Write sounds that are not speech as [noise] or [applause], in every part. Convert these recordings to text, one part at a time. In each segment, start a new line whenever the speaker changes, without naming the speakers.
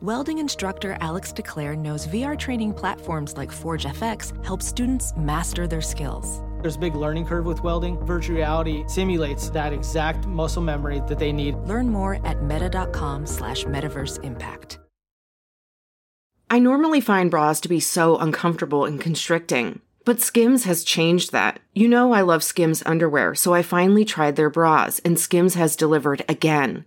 Welding instructor Alex DeClaire knows VR training platforms like Forge FX help students master their skills.
There's a big learning curve with welding. Virtual reality simulates that exact muscle memory that they need.
Learn more at meta.com slash metaverse impact.
I normally find bras to be so uncomfortable and constricting, but Skims has changed that. You know, I love Skims underwear, so I finally tried their bras, and Skims has delivered again.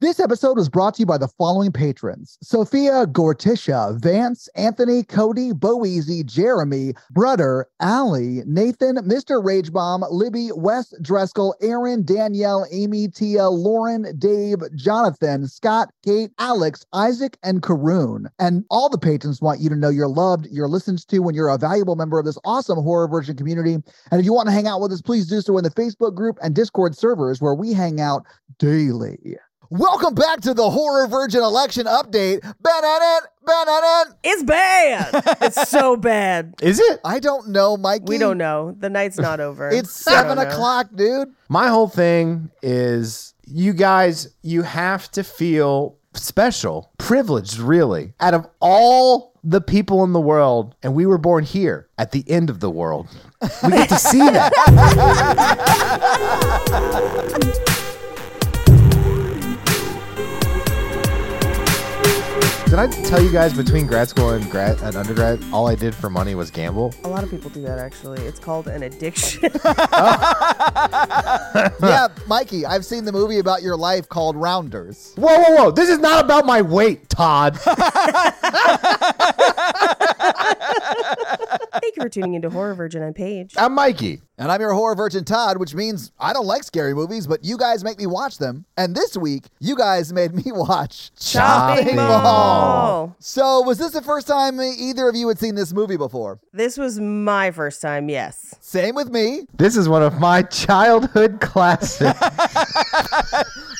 This episode was brought to you by the following patrons Sophia Gorticia, Vance, Anthony, Cody, Boeasy, Jeremy, Brudder, Ali, Nathan, Mr. Rage Bomb, Libby, Wes Dreskel, Aaron, Danielle, Amy, Tia, Lauren, Dave, Jonathan, Scott, Kate, Alex, Isaac, and Karoon. And all the patrons want you to know you're loved, you're listened to, and you're a valuable member of this awesome horror version community. And if you want to hang out with us, please do so in the Facebook group and Discord servers where we hang out daily. Welcome back to the Horror Virgin Election Update. Ba-da-da, ba-da-da.
It's bad. it's so bad.
Is it?
I don't know, Mikey.
We
[laughs]
don't know. The night's not over.
It's
We don't
seven
know.
o'clock, dude.
My whole thing is you guys, you have to feel special, privileged, really. Out of all the people in the world, and we were born here at the end of the world, we get to see that. Did I tell you guys between grad school and grad and undergrad, all I did for money was gamble?
A lot of people do that actually. It's called an addiction. [laughs]
yeah, Mikey, I've seen the movie about your life called Rounders.
Whoa, whoa, whoa! This is not about my weight, Todd.
Thank you for tuning into Horror Virgin. I'm Paige.
I'm Mikey.
And I'm your horror virgin Todd, which means I don't like scary movies, but you guys make me watch them. And this week, you guys made me [laughs] watch
Chopping
Mall.
So, was this the first time either of you had seen this movie before?
This was my first time, yes.
Same with me.
This is one of my childhood [laughs] classics.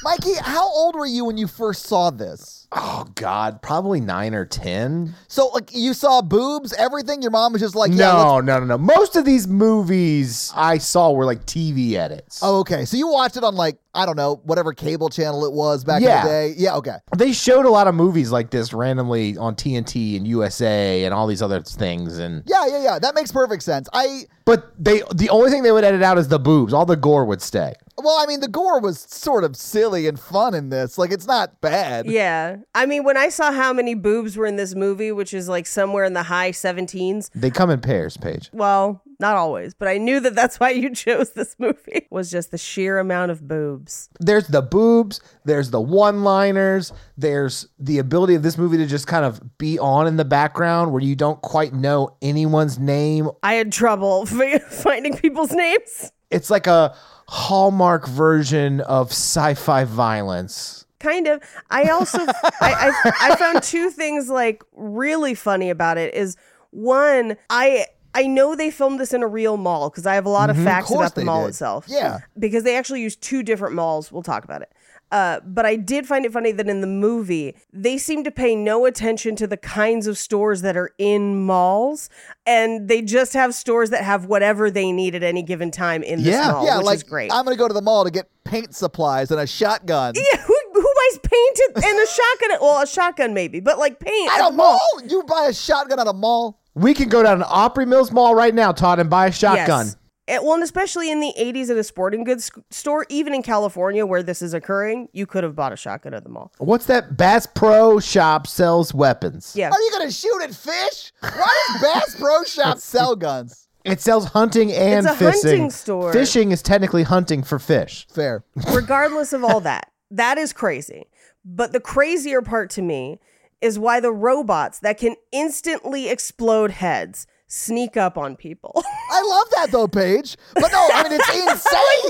Mikey, how old were you when you first saw this?
oh God, probably nine or ten.
So, like, you saw boobs, everything? Your mom was just like, yeah, let's-
no, no, no, no. Most of these movies I saw were like TV edits.
Oh, okay. So you watched it on like I don't know whatever cable channel it was back
Yeah.
in the day. Yeah. Okay.
they showed a lot of movies like this randomly on TNT and USA and all these other things. And
Yeah, yeah, yeah. That makes perfect sense. I
but they the only thing they would edit out is the boobs. All the gore would stay.
well, I mean, the gore was sort of silly and fun in this. Like, it's not bad.
Yeah. I mean, when I saw how many boobs were in this movie, which is like somewhere in the high 17s,
They come in pairs, Paige.
well, not always, but I knew that that's why you chose this movie, was just the sheer amount of boobs.
There's the boobs. There's the one-liners. There's the ability of this movie to just kind of be on in the background where you don't quite know anyone's name
I had trouble [laughs] fi- finding people's names.
it's like a hallmark version of sci-fi violence
Kind of. I also I, I I found two things like really funny about it is one, I
I know they filmed this in a real mall because I have a lot of facts
Mm-hmm. course
about the
they
mall
did.
itself.
Yeah.
Because they actually used two different malls. We'll talk about it. Uh, but I did find it funny that in the movie, they seem to pay no attention to the kinds of stores that are in malls. And they just have stores that have whatever they need at any given time in this
Yeah.
mall,
yeah,
which
like
is great.
I'm gonna go to the mall to get paint supplies and a shotgun.
yeah, who, who buys paint at- and a shotgun? Well, a shotgun maybe, but like paint.
At a mall? You buy a shotgun at a mall?
We can go down to Opry Mills Mall right now, Todd, and buy a shotgun.
Yes. And- well, and especially in the 80s at a sporting goods sc- store, even in California where this is occurring, you could have bought a shotgun at the mall.
What's that? Bass Pro Shop sells weapons.
Yeah.
Are you gonna shoot at fish? Why does Bass
[laughs]
Pro Shop sell guns?
It sells hunting and
It's a
fishing.
hunting store.
Fishing is technically hunting for fish.
Fair.
Regardless of all that, that is crazy. But the crazier part to me is why the robots that can instantly explode heads sneak up on people. [laughs]
I love that though, Paige. But no, I mean it's insane.
why?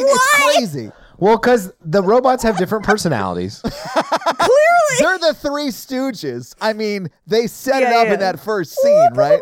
it's crazy.
Well, because the robots have different personalities.
[laughs] Clearly.
They're the three stooges. I mean, they set it
Yeah,
up
yeah.
in that first scene, right?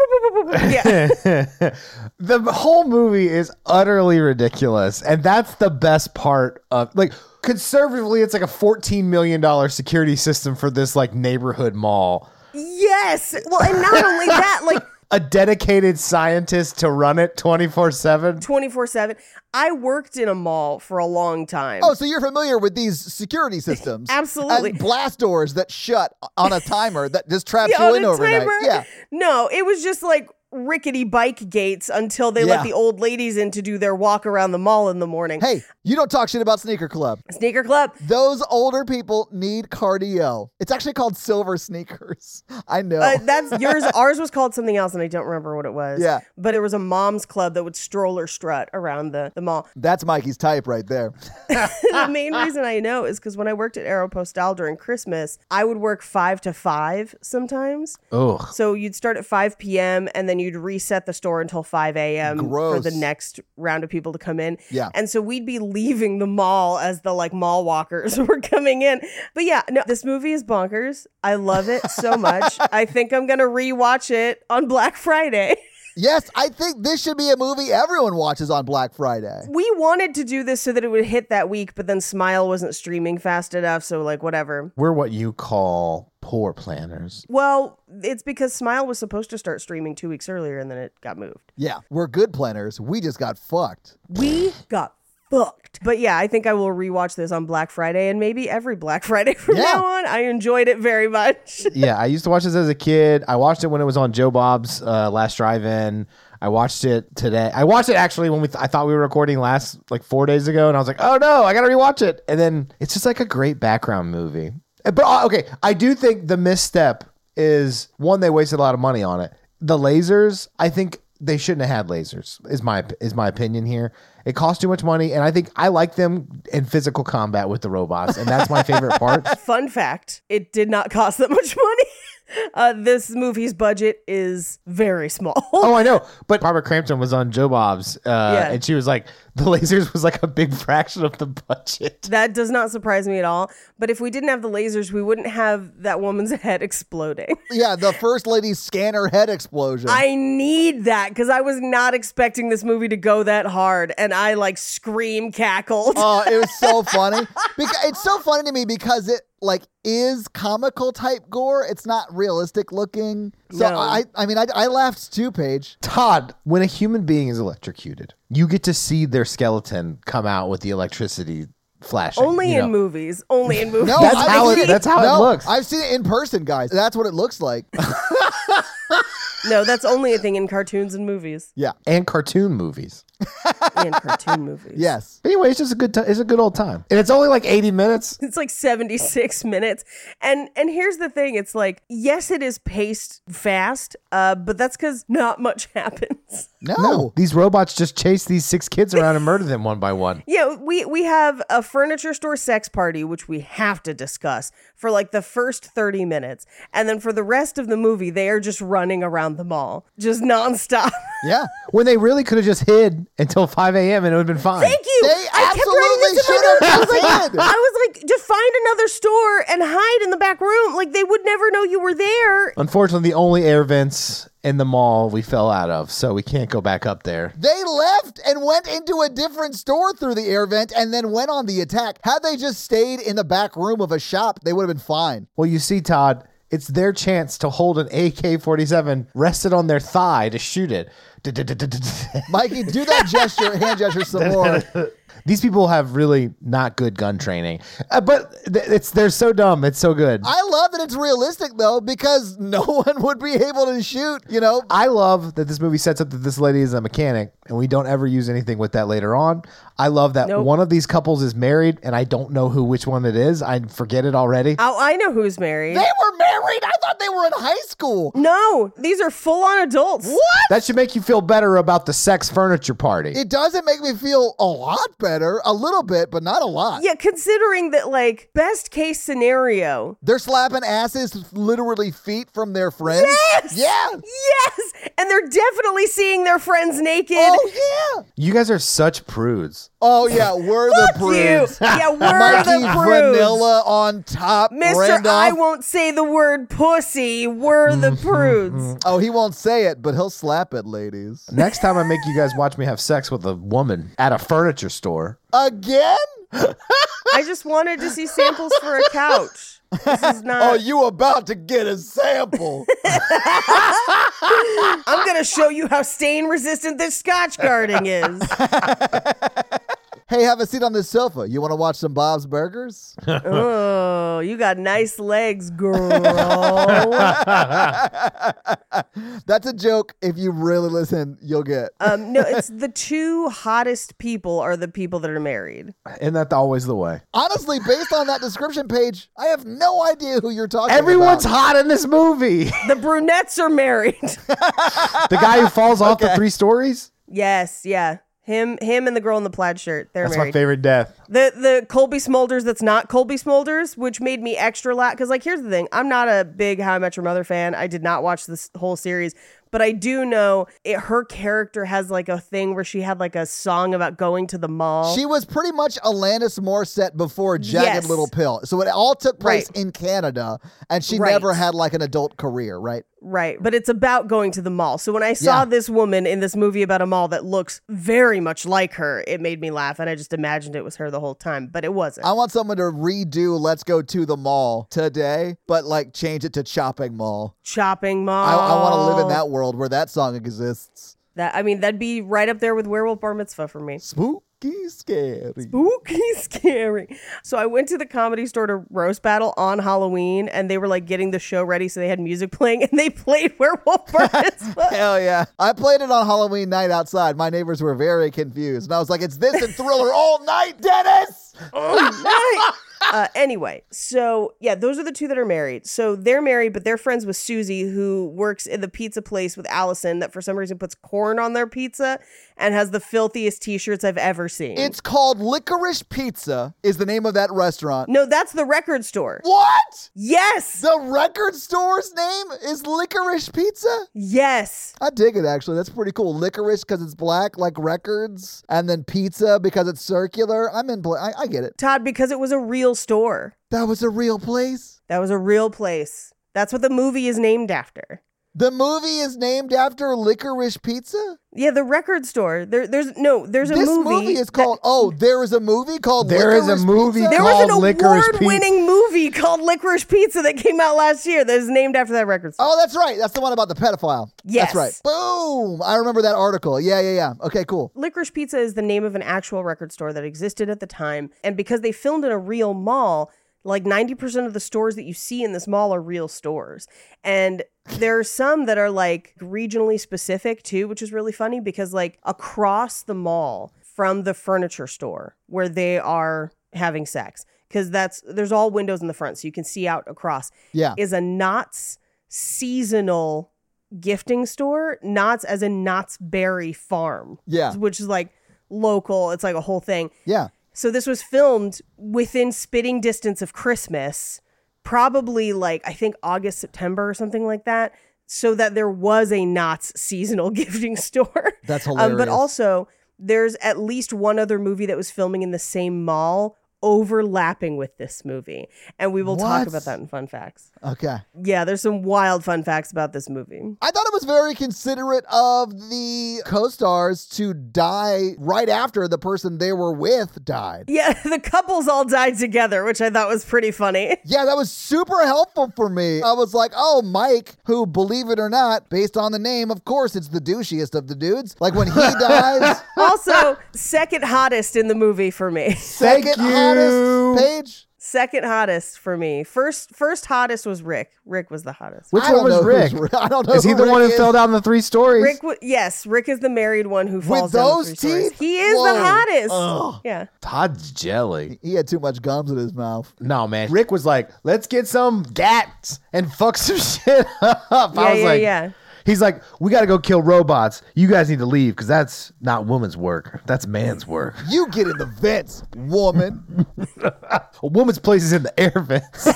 yeah.
[laughs] the whole movie is utterly ridiculous. And that's the best part of like conservatively, it's like a $14 million security system for this like neighborhood mall.
Yes. Well, and not only that, like
A dedicated scientist to run it 24 7.
24 7. I worked in a mall for a long time.
Oh, so you're familiar with these
[laughs]
security systems.
Absolutely.
And blast doors that shut on a timer that just traps
Yeah,
you
on
in
a
overnight.
timer.
Yeah.
No, it was just like rickety bike gates until they let
Yeah.
the old ladies in to do their walk around the mall in the morning.
Hey, you don't talk shit about sneaker club.
Sneaker club.
Those older people need cardio. It's actually called silver sneakers. [laughs] I know.
Uh, that's yours. [laughs] Ours was called something else, and I don't remember what it was.
Yeah.
But there was a mom's club that would stroller strut around the, the mall. [laughs]
That's Mikey's type right there.
the main reason I know is because when I worked at Aeropostal during Christmas, I would work five to five sometimes.
Ugh.
So you'd start at 5 p.m. and then you'd reset the store until 5 a.m. for
Gross.
the next round of people to come in.
Yeah.
And so we'd be leaving the mall as the like mall walkers [laughs] were coming in. But yeah, no, this movie is bonkers. I love it so
[laughs]
much. I think I'm going to rewatch it on Black Friday. [laughs]
Yes, I think this should be a movie everyone watches on Black Friday.
We wanted to do this so that it would hit that week, but then Smile wasn't streaming fast enough. So, like, whatever.
We're what you call poor planners.
Well, it's because Smile was supposed to start streaming two weeks earlier and then it got moved.
Yeah, we're good planners. We just got fucked.
we got fucked. But yeah, I think I will rewatch this on Black Friday and maybe every Black [laughs] Friday from
Yeah.
now on. I enjoyed it very much.
yeah, I used to watch this as a kid. I watched it when it was on Joe Bob's uh, Last Drive-In. I watched it today. I watched it actually when we th- I thought we were recording last like four days ago, and I was like, oh no, I gotta rewatch it. And then it's just like a great background movie. Uh, But uh, okay, I do think the misstep is one they wasted a lot of money on it. The lasers, I think they shouldn't have had lasers. Is my is my opinion here. It cost too much money, and I think I like them in physical combat with the robots, and that's my favorite part.
Fun fact it did not cost that much money. [laughs] Uh, this movie's budget is very small.
Oh, I know. But Barbara Crampton was on Joe Bob's, uh,
Yeah.
and she was like, [laughs] the lasers was like a big [laughs] fraction of the budget.
[laughs] That does not surprise me at all. But if we didn't have the lasers, we wouldn't have that woman's [laughs] head exploding.
Yeah, the first lady's scanner head explosion.
I need that because I was not expecting this movie to go that hard. And I like scream cackled.
[laughs] Oh, it was so funny. Because it's so funny to me because it like is comical type gore. It's not realistic looking. So
No.
I, I mean, I, I laughed too, Paige.
Todd, when a human being is electrocuted, you get to see their skeleton come out with the electricity flashing.
only
you
in
know.
movies. Only in movies.
No,
That's
I've
how it-
seen-
that's how it
no,
looks.
I've seen it in person, guys. That's what it looks
[laughs]
like.
No, that's only a thing in cartoons and movies.
yeah.
And cartoon movies.
And cartoon movies.
[laughs] Yes.
Anyway, it's just a good time. It's a good old time. And it's only like 80 minutes.
It's like 76 minutes. And and here's the thing, it's like yes it is paced fast, uh but that's cuz not much [laughs] happens.
No.
These robots just chase these six kids around and murder them one by one.
Yeah, we we have a furniture store sex party which we have to discuss for like the first 30 minutes. And then for the rest of the movie they are just running around the mall, just nonstop. [laughs]
Yeah.
When they really could have just hid until 5 a.m. and it would have been fine.
Thank you.
They
I kept writing this in my notes.
absolutely
I was
[laughs]
should have
like,
done it.
I was like, like just find another store and hide in the back room. Like they would never know you were there.
Uh,
Unfortunately, the only air vents in the mall we fell out of, so we can't go back up there.
They left and went into a different store through the air vent and then went on the attack. Had they just stayed in the back room of a shop, they would have been fine.
Well, you see, Todd, it's their chance to hold an AK 47 rested on their thigh to shoot it. [laughs]
Mikey, do that gesture, hand gesture some
[laughs]
more.
These people have really not good gun training, Uh, but th- it's they're so dumb. It's so good.
I love that it's realistic though, because [laughs] no one would be able to shoot, you know.
I love that this movie sets up that this lady is a mechanic and we don't ever use anything with that later on. I love that
Nope.
one of these couples is married and I don't know who which one it is. I forget it already.
Oh, I know who's married.
They were married. I thought they were in high school.
no, these are full on adults.
What?
That should make you feel better about the sex furniture party.
It doesn't make me feel a lot better, a little bit, but not a lot.
Yeah, considering that, like, best case scenario.
They're slapping asses literally feet from their friends. Yeah.
Yes. And they're definitely seeing their friends naked.
Oh yeah.
you guys are such prudes.
Oh yeah, we're the
Fuck you.
prudes. [laughs]
Yeah, we're
Mikey
the prudes.
Vanilla on top.
Mr.
Randolph.
I won't say the word pussy. We're
[laughs]
the prudes.
Oh, he won't say it, but he'll slap it, ladies.
Next time I make you guys watch me have sex with a woman at a furniture store.
[laughs]
Again?
I just wanted to see samples for a couch. This is not.
[laughs] Oh, you about to get a sample.
I'm gonna show you how stain resistant this Scotch guarding is.
hey, have a seat on this sofa. You want to watch some
[laughs]
Bob's Burgers?
oh, you got nice legs, girl.
That's a joke. If you really listen, you'll get.
Um, no, it's the two hottest people are the people that are married.
Isn't that always the way?
Honestly, based on that description page, I have no idea who you're talking
Everyone's
about.
hot in
[laughs]
this movie.
The brunettes are married. [laughs]
the guy who falls off the three stories.
yes, yeah. Him, him, and the girl in the plaid shirt—they're
That's my
married.
favorite death.
The the Colby Smulders that's not Colby Smulders, which made me extra laugh. Because like, here's the thing: I'm not a big How I Met Your Mother fan. I did not watch this whole series, but I do know it. Her character has like a thing where she had like a song about going to the mall.
She was pretty much Alanis Morissette before Jagged
Yes.
Little Pill. So it all took place
Right.
in Canada, and she
Right.
never had like an adult career, right?
right, but it's about going to the mall. So when I saw
Yeah.
this woman in this movie about a mall that looks very much like her, it made me laugh, and I just imagined it was her the whole time, but it wasn't.
I want someone to redo Let's Go to the Mall today, but like change it to Chopping Mall.
Shopping mall.
I, I want to live in that world where that song exists.
That I mean, that'd be right up there with Werewolf Bar Mitzvah for me.
Spooky, scary.
spooky [laughs] scary. So I went to the comedy store to roast battle on Halloween, and they were like getting the show ready, so they had music [laughs] playing, and they played [laughs] Werewolf Bar
[laughs]
Mitzvah.
Hell yeah. I played it on Halloween night outside. My neighbors were very confused. And I was like, it's this and thriller all night, Dennis!
Um,
Uh, anyway, so yeah, those are the two that are married. So they're married, but they're friends with Susie, who works in the pizza place with Allison, that for some reason puts corn on their pizza and has the filthiest T-shirts I've ever seen.
It's called Licorice Pizza, is the name of that restaurant.
no, that's the record store.
What?
Yes,
The record store's name is Licorice Pizza?
yes.
I dig it actually. That's pretty cool. Licorice because it's black, like records, and then pizza because it's circular. I'm in. Pla- I, I get it.
Todd, because it was a real store.
That was a real place.
That was a real place. That's what the movie is named after.
The movie is named after Licorice Pizza.
Yeah, the record store. There, there's no. There's a
this
movie.
is
that-
called. oh, there is a movie called.
There is a
Licorice
movie
Pizza?
there was an
called Licorice Pizza.
award-winning movie called Licorice Pizza that came out last year that is named after that record store.
Oh, that's right. That's the one about the pedophile.
Yes.
That's right. Boom. I remember that article. Yeah, yeah, yeah. Okay, cool.
Licorice Pizza is the name of an actual record store that existed at the time, and because they filmed in a real mall, like 90% of the stores that you see in this mall are real stores. And there are some that are like regionally specific too, which is really funny because like across the mall from the furniture store where they are having sex because that's there's all windows in the front so you can see out across
Yeah.
is a Knott's seasonal gifting store. Knott's as in Knott's Berry Farm.
Yeah.
Which is like local. It's like a whole thing.
Yeah.
So this was filmed within spitting distance of Christmas, probably like I think August, September or something like that. So that there was a Knott's seasonal [laughs] gifting store.
That's
Um, but
hilarious.
also, there's at least one other movie that was filming in the same mall overlapping with this movie. And we will talk
What?
about that in fun facts.
Okay.
Yeah, there's some wild fun facts about this movie.
I thought it was very considerate of the co stars to die right after the person they were with died.
Yeah, [laughs] the couples all died together, which I thought was pretty
[laughs]
funny.
Yeah, that was super helpful for me. I was like, oh, Mike, who, believe it or not, based on the name, of course, it's the douchiest of the dudes. Like
[laughs]
when he dies,
Also, second hottest in the movie for me. [laughs]
Thank
second
you.
hottest page.
Second hottest for me. First first hottest was Rick. Rick was the hottest.
Which
I don't
one was
know who's
Rick?
Ri- I don't know
Is he
who
the
Rick [laughs]
one who
is.
fell down the three stories?
Rick, wa- yes, Rick is the married one who falls down the
those
three stories.
teeth?
He is the
Whoa.
hottest. Yeah,
Todd's jelly.
He had too much gums in his mouth.
No, man. Rick was like, let's get some gats and fuck some [laughs] shit up.
Yeah,
I was
yeah,
like,
yeah.
He's like, we got to go kill robots. You guys need to leave because that's not woman's work. That's man's work.
You get in the vents, woman.
A woman's place is in the air vents. [laughs]
if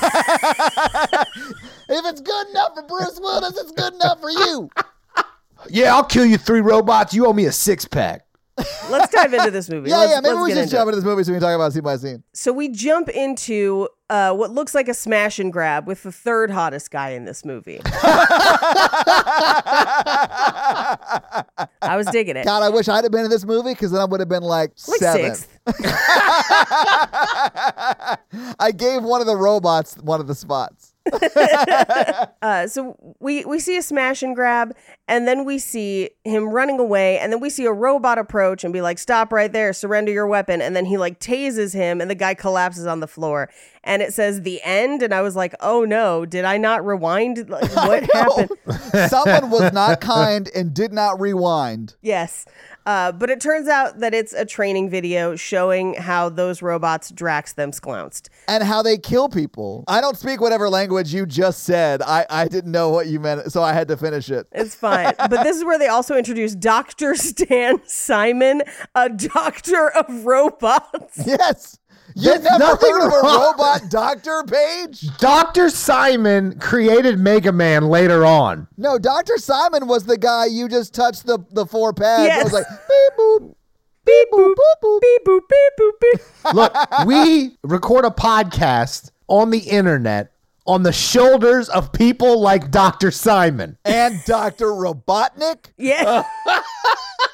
it's good enough for Bruce Willis, it's good enough
[laughs]
for you.
yeah, I'll kill you three robots. You owe me a six pack.
let's dive into this movie.
[laughs] Yeah,
let's,
yeah. Maybe
let's
we
get
should
into
jump
it.
into this movie so we can talk about it scene by scene.
So we jump into uh, what looks like a smash and grab with the third hottest guy in this movie. I was digging it.
God, I wish I'd have been in this movie because then I would have been like,
like
seven.
sixth.
[laughs] I gave one of the robots one of the spots.
Uh, so we we see a smash and grab, and then we see him running away, and then we see a robot approach and be like, "Stop right there! Surrender your weapon!" And then he like tases him, and the guy collapses on the floor, and it says the end. And I was like, "Oh no! Did I not rewind? Like, what happened?"
[laughs] Someone was
[laughs]
not kind and did not rewind.
Yes. Uh, but it turns out that it's a training video showing how those robots Drax them sclounced.
And how they kill people. I don't speak whatever language you just said. I, I didn't know what you meant, so I had to finish it.
It's [laughs] fine. but this is where they also introduce Dr. Stan Simon, a doctor of robots.
[laughs] Yes. You
There's
never
nothing
heard of a
wrong.
robot doctor, Paige?
Dr. Simon created Mega Man later on.
No, Dr. Simon was the guy you just touched the, the four pads. I was
Yes.
like, beep, boop.
[laughs] Beep boop, boop, boop, beep boop, beep boop, beep.
Look, we record a podcast on the internet on the shoulders of people like Dr. Simon.
And Dr. Robotnik?
[laughs] Yeah.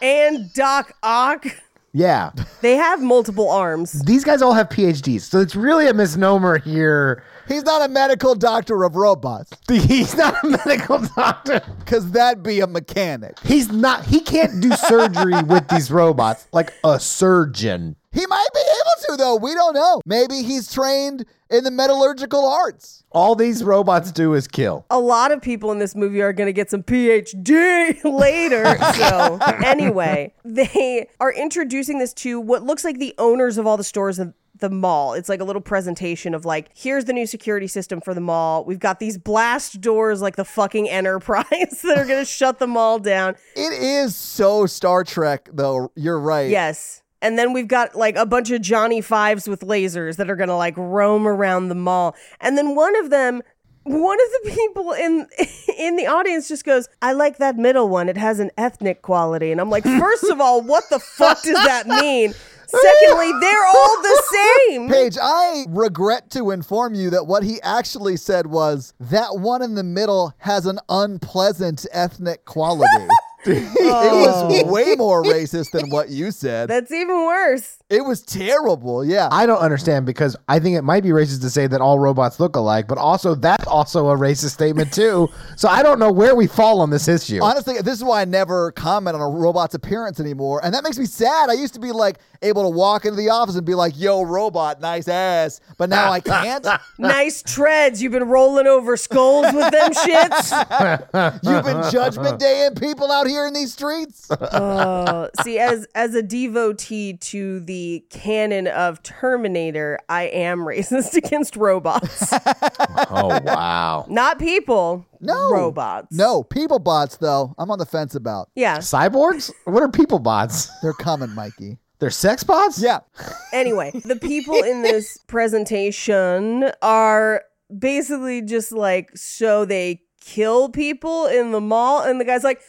and Doc Ock.
Yeah.
They have multiple arms.
These guys all have PhDs. So it's really a
[laughs]
misnomer here.
He's not a medical doctor of robots,
He's not a medical doctor.
because that'd be a mechanic.
He's not, he can't do surgery with these robots like a surgeon.
He might be able to, though. We don't know. Maybe he's trained in the metallurgical arts.
All these robots do is kill.
a lot of people in this movie are going to get some PhD [laughs] later. So, anyway, they are introducing this to what looks like the owners of all the stores of the mall. It's like a little presentation of like, here's the new security system for the mall. We've got these blast doors like the fucking Enterprise [laughs] that are going to shut the mall down.
It is so Star Trek, though. You're right.
Yes. And then we've got like a bunch of Johnny Fives with lasers that are going to like roam around the mall. And then one of them one of the [laughs] people in in the audience just goes, "I like that middle one. It has an ethnic quality." And I'm like, first of all, what the fuck does that mean? Secondly, they're all the same."
Paige, I regret to inform you that what he actually said was that one in the middle has an unpleasant ethnic quality. It was way more racist than what you said.
That's even worse.
it was terrible. Yeah.
I don't understand because I think it might be racist to say that all robots look alike, but also that's also a racist
[laughs]
statement too. so I don't know where we fall on this issue.
Honestly, this is why I never comment on a robot's appearance anymore, and that makes me sad. I used to be like able to walk into the office and be like, "Yo, robot, nice ass," but now I can't.
Nice treads. You've been rolling over skulls with them shits.
You've been judgment daying people out here in these streets.
Oh, see, as as a devotee to the canon of Terminator, I am racist [laughs] against
[laughs]
robots,
[laughs] oh wow.
not people.
No
robots.
No people bots though. I'm on the fence about.
Yeah.
Cyborgs? What are people bots?
They're coming, Mikey.
They're sex bots?
Yeah,
Anyway, the people in
[laughs]
this presentation are basically just like so they kill people in the mall? And the guy's like,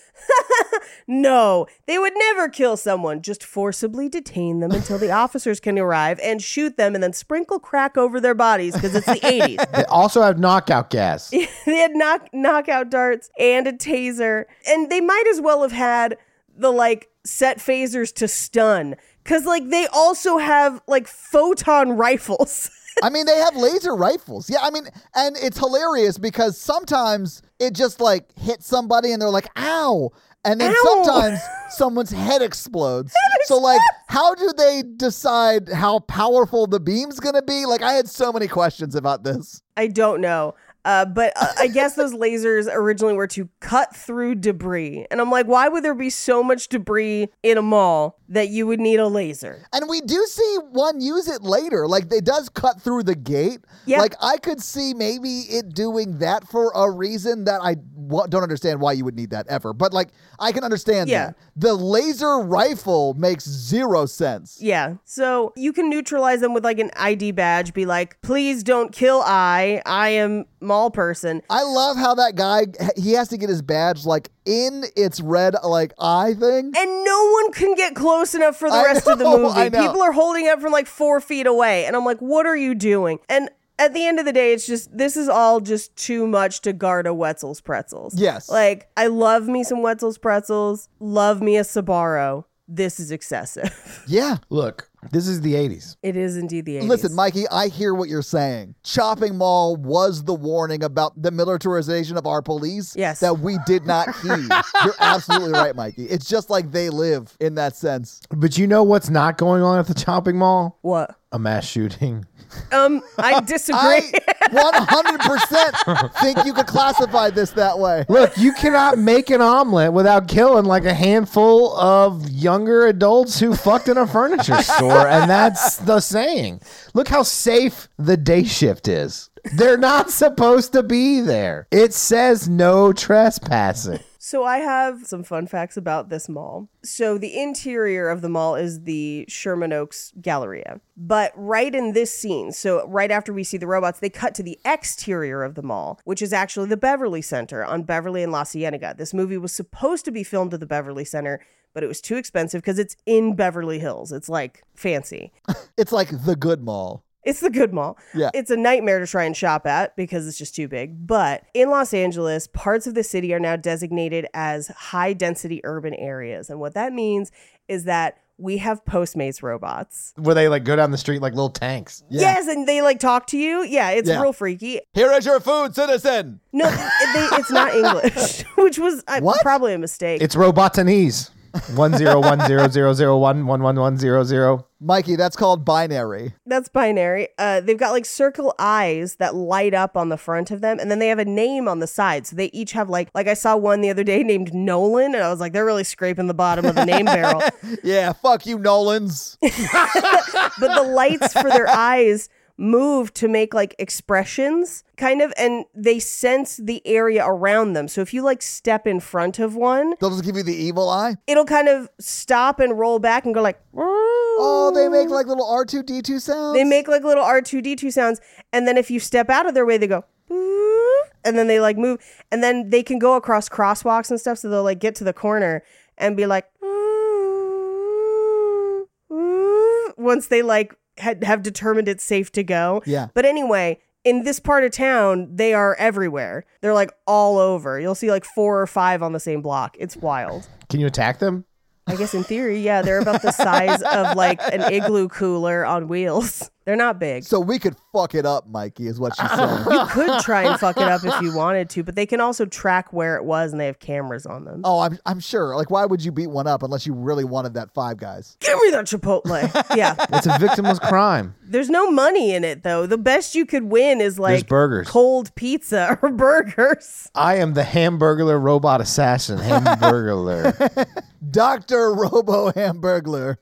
[laughs] no, they would never kill someone. Just forcibly detain them until
[laughs]
the officers can arrive and shoot them and then sprinkle crack over their bodies because it's the
[laughs]
80s.
They also have knockout gas.
[laughs] they had knock knockout darts and a taser, and they might as well have had the like set phasers to stun, because like they also have like photon [laughs] rifles.
I mean, they have laser rifles. Yeah, I mean, and it's hilarious because sometimes it just like hits somebody and they're like, ow. And then
Ow.
sometimes someone's
[laughs]
head explodes. so, like, how do they decide how powerful the beam's gonna be? Like, I had so many questions about this.
I don't know. Uh, but uh, I guess those lasers originally were to cut through debris. And I'm like, why would there be so much debris in a mall that you would need a laser?
And we do see one use it later. Like, it does cut through the gate.
Yeah.
Like, I could see maybe it doing that for a reason that I w- don't understand why you would need that ever. But, like, I can understand
Yeah.
that. The laser rifle makes zero sense.
Yeah. So you can neutralize them with like an ID badge, be like, please don't kill I. I am mall person.
I love how that guy, he has to get his badge, like, in its red, like, eye thing.
And no one can get close enough for the
I
rest of the
know,
movie.
I know.
People are holding up from like four feet away. And I'm like, what are you doing? And at the end of the day, it's just, this is all just too much to guard a Wetzel's pretzels.
Yes.
Like, I love me some Wetzel's pretzels, love me a Sabaro. This is excessive. [laughs]
yeah.
Look, this is the 80s.
it is indeed the 80s.
Listen, Mikey, I hear what you're saying. Chopping Mall was the warning about the militarization of our police
Yes.
that we did not
[laughs]
heed. you're absolutely right, Mikey. It's just like they live in that sense.
But you know what's not going on at the chopping mall?
what?
A mass shooting.
Um, I disagree.
[laughs] I [laughs] 100% think you could classify this that way.
Look, you cannot make an omelet without killing like a handful of younger adults who fucked in a [laughs] furniture store. And that's the saying. Look how safe the day shift is. They're not supposed to be there. It says no trespassing.
So I have some fun facts about this mall. So the interior of the mall is the Sherman Oaks Galleria. But right in this scene, so right after we see the robots, they cut to the exterior of the mall, which is actually the Beverly Center on Beverly and La Cienega. This movie was supposed to be filmed at the Beverly Center, but it was too expensive because it's in Beverly Hills. It's like fancy.
It's like the good mall.
It's the good mall.
Yeah.
It's a nightmare to try and shop at because it's just too big. But in Los Angeles, parts of the city are now designated as high density urban areas. And what that means is that we have Postmates robots.
Where they like go down the street like little tanks.
Yes, and they like talk to you. Yeah, it's
Yeah.
real freaky.
Here is your food, citizen.
No, it- they, it's not English, [laughs] which was uh,
What?
probably a mistake.
It's robotanese. One zero one zero zero zero one one one one zero zero.
Mikey, that's
[laughs]
called binary.
That's binary. Uh, they've got like circle eyes that light up on the front of them, and then they have a name on the side. So they each have like like I saw one the other day named Nolan, and I was like, they're really scraping the bottom of the name
[laughs]
barrel.
Yeah, fuck you, Nolans.
But the lights for their eyes move to make like expressions, kind of, and they sense the area around them. So if you like step in front of one,
They'll just give you the evil eye.
it'll kind of stop and roll back and go like.
Oh, they make like little R2D2 sounds.
They make like little R2D2 sounds. And then if you step out of their way, they go, "Boop," and then they like move. And then they can go across crosswalks and stuff. So they'll like get to the corner and be like, "Boop, boop," once they like had, have determined it's safe to go.
Yeah.
But anyway, in this part of town, they are everywhere. They're like all over. You'll see like four or five on the same block. It's wild.
Can you attack them?
I guess in theory, yeah, they're about the size of like an igloo cooler on wheels. [laughs] They're not big.
so we could fuck it up, Mikey, is what she's saying.
[laughs] You could try and fuck it up if you wanted to, but they can also track where it was and they have cameras on them.
Oh, I'm, I'm sure. Like, why would you beat one up unless you really wanted that five guys?
Give me that Chipotle. yeah.
It's a victimless crime.
There's no money in it though. The best you could win is
There's
like
burgers.
cold pizza [laughs] or burgers. [laughs]
I am the hamburglar robot [laughs] assassin. Hamburglar.
Dr. Robo Hamburglar.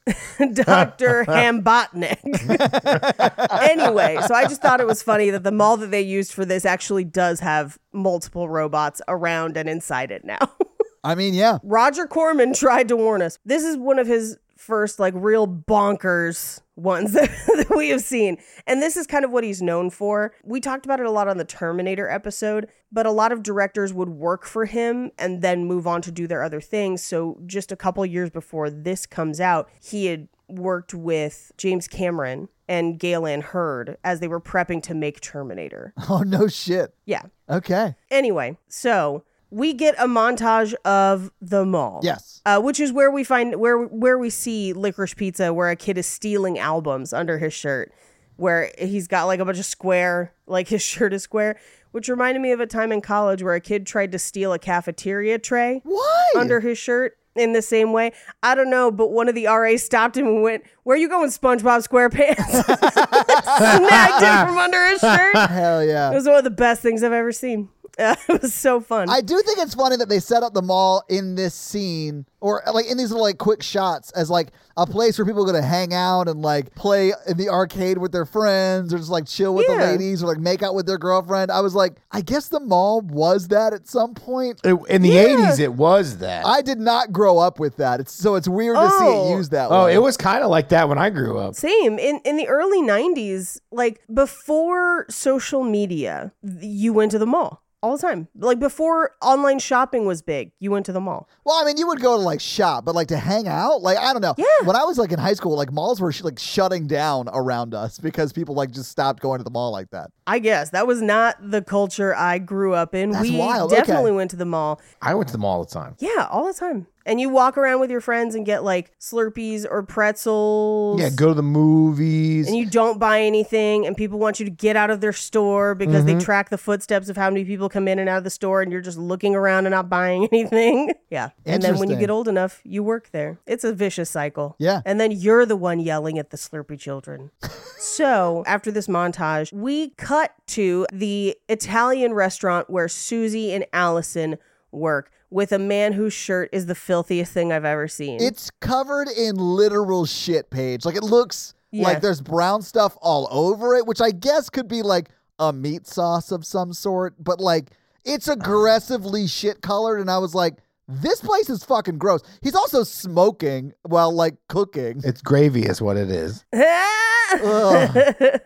Dr.
[laughs]
Hambotnik. [laughs] anyway, so I just thought it was funny that the mall that they used for this actually does have multiple robots around and inside it now. [laughs]
I mean, yeah. [laughs]
Roger Corman tried to warn us. This is one of his first like real bonkers ones [laughs] that, that we have seen. And this is kind of what he's known for. We talked about it a lot on the Terminator episode, but a lot of directors would work for him and then move on to do their other things. So just a couple years before this comes out, he had worked with James Cameron and Galen Hurd as they were prepping to make Terminator. [laughs]
Oh, no shit.
Yeah.
Okay.
Anyway, so we get a montage of the mall.
Yes.
Uh, which is where we find where where we see licorice pizza, where a kid is stealing albums under his shirt, where he's got like a bunch of square, like his [laughs] shirt is square, which reminded me of a time in college where a kid tried to steal a cafeteria tray
Why?
under his shirt in the same way. I don't know, but one of the RAs stopped him and went, "Where you going, SpongeBob SquarePants?" [laughs] Snagged him from under his shirt.
[laughs] Hell yeah.
It was one of the best things I've ever seen. [laughs] it was so fun.
I do think it's funny that they set up the mall in this scene or like in these little like quick shots as like a place where people are going to hang out and like play in the arcade with their friends or just like chill with the
Yeah.
ladies or like make out with their girlfriend. I was like, I guess the mall was that at some point.
It- in the 80s, it was that.
I did not grow up with that. It's so it's weird to see
Oh.
it used that
oh,
way.
it was kind of like that when I grew up.
Same in in the early '90s, like before social media, th- you went to the mall all the time. Like before online shopping was big, you went to the mall.
Well, I mean, you would go to like shop, but like to hang out, like I don't know. Yeah. When I was like in high school, like malls were sh- like shutting down around us because people like just stopped going to the mall like that.
I guess that was not the culture I grew up in.
That's
we
wild. Okay.
definitely went to the mall.
I went to them all the time.
Yeah, all the time. And you walk around with your friends and get like Slurpees or pretzels.
Yeah, go to the movies.
and you don't buy anything and people want you to get out of their store because they track the footsteps of how many people come in and out of the store and you're just looking around and not buying [laughs] anything yeah and then when you
Interesting.
get old enough you work there it's a vicious cycle
Yeah.
and then you're the one yelling at the slurpy children so after this montage we cut to the italian restaurant where susie and allison work with a man whose shirt is the filthiest thing i've ever seen
It's covered in literal shit, Paige. Like it looks
Yeah.
like there's brown stuff all over it, which I guess could be like a meat sauce of some sort, but like it's aggressively shit colored. And I was like, this place is fucking gross. He's also smoking while like cooking.
it's gravy, is what it is.
[laughs]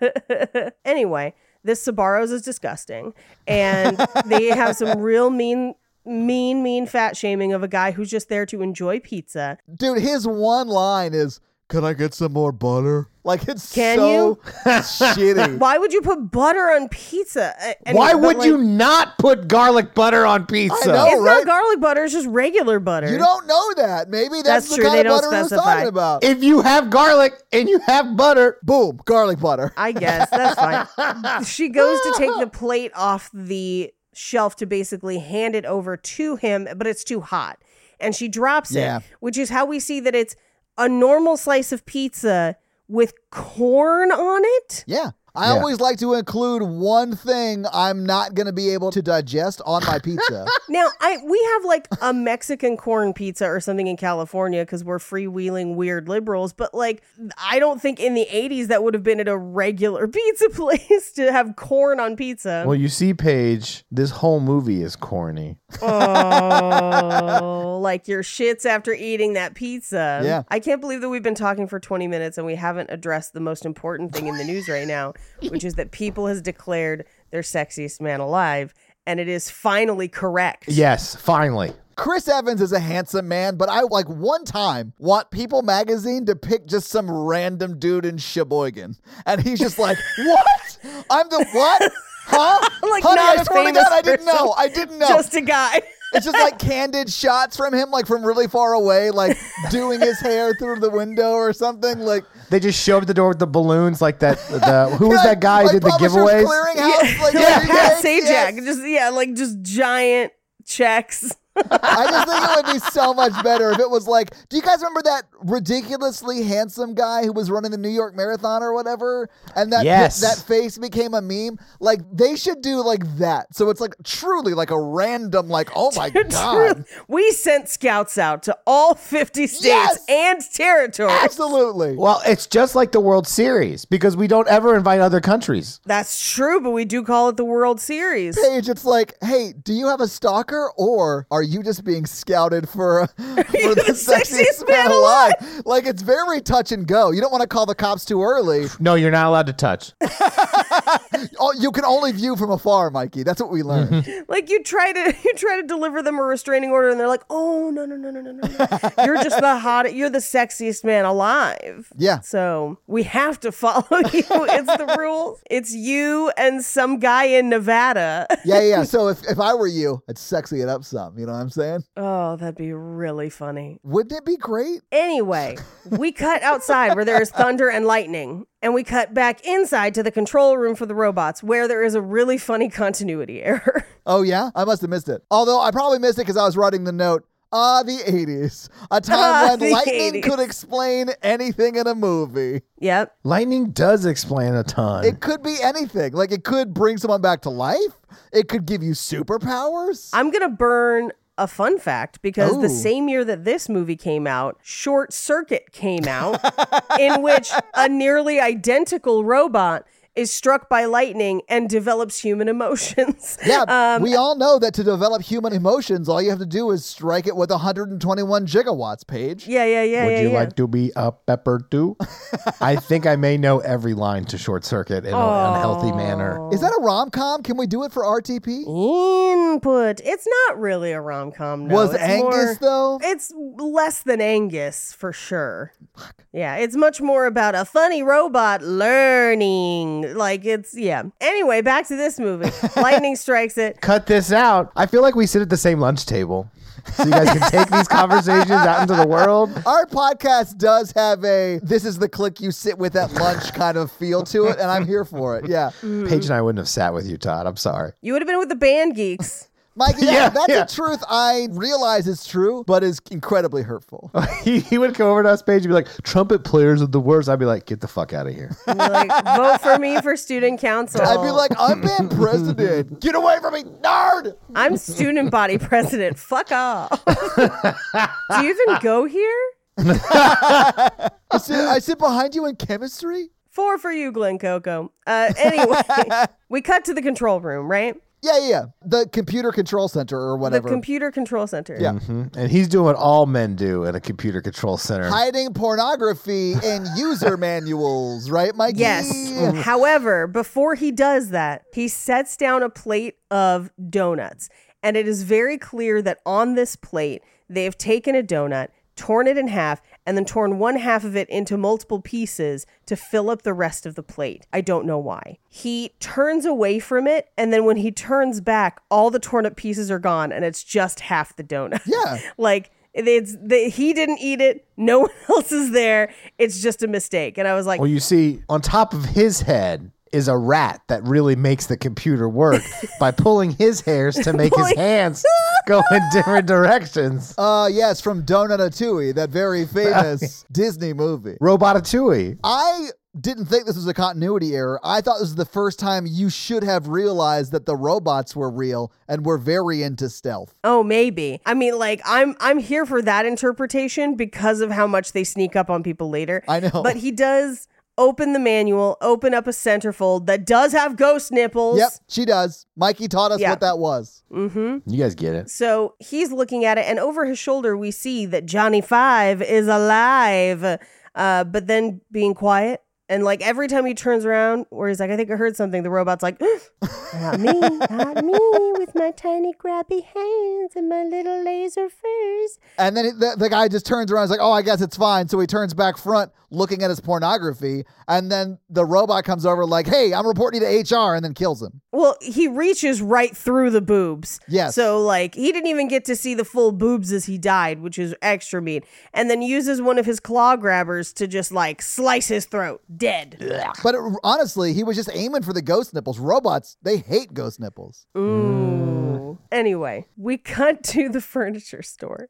anyway, this Sabaros is disgusting, and they have some real mean, mean, mean fat shaming of a guy who's just there to enjoy pizza.
Dude, his one line is, Can I get some more butter? Like it's
Can
so
you?
[laughs]
[laughs]
shitty.
Why would you put butter on pizza? Uh, anyway,
Why
but,
would
like,
you not put garlic butter on pizza?
I know.
It's not
right?
garlic butter; it's just regular butter.
You don't know that. Maybe that's,
That's
the
true,
kind
they
of
don't
butter he was
specify.
talking about.
If you have garlic and you have butter,
Boom, garlic butter.
I guess that's fine. she goes to take the plate off the shelf to basically hand it over to him, but it's too hot. And she drops
Yeah.
it, which is how we see that it's a normal slice of pizza with corn on it.
Yeah. I
Yeah.
always like to include one thing I'm not going to be able to digest on my pizza.
Now, I we have like a Mexican corn pizza or something in California because we're freewheeling weird liberals, but like I don't think in the 80s that would have been at a regular [laughs] pizza place to have corn on pizza.
Well, you see, Paige, this whole movie is corny.
oh, like your shits after eating that pizza.
Yeah.
I can't believe that we've been talking for 20 minutes and we haven't addressed the most important thing in the news right
[laughs]
now, which is that people has declared their sexiest man alive and it is finally correct.
Yes, finally.
Chris Evans is a handsome man, but I like one time want People magazine to pick just some random dude in Sheboygan. And he's just
[laughs]
like, "What? I'm the what?" Huh?
Like,
Honey,
not
I
a
swear to
famous
God, I didn't
person.
know. I didn't know.
Just a
[laughs]
guy.
it's just like candid shots from him, like from really far
[laughs]
away, like doing his hair through the window or something. Like
They just show up at the door with the balloons, like that. The,
[laughs]
who was that guy who
Like
did the
Publishers
giveaways?
[laughs]
Clearinghouse,
Like
like,
Pat
yes, yes.
Sajak. Just yeah, like just giant checks. [laughs]
I just think it would be so much better if it was like, do you guys remember that ridiculously handsome guy who was running the New York Marathon or whatever? And that
Yes.
that face became a meme. Like they should do like that. So it's like truly like a random like, oh my god.
We sent scouts out to all 50 states
Yes!
and territories.
Absolutely.
Well, it's just like the World Series because we don't ever invite other countries.
That's true, but we do call it the World Series.
Paige, it's like, hey, do you have a stalker or are you just being scouted for, [laughs] for the
the
sexiest
sexiest
man
man
alive. Like it's very touch and go. You don't want to call the cops too early.
No, you're not allowed to touch.
Oh, you can only view from afar, Mikey. That's what we learned.
Like you try to [laughs] you try to deliver them a restraining order and they're like, "Oh, no, no, no, no, no, no. no. You're just the hot you're the sexiest man alive."
[laughs] Yeah.
So, we have to follow [laughs] you. It's the rules. It's you and some guy in Nevada.
Yeah, yeah, yeah. So if, if I were you, I'd sexy it up some. You know what I'm saying?
[laughs] Oh, that'd be really funny.
Wouldn't it be great?
Anyway, we cut outside where there is thunder and lightning, and we cut back inside to the control room for the robots where there is a really funny continuity [laughs] error.
Oh, yeah? I must have missed it. Although I probably missed it because I was writing the note. Ah, the 80s. A time
Ah, [laughs]
when
the
lightning
80s.
could explain anything in a movie.
yep.
Lightning does explain a ton.
It could be anything. Like, it could bring someone back to life, it could give you superpowers.
I'm going to burn a fun fact because
Ooh.
the same year that this movie came out, Short Circuit came out, in which a nearly identical robot is struck by lightning and develops human emotions.
[laughs] yeah,
um,
we all know that to develop human emotions, all you have to do is strike it with 121 gigawatts,
[laughs]
Paige.
Yeah, yeah, yeah,
Would
yeah.
you
yeah.
like to be a pepper too? I think I may know every line to Short Circuit in an unhealthy manner.
Is that a rom com? Can we do it for RTP?
Input. It's not really a rom com. No.
Was
It's
Angus,
more-
though?
It's less than Angus for sure. Yeah, it's much more about a funny robot learning. Like it's yeah. Anyway, back to this
[laughs]
movie. Lightning strikes it.
Cut this out. I feel like we sit at the same lunch table. So you guys can take these conversations out into the world.
Our podcast does have a this is the click you sit with at lunch kind of feel to it, and I'm here for
[laughs]
it. Yeah.
Paige and I wouldn't have sat with you, Todd. I'm sorry. [laughs]
You would have been with the band geeks.
Mikey, yeah,
Yeah,
that's
yeah.
a truth I realize is true, but is incredibly hurtful.
he, he would come over to us, Paige, and be like, trumpet players are the worst. I'd be like, get the fuck out of here.
You'd be like, vote for me for student council.
I'd
Oh.
be like, I'm
[laughs]
band president. [laughs] Get away from me, nerd!
I'm student body president. Fuck
[laughs]
off. Do you even go here?
I sit, I sit behind you in chemistry?
Four for you, Glenn Coco. Uh,
[laughs]
anyway, we cut to the control room, right?
Yeah, yeah, yeah. The computer control center or whatever.
The computer control center.
Yeah.
Hmm? And he's doing what all men do in a computer control center.
Hiding pornography
[laughs]
in user manuals, right, Mikey?
Yes.
Oh.
However, before he does that, he sets down a plate of donuts. And it is very clear that on this plate, they have taken a donut, torn it in half, and then torn one half of it into multiple pieces to fill up the rest of the plate. I don't know why. He turns away from it, and then when he turns back, all the torn up pieces are gone, and it's just half the donut.
Yeah.
[laughs] like it's the, he didn't eat it. No [laughs] one else is there. It's just a mistake. And I was like,
Well, you see, on top of his head is a rat that really makes the computer
[laughs]
work by pulling his hairs to make his
Pulling-
hands go in different directions.
Uh, yes, from Donatatui, that
[laughs]
very famous Disney movie.
Robotatui.
I didn't think this was a continuity error. I thought this was the first time you should have realized that the robots were real and were very into stealth.
Oh, maybe. I mean, like I'm I'm here for that interpretation because of how much they sneak up on people later.
I know.
But he does open the manual, open up a centerfold that does have ghost nipples.
Yep, she does. Mikey taught us
Yeah.
what that was.
You guys get it.
So he's looking at it, and over his shoulder, we see that Johnny Five is alive, uh, but then being quiet. And like every time he turns around, where he's like, I think I heard something, the robot's like, [gasps] Not
[laughs]
me, not me, with my tiny grabby hands and my little laser fingers.
And then the, the guy just turns around and is like, oh, I guess it's fine. So he turns back front looking at his pornography. And then the robot comes over like, hey, I'm reporting you to HR and then kills him.
Well, he reaches right through the boobs.
Yes.
So like he didn't even get to see the full boobs as he died, which is extra meat. And then uses one of his claw grabbers to just like slice his throat dead.
But it, honestly, he was just aiming for the ghost nipples. Robots, they hate ghost nipples.
Ooh. Anyway, we cut [laughs] to the furniture store.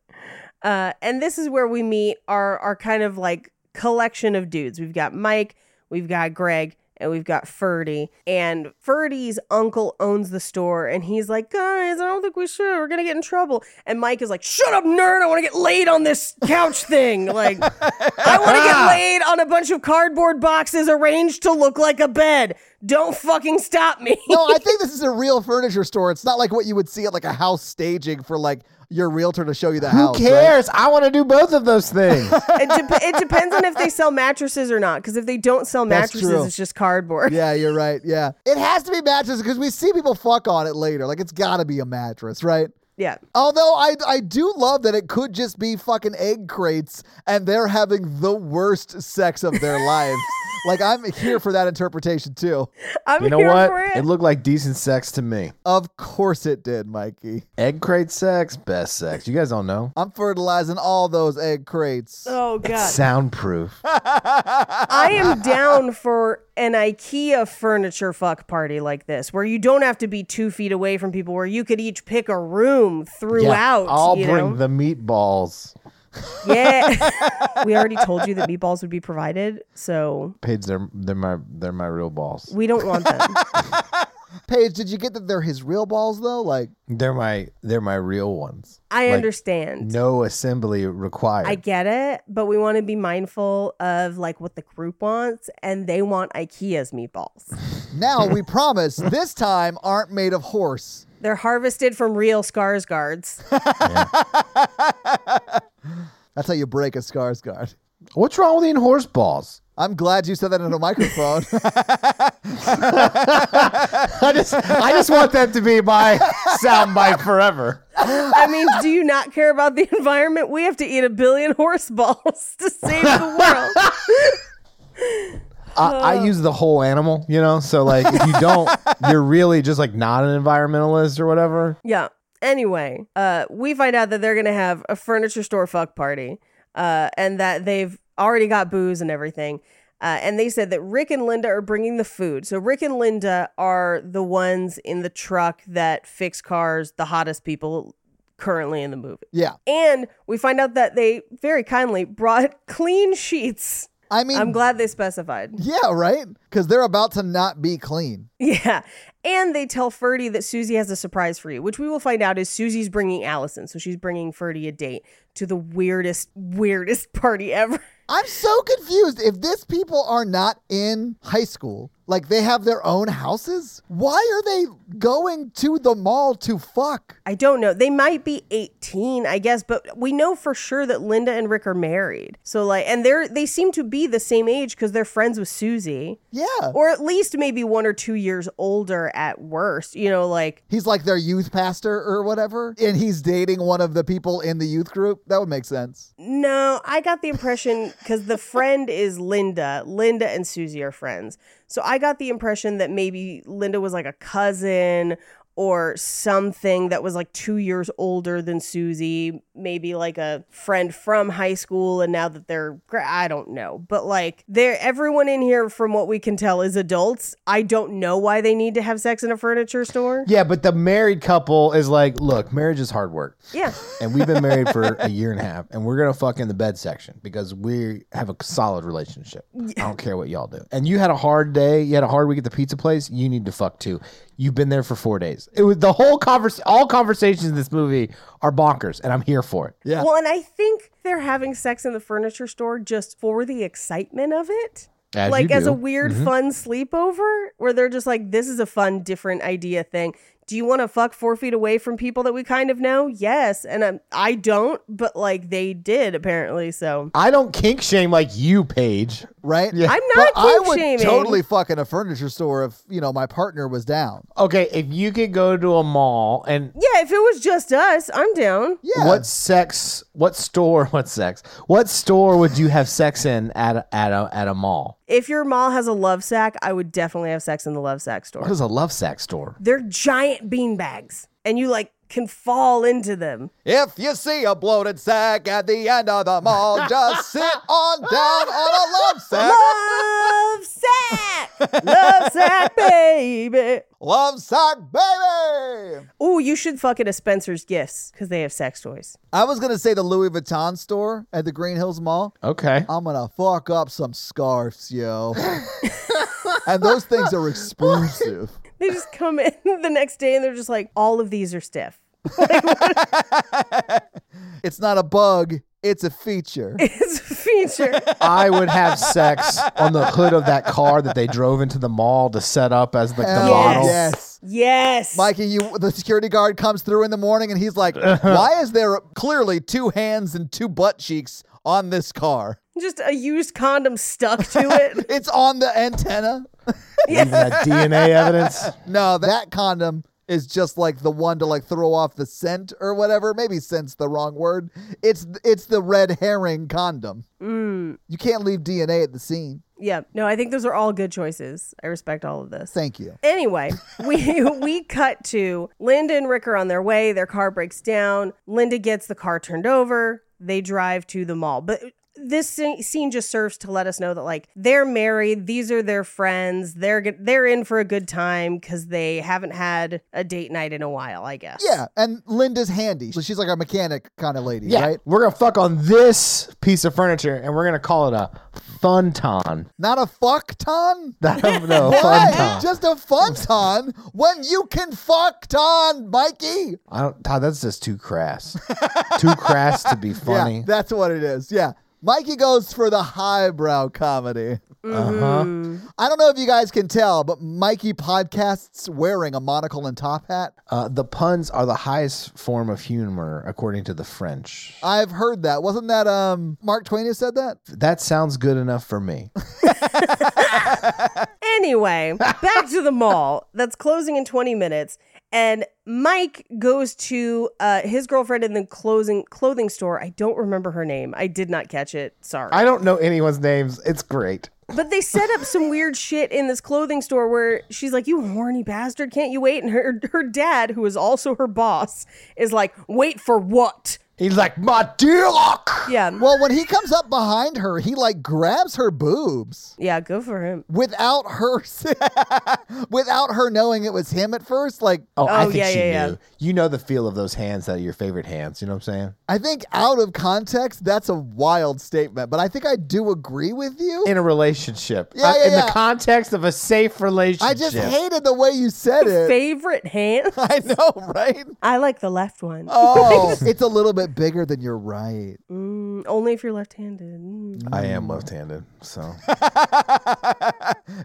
Uh, and this is where we meet our our kind of like collection of dudes. We've got Mike, we've got Greg, and we've got Ferdy. And Ferdy's uncle owns the store, and he's like, guys, I don't think we should. We're gonna get in trouble. And Mike is like, shut up, nerd! I want to get laid on this couch thing. Like, I want to get laid on a bunch of cardboard boxes arranged to look like a bed. Don't fucking stop me.
no, I think this is a real furniture store. It's not like what you would see at like a house staging for like your realtor to show you the
Who
house. right?
cares? I want to do both of those things.
it, dep it depends on if they sell mattresses or not. Because if they don't sell
That's true.
mattresses, it's just cardboard.
Yeah, you're right. Yeah. It has to be mattresses because we see people fuck on it later. Like it's got to be a mattress, right?
[laughs] yeah.
Although I I do love that it could just be fucking egg crates and they're having the worst sex of
[laughs]
their lives. Like I'm here for that interpretation too.
[laughs] I'm
you know
here
what?
for it.
It looked like decent sex to me.
Of course it did, Mikey.
Egg crate sex, best sex. You guys don't know.
I'm fertilizing all those egg crates.
oh god.
Soundproof.
I am down for an IKEA furniture fuck party like this, where you don't have to be two feet away from people, where you could each pick a room [laughs] throughout.
I'll
you know?
bring the meatballs. [laughs]
Yeah. [laughs] we already told you that meatballs would be provided, so
Paige, they're they're my they're my real balls.
we don't want them.
Paige, did you get that they're his real balls though? Like
They're my they're my real ones.
I
Like,
understand.
No assembly required.
I get it, but we want to be mindful of like what the group wants, and they want IKEA's meatballs.
now
[laughs]
we promise this time aren't made of horse.
They're harvested from real scars guards.
That's how you break a scar's guard.
What's wrong with eating horse balls?
I'm glad you said that in
[laughs]
a microphone.
[laughs]
[laughs]
I just I just want that to be my soundbite forever.
I mean, do you not care about the [laughs] environment? We have to eat a billion [laughs] horse balls to save the world.
I, I use the whole animal, you know. So like, if you [laughs] don't, you're really just like not an environmentalist or whatever.
yeah. Anyway, uh, we find out that they're gonna have a furniture store fuck party, uh, and that they've already got booze and everything. Uh, and they said that Rick and Linda are bringing the food. So Rick and Linda are the ones in the truck that fix cars, the hottest people currently in the movie.
yeah.
And we find out that they very kindly brought [laughs] clean sheets.
I mean,
I'm glad they specified. [laughs]
yeah, right? Because they're about to not be clean.
Yeah. And they tell Ferdy that Susie has a surprise for you, which we will find out is Susie's bringing Allison. So she's bringing Ferdy a date to the weirdest, weirdest [laughs] party ever.
I'm so confused. If these people are not in high school, like they have their own houses, why are they going to the mall to fuck?
I don't know. They might be 18, I guess, but we know for sure that Linda and Rick are married. So like and they're they seem to be the same age cuz they're friends with Susie
Yeah.
or at least maybe 1 or 2 years older at worst. You know, like
He's like their youth pastor or whatever, and he's dating one of the people in the youth group. That would make sense.
No, I got the impression because the friend is Linda. Linda and Susie are friends. So I got the impression that maybe Linda was like a cousin or something that was like two years older than Susie, maybe like a friend from high school. And now that they're, gra- I don't know. But like, they're, everyone in here, from what we can tell, is adults. I don't know why they need to have sex in a furniture store.
Yeah, but the married couple is like, look, marriage is hard work.
Yeah.
And we've been married for a year and a half, and we're gonna fuck in the bed section because we have a solid relationship. I don't care what y'all do. And you had a hard day, you had a hard week at the pizza place. You need to fuck too. You've been there for four days. It was the whole convers, all conversations in this movie are bonkers, and I'm here for it.
Yeah.
Well, and I think they're having sex in the furniture store just for the excitement of it.
As
like
you
as a
do.
weird
Mm-hmm.
fun sleepover where they're just like this is a fun different idea thing do you want to fuck four feet away from people that we kind of know yes and I'm, i don't but like they did apparently
[laughs]
so
I don't kink shame like you, Paige.
Right? Yeah.
I'm not
but I
kink
would
shaming.
totally fuck in a furniture store if, you know, my partner was down.
Okay, if you could go to a mall and
yeah if it was just us i'm down
Yeah.
What sex? What store? [laughs] What sex? What store would you have sex in at a, at a, at a mall?
if your mall has a love sack i would definitely have sex in the love sack
What
store
is a love sack store?
they're giant bean bags and you like can fall into them
If you see a bloated sack at the end of the [laughs] mall, just sit on down on a [laughs] love sack.
love sack love sack baby
Love sack, baby.
Oh, you should fuck at a Spencer's Gifts because they have sex toys.
I was gonna say the Louis Vuitton store at the Green Hills Mall.
Okay.
I'm gonna fuck up some scarves, [laughs] yo. and those things are expensive.
They just come in [laughs] the next day and they're just like, all of these are stiff.
it's not a bug. It's a feature.
[laughs] It's a feature.
I would have sex on the hood of that car that they drove into the mall to set up as like the
Hell
model.
Yes.
yes.
Mikey, you the security guard comes through in the morning and he's like, "Why is there clearly two hands and two butt cheeks on this car?
Just a used condom stuck to it.
[laughs] It's on the antenna."
Even that
[laughs]
DNA evidence.
No, that condom is just like the one to like throw off the scent or whatever. Maybe scent's the wrong word. It's it's the red herring condom. You can't leave DNA at the scene.
yeah. No, I think those are all good choices. I respect all of this.
Thank you.
Anyway, we [laughs] we cut to Linda and Rick are on their way. Their car breaks down. Linda gets the car turned over. They drive to the mall. But this scene- scene just serves to let us know that like they're married. These are their friends. They're go- they're in for a good time because they haven't had a date night in a while. I guess.
Yeah, and Linda's handy. So she's like a mechanic kind of lady,
Yeah,
right?
we're gonna fuck on this piece of furniture, and we're gonna call it a [laughs] funton.
Not a fuck ton. [laughs]
no,
Why?
funton.
Just a fun ton when you can fuck ton, Mikey.
I don't, Todd. That's just too crass. too crass to be
[laughs]
funny.
Yeah, that's what it is. Yeah. Mikey goes for the highbrow comedy. I don't know if you guys can tell, but Mikey podcasts wearing a monocle and top hat.
uh, the puns are the highest form of humor, according to the French.
I've heard that. Wasn't that um Mark Twain who said that?
That sounds good enough for me.
Anyway, back to the mall that's closing in 20 minutes. And Mike goes to uh, his girlfriend in the closing clothing store. I don't remember her name. I did not catch it. Sorry.
I don't know anyone's names. It's great.
but they set up some weird shit in this clothing store where she's like, "You horny bastard, can't you wait?" And her her dad, who is also her boss, is like, "Wait for what?"
He's like, my dear.
Yeah.
Well, when he comes up behind her, he like grabs her boobs
Yeah, go for him.
without her [laughs] without her knowing it was him at first. Like
Oh, I
Oh,
think
yeah,
she
yeah, yeah.
knew. You know the feel of those hands that are your favorite hands. You know what I'm saying?
I think out of context, that's a wild statement, but I think I do agree with you.
In a relationship.
Yeah,
Uh,
yeah,
in
yeah.
the context of a safe relationship.
I just hated the way you said it.
Favorite hand?
[laughs] I know, right?
I like the left one.
Oh, it's a little bit bigger than you're right. [laughs]
Mm, only if you're left-handed. Mm.
I am left-handed,
[laughs]
so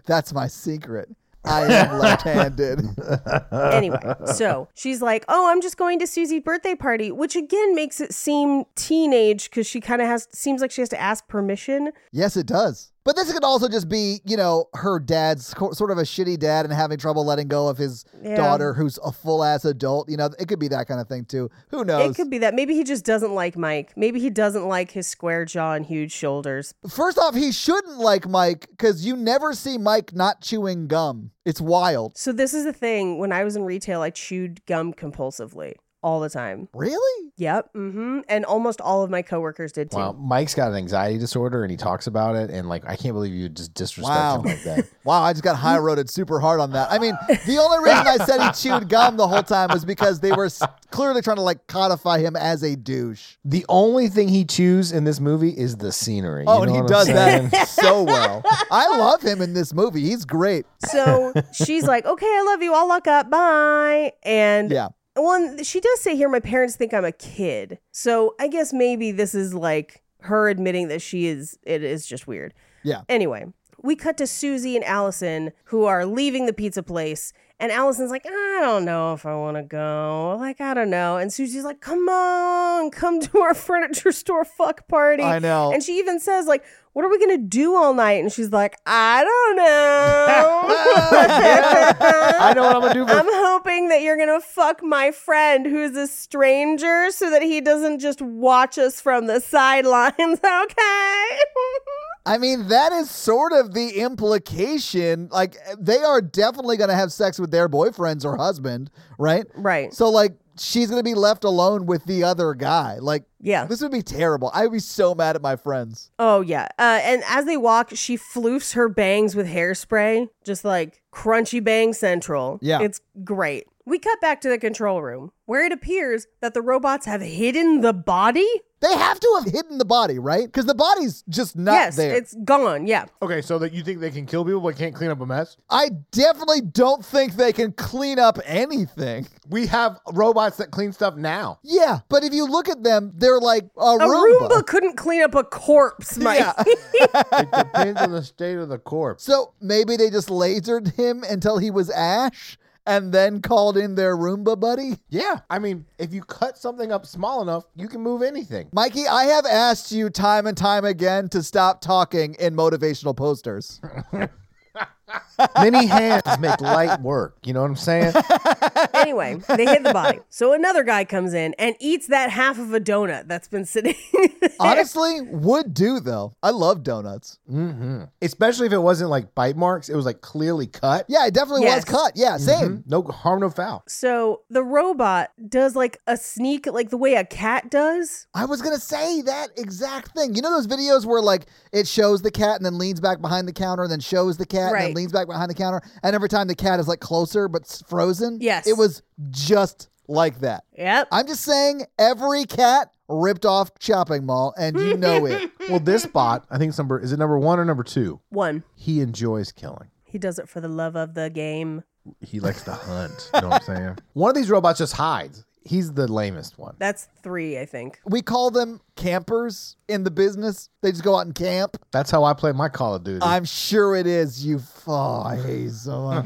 That's my secret. I am left-handed. [laughs]
anyway, so she's like, "Oh, I'm just going to Susie's birthday party," which again makes it seem teenage because she kind of has seems like she has to ask permission.
yes, it does. But this could also just be, you know, her dad's co- sort of a shitty dad and having trouble letting go of his
Yeah.
daughter, who's a full-ass adult. You know, it could be that kind of thing too. Who knows?
It could be that maybe he just doesn't like Mike. Maybe he doesn't like his square jaw and huge shoulders.
First off, he shouldn't like Mike because you never see Mike not chewing gum. It's wild.
So this is the thing. When I was in retail, I chewed gum compulsively all the time.
Really?
Yep. Mm-hmm. And almost all of my coworkers did too.
wow. Mike's got an anxiety disorder, and he talks about it, and like I can't believe you would just disrespect
Wow.
him like that.
Wow, I just got high roaded super hard on that. I mean, the
[laughs]
only reason I said he chewed gum the whole time was because they were s- clearly trying to like codify him as a douche.
the only thing he chews in this movie is the scenery. You
Oh, and [laughs]
know
he
what
does
I'm saying?
that so well. I love him in this movie. He's great.
So she's like, "Okay, I love you. I'll lock up. Bye." And
Yeah.
Well, and she does say here, my parents think I'm a kid. So I guess maybe this is like her admitting that she is, it is just weird.
Yeah.
Anyway, we cut to Susie and Allison who are leaving the pizza place. And Allison's like, I don't know if I want to go. Like, I don't know. And Susie's like, come on, come to our furniture store fuck party.
I know.
And she even says, like, what are we going to do all night? And she's like, I don't
[laughs]
know.
I know what I'm gonna do for
I'm hoping that you're gonna fuck my friend who's a stranger so that he doesn't just watch us from the sidelines, [laughs] okay?
I mean, that is sort of the implication. Like, they are definitely going to have sex with their boyfriends or husband, right?
Right.
So, like, she's going to be left alone with the other guy. Like,
Yeah.
this would be terrible. I would be so mad at my friends.
Oh yeah. Uh, and as they walk, she floofs her bangs with hairspray, just like crunchy bang central.
Yeah.
It's great. We cut back to the control room where it appears that the robots have hidden the body.
They have to have hidden the body, right? Because the body's just not
yes,
there.
it's gone. Yeah.
Okay, so that you think they can kill people but can't clean up a mess?
I definitely don't think they can clean up anything.
We have robots that clean stuff now.
Yeah, but if you look at them, they're like a,
A
Roomba. [laughs]
Roomba [laughs] couldn't clean up a corpse, [laughs] Mike.
Yeah.
[laughs] It depends on the [laughs] state of the corpse.
So maybe they just lasered him until he was ash and then called in their Roomba buddy.
Yeah, I mean, if you cut something up small enough, you can move anything.
Mikey, I have asked you time and time again to stop talking in motivational posters.
Many hands make light work. You know what I'm saying?
anyway, they hid the body. So another guy comes in and eats that half of a donut that's been sitting. [laughs]
Honestly, would do though. I love donuts.
Especially if it wasn't like bite marks, it was like clearly cut.
Yeah, it definitely
Yes. Mm-hmm.
was cut. Yeah, same.
No harm, no foul.
so the robot does like a sneak, like the way a cat does.
I was gonna say that exact thing. You know those videos where like it shows the cat and then leans back behind the counter and then shows the cat and then
Right.
leans back behind the counter, and every time the cat is like closer but s- frozen.
Yes.
it was just like that.
Yep.
I'm just saying, every cat ripped off shopping mall, and you
[laughs]
know it.
Well, this bot, I think it's number is it number one or number two?
One.
He enjoys killing.
He does it for the love of the game.
He likes to hunt. you know what
[laughs]
I'm saying? One of these robots just hides. He's the lamest one.
That's three, I think.
We call them campers in the business. They just go out and camp.
That's how I play my Call of Duty.
I'm sure it is. You, oh, I hate you so much.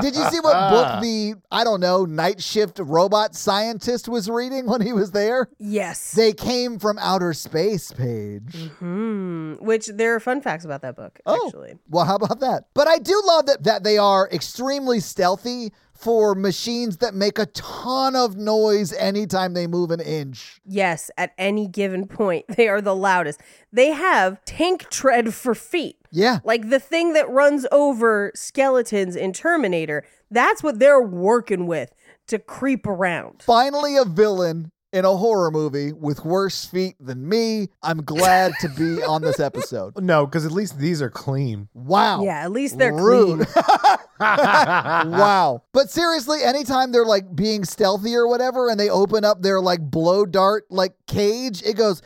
Did you see what book the I don't know night shift robot scientist was reading when he was there?
Yes.
They came from outer space, Paige. Oh,
Hmm. Which there are fun facts about that book, actually.
Well, how about that? But I do love that that they are extremely stealthy for machines that make a ton of noise anytime they move an inch.
Yes, at any given point, [laughs] they are the loudest. They have tank tread for feet.
Yeah.
Like the thing that runs over skeletons in Terminator, that's what they're working with to creep around.
Finally a villain in a horror movie with worse feet than me. I'm glad to be on this episode.
no, because at least these are clean.
Wow.
Yeah, at least they're
Rude.
clean.
[laughs]
Uh-huh.
wow. But seriously, anytime they're like being stealthy or whatever and they open up their like blow dart like cage, it goes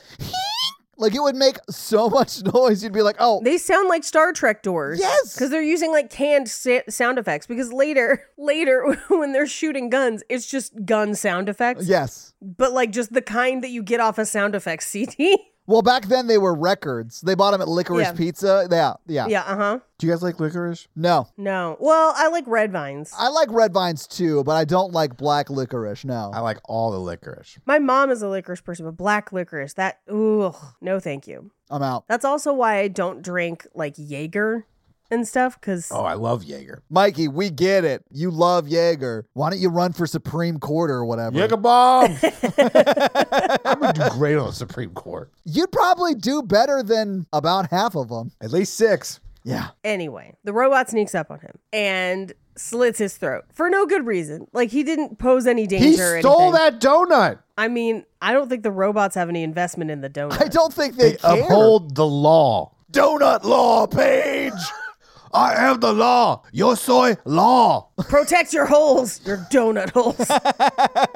like it would make so [laughs] much noise. You'd be like, oh,
They sound like Star Trek doors.
Yes.
Because they're using like canned sa- sound effects. Because later, [laughs] later, when they're shooting guns, it's just gun sound effects.
[laughs] yes.
But like just the kind that you get off a sound [laughs] effects CD.
Well, back then they were records. They bought them at Licorice
Yeah.
Pizza. Yeah, yeah.
yeah, uh huh.
Do you guys like licorice?
No.
No. Well, I like Red Vines.
I like red vines too, but I don't like black licorice. No.
I like all the licorice.
My mom is a licorice person, but black licorice, that, ooh, no thank you.
I'm out.
That's also why I don't drink like Jaeger and stuff because
Oh, I love Jaeger.
Mikey, we get it. You love Jaeger. Why don't you run for Supreme Court or whatever? [laughs]
Jaeger bomb. I would do great on the Supreme Court.
You'd probably do better than about half of them.
At least six.
Yeah.
anyway, the robot sneaks up on him and slits his throat for no good reason. Like he didn't pose any danger.
He
or
stole
anything.
that donut.
I mean, I don't think the robots have any investment in the
[laughs]
donut.
I don't think they, care.
uphold the law. Donut law, Paige. [laughs] I am the law. Yo soy law.
Protect your holes, your donut holes. [laughs]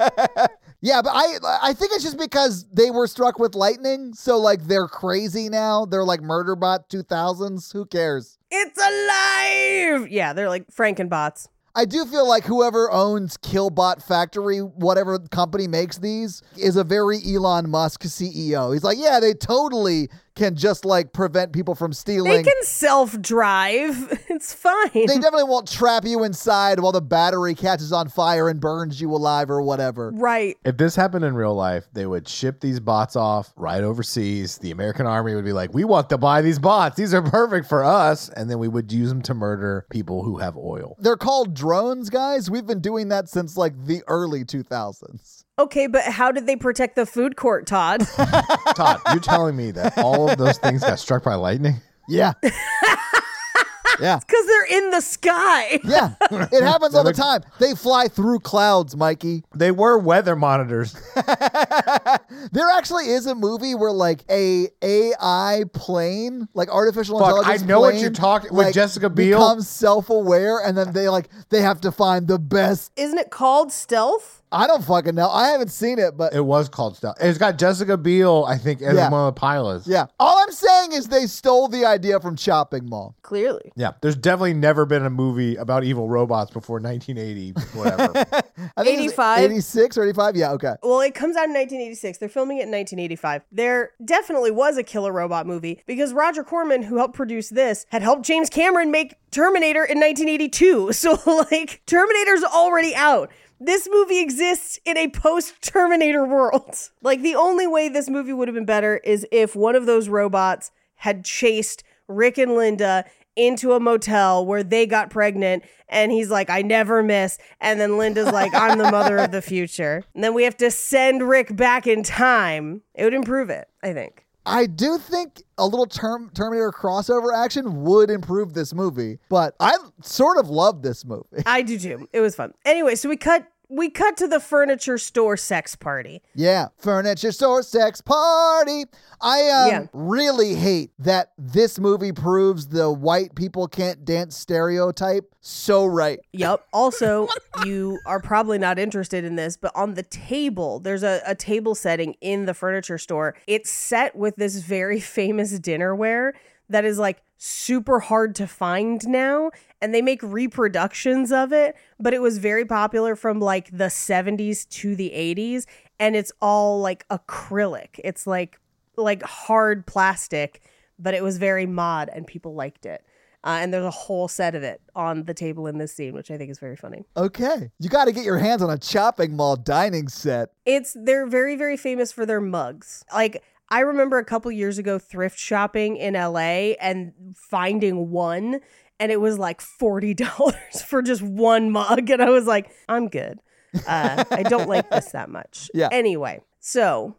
Yeah, but I I think it's just because they were struck with lightning, so like they're crazy now. They're like Murderbot 2000s. Who cares?
it's alive. Yeah, they're like Frankenbots.
I do feel like whoever owns Killbot Factory, whatever company makes these, is a very Elon Musk CEO. He's like, yeah, they totally can just like prevent people from
They
stealing.
can self drive. [laughs] It's fine.
They definitely won't trap you inside while the battery catches on fire and burns you alive or whatever.
right.
If this happened in real life, they would ship these bots off right overseas. The American army would be like, "We want to buy these bots. These are perfect for us." And then we would use them to murder people who have oil.
They're called drones, guys. We've been doing that since like the early 2000s.
Okay, but how did they protect the food court, Todd? [laughs]
Todd, you're telling
[laughs]
me that all of those things got struck by lightning?
Yeah. yeah.
Because they're in the sky. [laughs]
Yeah.
[laughs]
It happens all the time. They fly through clouds, Mikey.
They were weather monitors.
There actually is a movie where like a AI plane, like artificial
Fuck,
intelligence.
I know what
plane,
you're talking- with
like,
Jessica Biel?
becomes self-aware, and then they like they have to find the best.
Isn't it called Stealth?
I don't fucking know. I haven't seen it, but
It was called stuff. It's got Jessica Biel, I think, as
Yeah.
one of the pilots.
yeah. All I'm saying is they stole the idea from Chopping Mall.
Clearly.
Yeah. There's definitely never been a movie about evil robots before 1980,
[laughs]
whatever.
I think it's
85?
86 or 85. Yeah, okay.
Well, it comes out in 1986. They're filming it in 1985. There definitely was a killer robot movie because Roger Corman, who helped produce this, had helped James Cameron make Terminator in 1982. [laughs] So, like, Terminator's already out. This movie exists in a post Terminator world. [laughs] Like, the only way this movie would have been better is if one of those robots had chased Rick and Linda into a motel where they got pregnant and he's like I never miss and then Linda's like I'm the mother of the future and then we have to send Rick back in time it would improve it I think
I do think a little term Terminator crossover action would improve this movie, but I sort of love this movie. [laughs]
I do too it was fun anyway so we cut we cut to the furniture store sex party
Yeah, furniture store sex party. I um,
Yeah.
really hate that this movie proves the white people can't dance stereotype so right.
Yep. Also, you are probably not interested in this, but on the table, there's a, a table setting in the furniture store. It's set with this very [laughs] famous dinnerware that is like super hard to find now. And they make reproductions of it, but it was very popular from like the 70s to the 80s. And it's all like acrylic, it's like like hard plastic, but it was very mod and people liked it. Uh, and there's a whole set of it on the table in this scene, which I think is very funny.
Okay, you got to get your hands on a chopping mall dining set.
It's they're very very famous for their mugs. Like I remember a couple years ago thrift shopping in LA and finding one and it was like [laughs] $40 for just one mug and I was like, I'm good. Uh, I don't like this that
[laughs]
much.
Yeah.
Anyway, so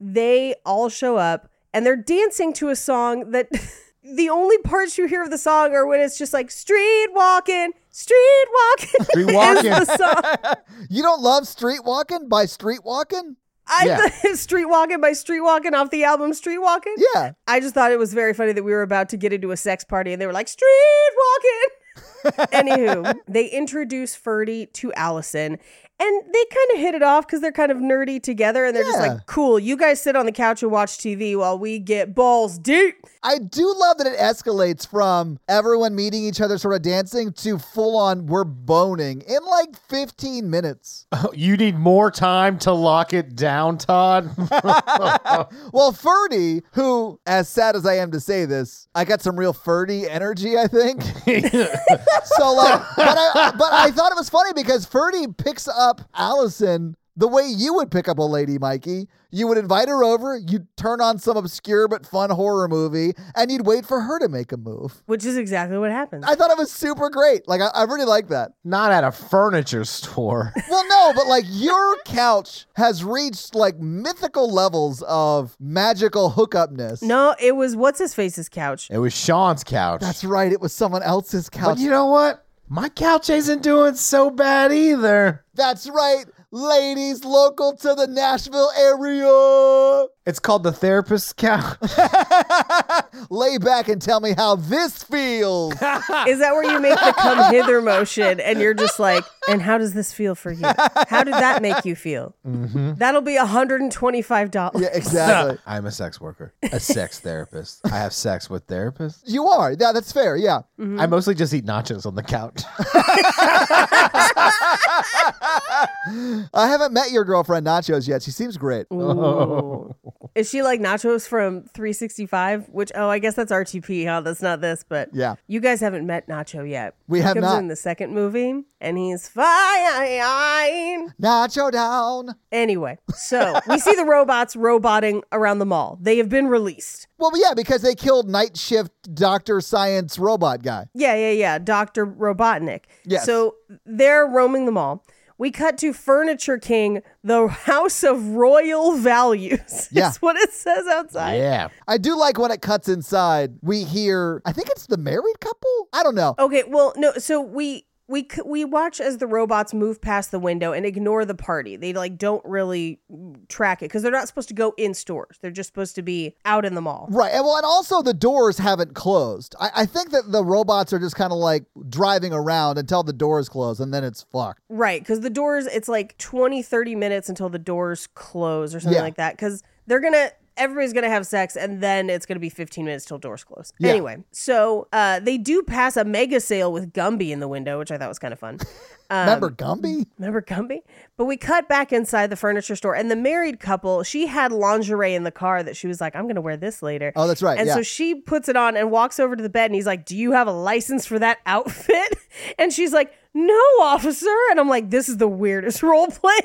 they all show up and they're dancing to a song that [laughs] the only parts you hear of the song are when it's just like street walking, street walking. [laughs]
Street walking.
is the song.
You don't love street walking by street walking?
I
Yeah.
thought [laughs] Street Walking by Street Walking off the album Street Walking.
Yeah.
I just thought it was very funny that we were about to get into a sex party and they were like, Street
[laughs]
Walking. Anywho, they introduce Ferdy to Allison and they kind of hit it off because they're kind of nerdy together and they're just
Yeah.
like, cool, you guys sit on the couch and watch TV while we get balls deep.
I do love that it escalates from everyone meeting each other, sort of dancing, to full on we're boning in like 15 minutes.
you need more time to lock it down, Todd. [laughs]
Well, Ferdy, who, as sad as I am to say this, I got some real Ferdy energy, I think. so, like, but I, but I thought it was funny because Ferdy picks up Allison the way you would pick up a lady, Mikey. You would invite her over, you'd turn on some obscure but fun horror movie, and you'd wait for her to make a move.
Which is exactly what happens.
I thought it was super great. Like, I, I really like that.
Not at a furniture store.
Well, no, but like your couch has reached like mythical levels of magical hookupness.
no, it was what's his face's couch.
It was Sean's couch.
That's right. It was someone else's couch.
But you know what? My couch isn't doing so bad either.
That's right. Ladies local to the Nashville area. [laughs]
It's called the therapist's couch. [laughs]
Lay back and tell me how this
[laughs]
feels.
Is that where you make the come hither motion and you're just like, and how does this feel for you? How did that make you feel? That'll be $125.
Mm-hmm. yeah, exactly.
I'm a sex worker,
[laughs]
a sex therapist. I have sex with therapists.
You are. Yeah, that's fair. Yeah.
I mostly just eat nachos on the couch. [laughs]
I haven't met your girlfriend Nachos yet. She seems great.
Ooh. Is she like nachos from 365? Which, oh, I guess that's RTP, huh? That's not this, but
Yeah.
You guys haven't met Nacho yet.
We
He
have
comes
not.
in the second movie and he's fine.
Nacho down.
Anyway, so we see the robots roboting around the mall. They have been released.
Well, yeah, because they killed night shift doctor science robot guy.
Yeah, yeah, yeah. Dr. Robotnik.
Yes.
So they're roaming the mall. We cut to Furniture King, the house of royal values. [laughs]
Yeah.
Is what it says outside.
yeah.
I do like when it cuts inside. We hear. I think it's the married couple. I don't know.
Okay, well, no, so we we c- we watch as the robots move past the window and ignore the party. They like don't really track it because they're not supposed to go in stores. They're just supposed to be out in the mall.
Right. And well, and also the doors haven't closed. I, I think that the robots are just kind of like driving around until the doors close and then it's fucked.
Right, because the doors, it's like 20, 30 minutes until the doors close or something
Yeah.
like that. Because they're going to, everybody's going to have sex and then it's going to be 15 minutes till doors close.
Yeah.
Anyway, so uh, they do pass a mega sale with Gumby in the window, which I thought was kind of fun. Um,
Remember Gumby?
Remember Gumby? But we cut back inside the furniture store and the married couple, she had lingerie in the car that she was like, I'm going to wear this later.
Oh, that's right,
And
yeah.
so she puts it on and walks over to the bed and he's like, Do you have a license for that outfit? [laughs] And she's like, No, officer. And I'm like, This is the weirdest [laughs] role play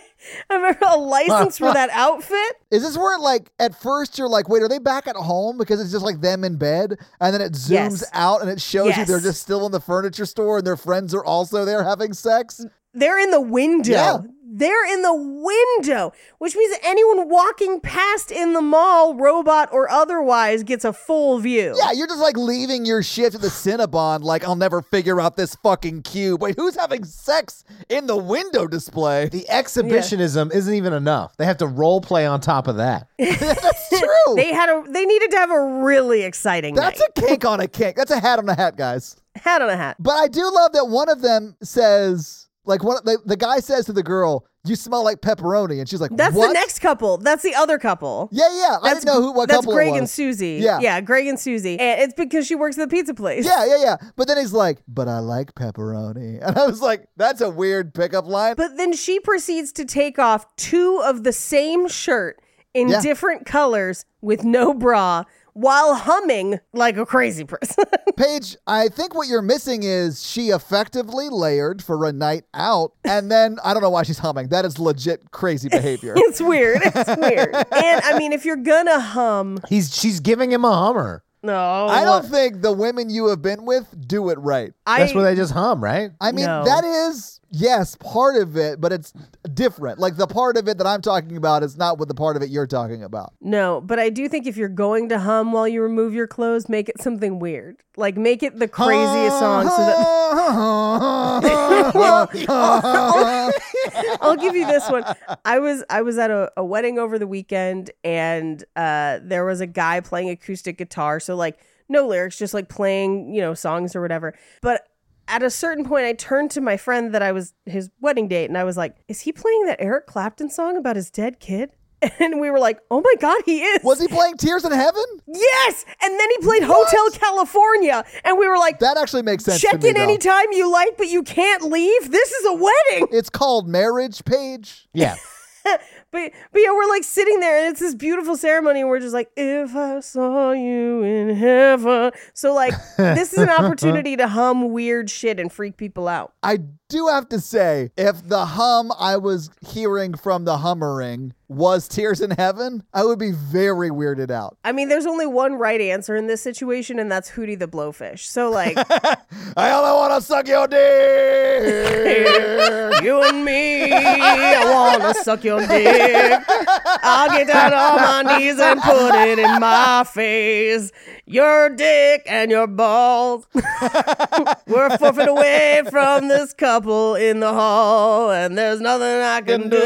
I've ever a license for
[laughs]
that outfit.
Is this where like at first you're like, wait, are they back at home? Because it's just like them in bed, and then it zooms
Yes.
out and it shows you they're
Yes.
just still in the furniture store and their friends are also there having sex.
They're in the window.
Yeah.
They're in the window, which means anyone walking past in the mall, robot or otherwise, gets a full view.
Yeah, you're just like leaving your shift at the Cinnabon, like, I'll never figure out this fucking cube. Wait, who's having sex in the window display?
The exhibitionism isn't even enough. They have to role play on top
[laughs]
of that.
[laughs] That's true.
They had a they needed to have a really exciting
That's
night.
a cake on a cake. That's a hat on a hat, guys.
hat on a hat.
But I do love that one of them says, like, one the, the guy says to the girl, "You smell like pepperoni," and she's like,
That's
"What?"
the next couple. That's the other couple.
Yeah, yeah. I didn't know who what
that's
couple
Greg
it was.
and Susie.
Yeah.
yeah, Greg and Susie. And it's because she works at the pizza place.
Yeah, yeah, yeah. But then he's like, "But I like pepperoni," [laughs] and I was like, "That's a weird pickup line."
But then she proceeds to take off two of the same shirt in
Yeah.
different colors with no bra while humming like a crazy person. [laughs]
Paige, I think what you're missing is she effectively layered for a night out, and then I don't know why she's humming. That is legit
[laughs]
crazy behavior.
it's weird. It's
[laughs]
weird. and I mean, if you're gonna hum,
He's she's giving him a hummer.
no,
I don't think the women you have been with do it right.
That's
I-
where they just hum, right?
I mean,
No.
that is, yes, part of it, but it's different. Like the part of it that I'm talking about is not what the part of it you're talking about.
No, but I do think if you're going to hum while you remove your clothes, make it something weird. Like make it the craziest song so
[laughs]
that [laughs] Well, I'll give you this one. I was I was at a, a wedding over the weekend and uh there was a guy playing acoustic guitar, so like no lyrics, just like playing, you know, songs or whatever. But at a certain point I turned to my friend that I was his wedding date and I was like, Is he playing that Eric Clapton song about his dead kid? [laughs] And we were like, Oh my god, he is.
Was he playing Tears in Heaven?
Yes, and then he played Hotel California, and we were like,
That actually makes sense.
check
to me,
in
though.
anytime you like, but you can't leave. This is a
[laughs]
wedding.
It's called Marriage, Paige.
Yeah.
But but yeah, we're like sitting there, and it's this beautiful ceremony, and we're just like, if I saw you in heaven. So like, this is an opportunity
[laughs]
to hum weird shit and freak people out.
I do have to say, if the hum I was hearing from the hummering was Tears in Heaven, I would be very weirded out.
I mean, there's only one right answer in this situation, and that's Hootie the Blowfish. So like,
I only want to suck your dick.
you and me, I wanna suck your dick. I'll get down on my knees and put it in my face. Your dick and your balls. We're four feet away from this couple in the hall, and there's nothing I can do.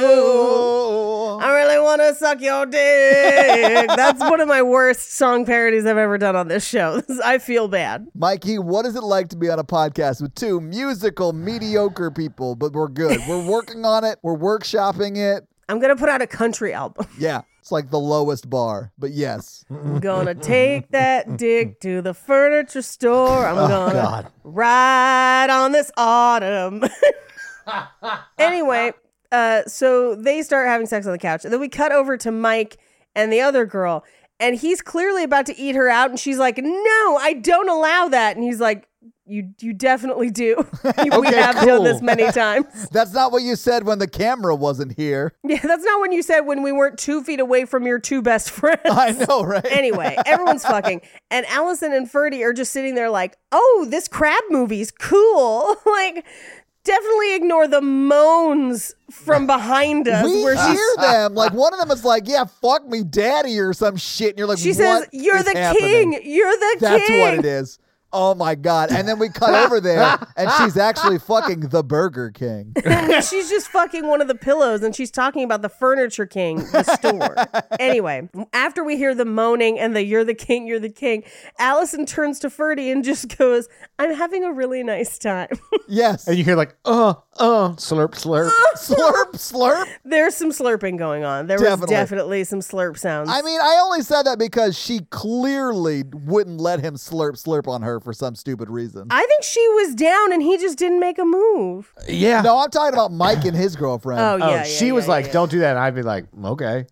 I really want to suck your dick. That's one of my worst song parodies I've ever done on this show. [laughs] I feel bad.
Mikey, what is it like to be on a podcast with two musical, mediocre people? But we're good. We're working on it. We're workshopping it.
I'm going to put out a country album.
Yeah, it's like the lowest bar, but yes.
Gonna take that dick to the furniture store. I'm gonna
Oh, God.
ride on this autumn. [laughs] anyway, uh, so they start having sex on the couch. And then we cut over to Mike and the other girl. And he's clearly about to eat her out. And she's like, No, I don't allow that. And he's like, You, you definitely do. [laughs] we have done
cool.
this many times. [laughs]
That's not what you said when the camera wasn't here.
yeah, that's not when you said when we weren't two feet away from your two
[laughs]
best friends.
I know, right?
Anyway, everyone's fucking. And Allison and Ferdy are just sitting there like, oh, this crab movie's cool. [laughs] like, definitely ignore the moans from behind us.
we
where she's- [laughs]
hear them. Like one of them is like, "Yeah, fuck me, daddy," or some shit, and you're like,
she says,
"What
You're
is
the
happening?"
king. You're the
That's
king.
what it is. Oh my god! And then we cut over there, and she's actually fucking the Burger King.
she's just fucking one of the pillows and she's talking about the Furniture King, the
[laughs]
store. anyway, after we hear the moaning and the you're the king, you're the king, Allison turns to Ferdy and just goes, I'm having a really nice time. [laughs]
Yes,
And you hear like, uh, uh, slurp, slurp.
slurp, slurp.
There's some slurping going on. There was
Definitely.
definitely some slurp sounds.
I mean, I only said that because she clearly wouldn't let him slurp, slurp on her for some stupid reason.
I think she was down and he just didn't make a
[laughs]
move.
yeah.
no, I'm talking about Mike and his girlfriend.
Oh,
Oh,
yeah.
she
yeah,
was
yeah,
like,
yeah.
"Don't do that." And I'd be like, "Okay,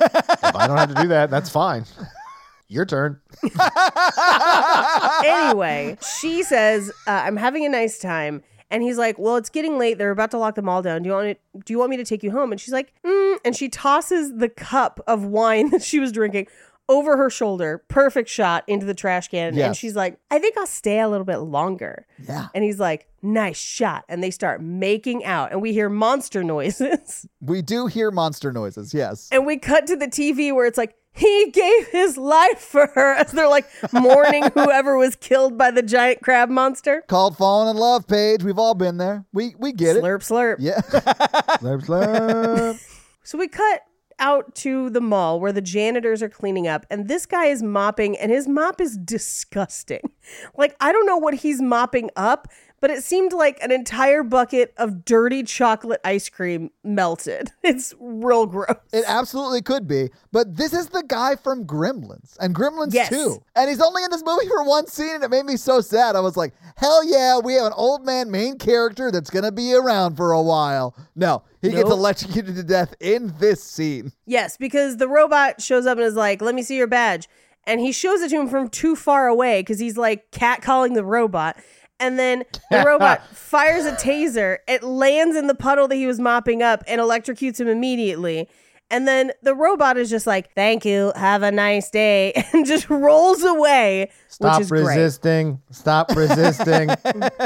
if I don't have to do that, that's fine. [laughs] Your turn."
Uh-uh.
anyway, she says, uh, "I'm having a nice time." And he's like, "Well, it's getting late. They're about to lock the mall down. Do you want it? Do you want me to take you home?" And she's like, mm, and she tosses the cup of wine [laughs] that she was drinking over her shoulder, perfect shot into the trash can. And
Yes.
she's like, "I think I'll stay a little bit longer."
Yeah.
And he's like, "Nice shot." And they start making out, and we hear monster [laughs] noises.
We do hear monster noises. Yes.
And we cut to the TV where it's like, he gave his life for her as they're like
[laughs]
mourning whoever was killed by the giant crab monster.
Called falling in love, Paige. We've all been there. We we get it.
slurp, slurp.
Yeah.
Slurp, slurp.
So we cut out to the mall where the janitors are cleaning up, and this guy is mopping, and his mop is disgusting. [laughs] Like, I don't know what he's mopping up, but it seemed like an entire bucket of dirty chocolate ice cream melted. [laughs] It's real gross.
It absolutely could be, but this is the guy from Gremlins and Gremlins
Yes.
2. And he's only in this movie for one scene, and it made me so sad. I was like, hell yeah, we have an old man main character that's going to be around for a while. No, he gets
Nope.
electrocuted to death in this scene.
Yes, because the robot shows up and is like, "Let me see your badge," and he shows it to him from too far away because he's like catcalling the robot. And then the
[laughs]
robot fires a taser. It lands in the puddle that he was mopping up and electrocutes him immediately. And then the robot is just like, "Thank you, have a nice day," [laughs] and just rolls away, which
[laughs] Stop
is great.
resisting.
[laughs]
Stop resisting.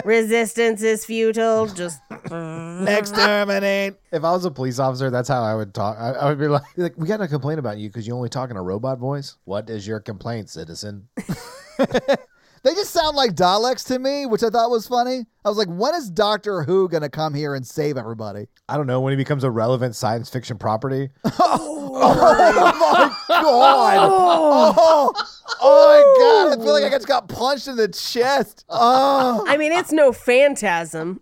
Resistance is futile. Just
Exterminate.
if I was a police officer, that's how I would talk. I, I would be like, [laughs] be like, "We got a complaint about you because you only talk in a robot voice. What is your complaint, citizen?"
They just sound like Daleks to me, which I thought was funny. I was like, when is Doctor Who going to come here and save everybody?
I don't know when he becomes a relevant science fiction property.
Oh my god! Oh, oh my god! I feel like I just got punched in the chest. Oh,
I mean, it's no phantasm.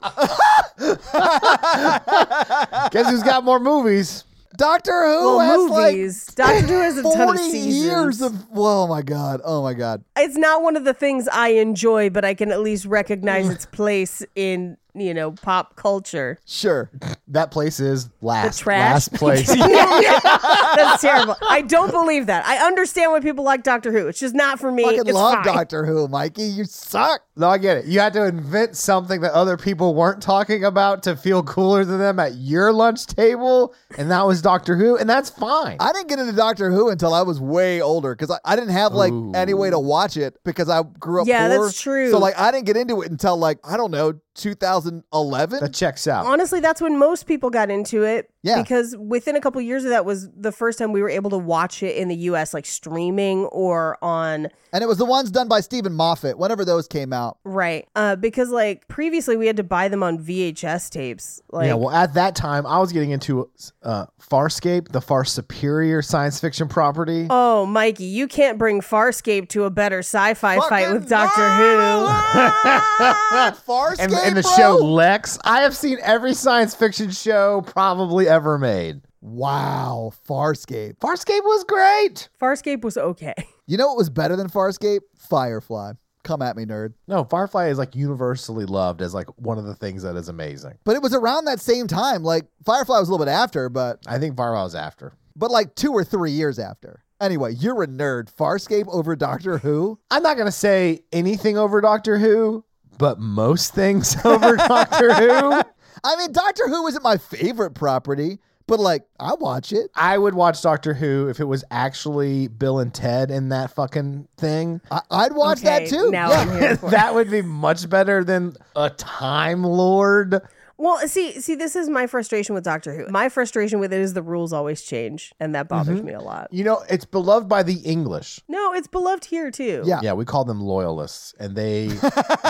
Guess who's got more movies?
Doctor Who
Well,
has
movies. Doctor Who has a
like
ton of
forty
seasons.
years of. Oh my god! Oh my god!
it's not one of the things I enjoy, but I can at least recognize
[laughs]
its place in you know pop culture.
Sure.
That place is last.
trash- [laughs]
Last [laughs] place.
That's terrible. I don't believe that. I understand why people like Doctor Who. It's just not for me.
Fucking
it's fine.
love Doctor Who, Mikey. You suck.
No, I get it. You had to invent something that other people weren't talking about to feel cooler than them at your lunch table, and that was Doctor Who, and that's fine.
I didn't get into Doctor Who until I was way older because I, I didn't have like any way to watch it because I grew up
Yeah,
poor.
that's true.
So like I didn't get into it until like I don't know 2011.
that checks out.
Honestly, that's when most people got into it.
Yeah.
Because within a couple years of that was the first time we were able to watch it in the US, like streaming or on
And it was the ones done by Stephen Moffat whenever those came out.
right. Uh, because like previously we had to buy them on VHS tapes. Like
yeah, well, at that time, I was getting into uh, Farscape, the far superior science fiction property.
Oh, Mikey, you can't bring Farscape to a better sci-fi fight with Doctor Who.
Farscape,
and, and the
bro?
show Lex. I have seen every science fiction show probably ever made.
Wow, Farscape.
Farscape was great.
Farscape was okay. [laughs]
You know what was better than Farscape? Firefly. Come at me, nerd.
No, Firefly is like universally loved as like one of the things that is amazing.
But it was around that same time. Like Firefly was a little bit after, but
I think Firefly was after.
but like two or three years after. Anyway, you're a nerd. Farscape over Doctor Who.
I'm not gonna say anything over Doctor Who, but most things [laughs] over Doctor Who.
I mean, Doctor Who isn't my favorite property, but like I watch it.
[laughs] I would watch Doctor Who if it was actually Bill and Ted in that fucking [laughs] thing.
I- I'd watch
Okay,
that too.
Now
Yeah.
I'm here for it.
that would be much better than a Time Lord
Well, see, see, this is my frustration with Doctor Who. My frustration with it is the rules always change, and that bothers
Mm-hmm.
me a lot.
You know, it's beloved by the English.
No, it's beloved here too.
Yeah.
Yeah, we call them loyalists, and
[laughs]
they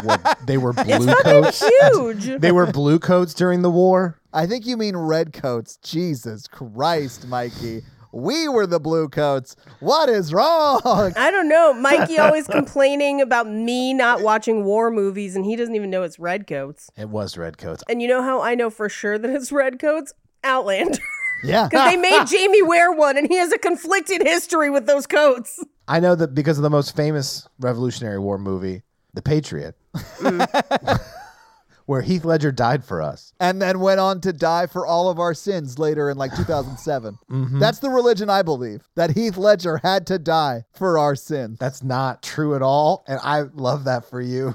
were, they were blue coats.
huge.
[laughs] They were blue coats during the war.
I think you mean redcoats. Jesus Christ, Mikey. We were the blue coats. What
[laughs]
is wrong?
I don't know.
[laughs]
Mikey always complaining about me not watching war movies, and he doesn't even know it's Redcoats.
It was red coats.
And you know how I know for sure that it's Redcoats? Outlander. [laughs]
Yeah.
Because they
[laughs]
made Jamie wear one, and he has a conflicted history with those coats.
I know that because of the most famous Revolutionary War movie, The Patriot,
Mm.
[laughs] where Heath Ledger died for us.
And then went on to die for all of our sins later in like 2007. That's the religion I believe that Heath Ledger had to die for our sins.
That's not true at all, and I love that
[laughs]
for you.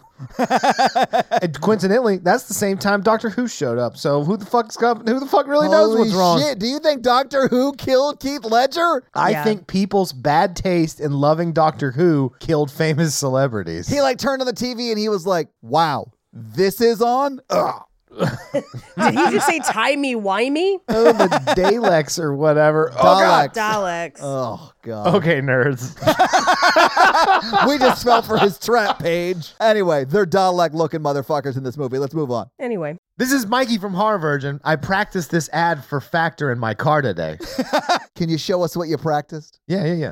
and coincidentally, that's the same time Doctor Who showed up. So who the fuck's come, who the fuck really knows
Holy
what's wrong?
shit. Do you think Doctor Who killed Keith Ledger?
I
Yeah.
think people's bad taste in loving Doctor Who killed famous celebrities.
He like turned on the TV and he was like, wow, this is on? Ugh.
Did he just say tie me, why me?
oh, [laughs] the Daleks or whatever. Oh,
Daleks.
Daleks.
Uh,
Oh, God.
God. Okay, nerds.
we just fell for his trap page. Anyway, they're Dalek looking motherfuckers in this movie. Let's move on.
Anyway,
[laughs] This is Mikey from Harvirgin. I practiced this ad for Factor in my car today.
Can you show us what you practiced?
Yeah, yeah, yeah.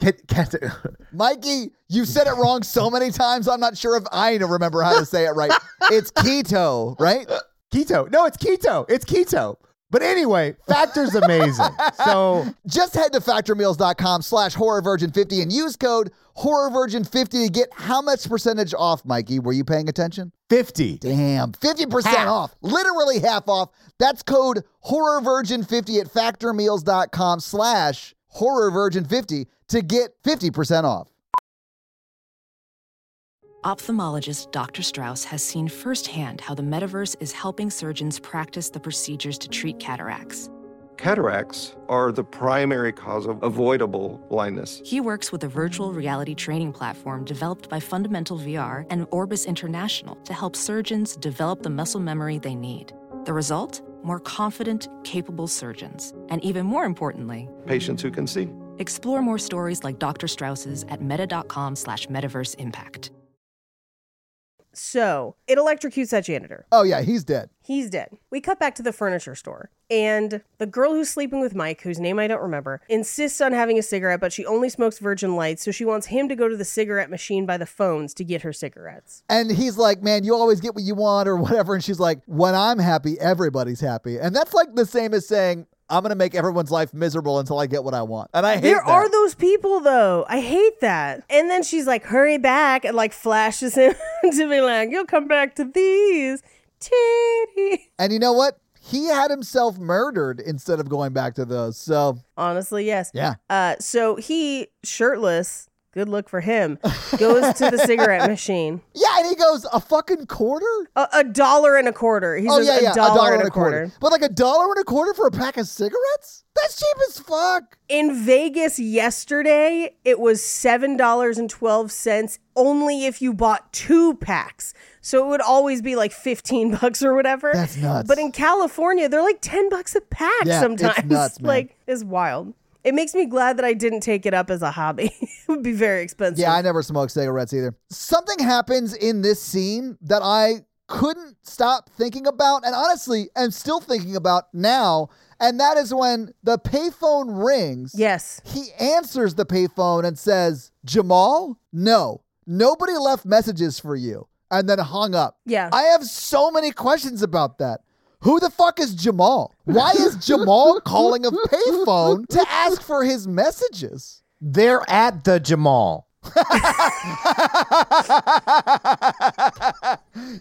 Ke- keto. [laughs]
Mikey, you said it wrong so many times, I'm not sure if I remember how to say it right. It's keto, right?
Keto. No, it's keto. It's keto. But anyway,
[laughs]
Factor's amazing. so
Just head to factormeals.com slash horrorvirgin50 and use code horrorvirgin50 to get how much percentage off, Mikey? Were you paying attention?
50.
Damn, 50%
Half.
off. Literally half off. That's code horrorvirgin50 at factormeals.com slash horrorvirgin50 to get 50% off.
Ophthalmologist Dr. Strauss has seen firsthand how the metaverse is helping surgeons practice the procedures to treat cataracts.
Cataracts are the primary cause of avoidable blindness.
He works with a virtual reality training platform developed by Fundamental VR and Orbis International to help surgeons develop the muscle memory they need. The result? More confident, capable surgeons. And even more importantly,
Patients who can see.
explore more stories like Dr. Strauss's at meta.com slash metaverse impact.
so it electrocutes that janitor.
Oh, yeah, he's dead.
He's dead. We cut back to the furniture store, and the girl who's sleeping with Mike, whose name I don't remember, insists on having a cigarette, but she only smokes Virgin Lights, so she wants him to go to the cigarette machine by the phones to get her cigarettes.
And he's like, man, you always get what you want or whatever. And she's like, when I'm happy, everybody's happy. And that's like the same as saying, I'm going to make everyone's life miserable until I get what I want. And I hate
There
that.
are those people though. I hate that. And then she's like, "Hurry back!" and like flashes him [laughs] to be like, "You'll come back to these titty."
and you know what? He had himself murdered instead of going back to those. So,
Honestly, yes.
yeah.
Uh, so he shirtless. Good look for
[laughs]
him. Goes to the cigarette machine.
Yeah, and he goes, a fucking quarter?
A, a dollar and a quarter. He
oh
says
yeah,
a,
yeah,
dollar and a quarter.
But like a dollar and a quarter for a pack of cigarettes? That's cheap as fuck.
In Vegas yesterday, it was seven dollars and twelve cents only if you bought two packs. So it would always be like fifteen [laughs] bucks or whatever.
That's nuts.
But in California, they're like ten bucks a pack
Yeah, it's
sometimes.
nuts,
[laughs]
man.
Like it's wild. It makes me glad that I didn't take it up as a hobby. [laughs] it would be very expensive.
Yeah, I never smoked cigarettes either. Something happens in this scene that I couldn't stop thinking about, and honestly, am still thinking about now And that is when the payphone rings.
Yes.
He answers the payphone and says, Jamal, no, nobody left messages for you. And then hung up.
Yeah.
I have so many questions about that. Who the fuck is Jamal? Why is
[laughs]
Jamal calling a payphone to ask for his messages?
They're at the Jamal.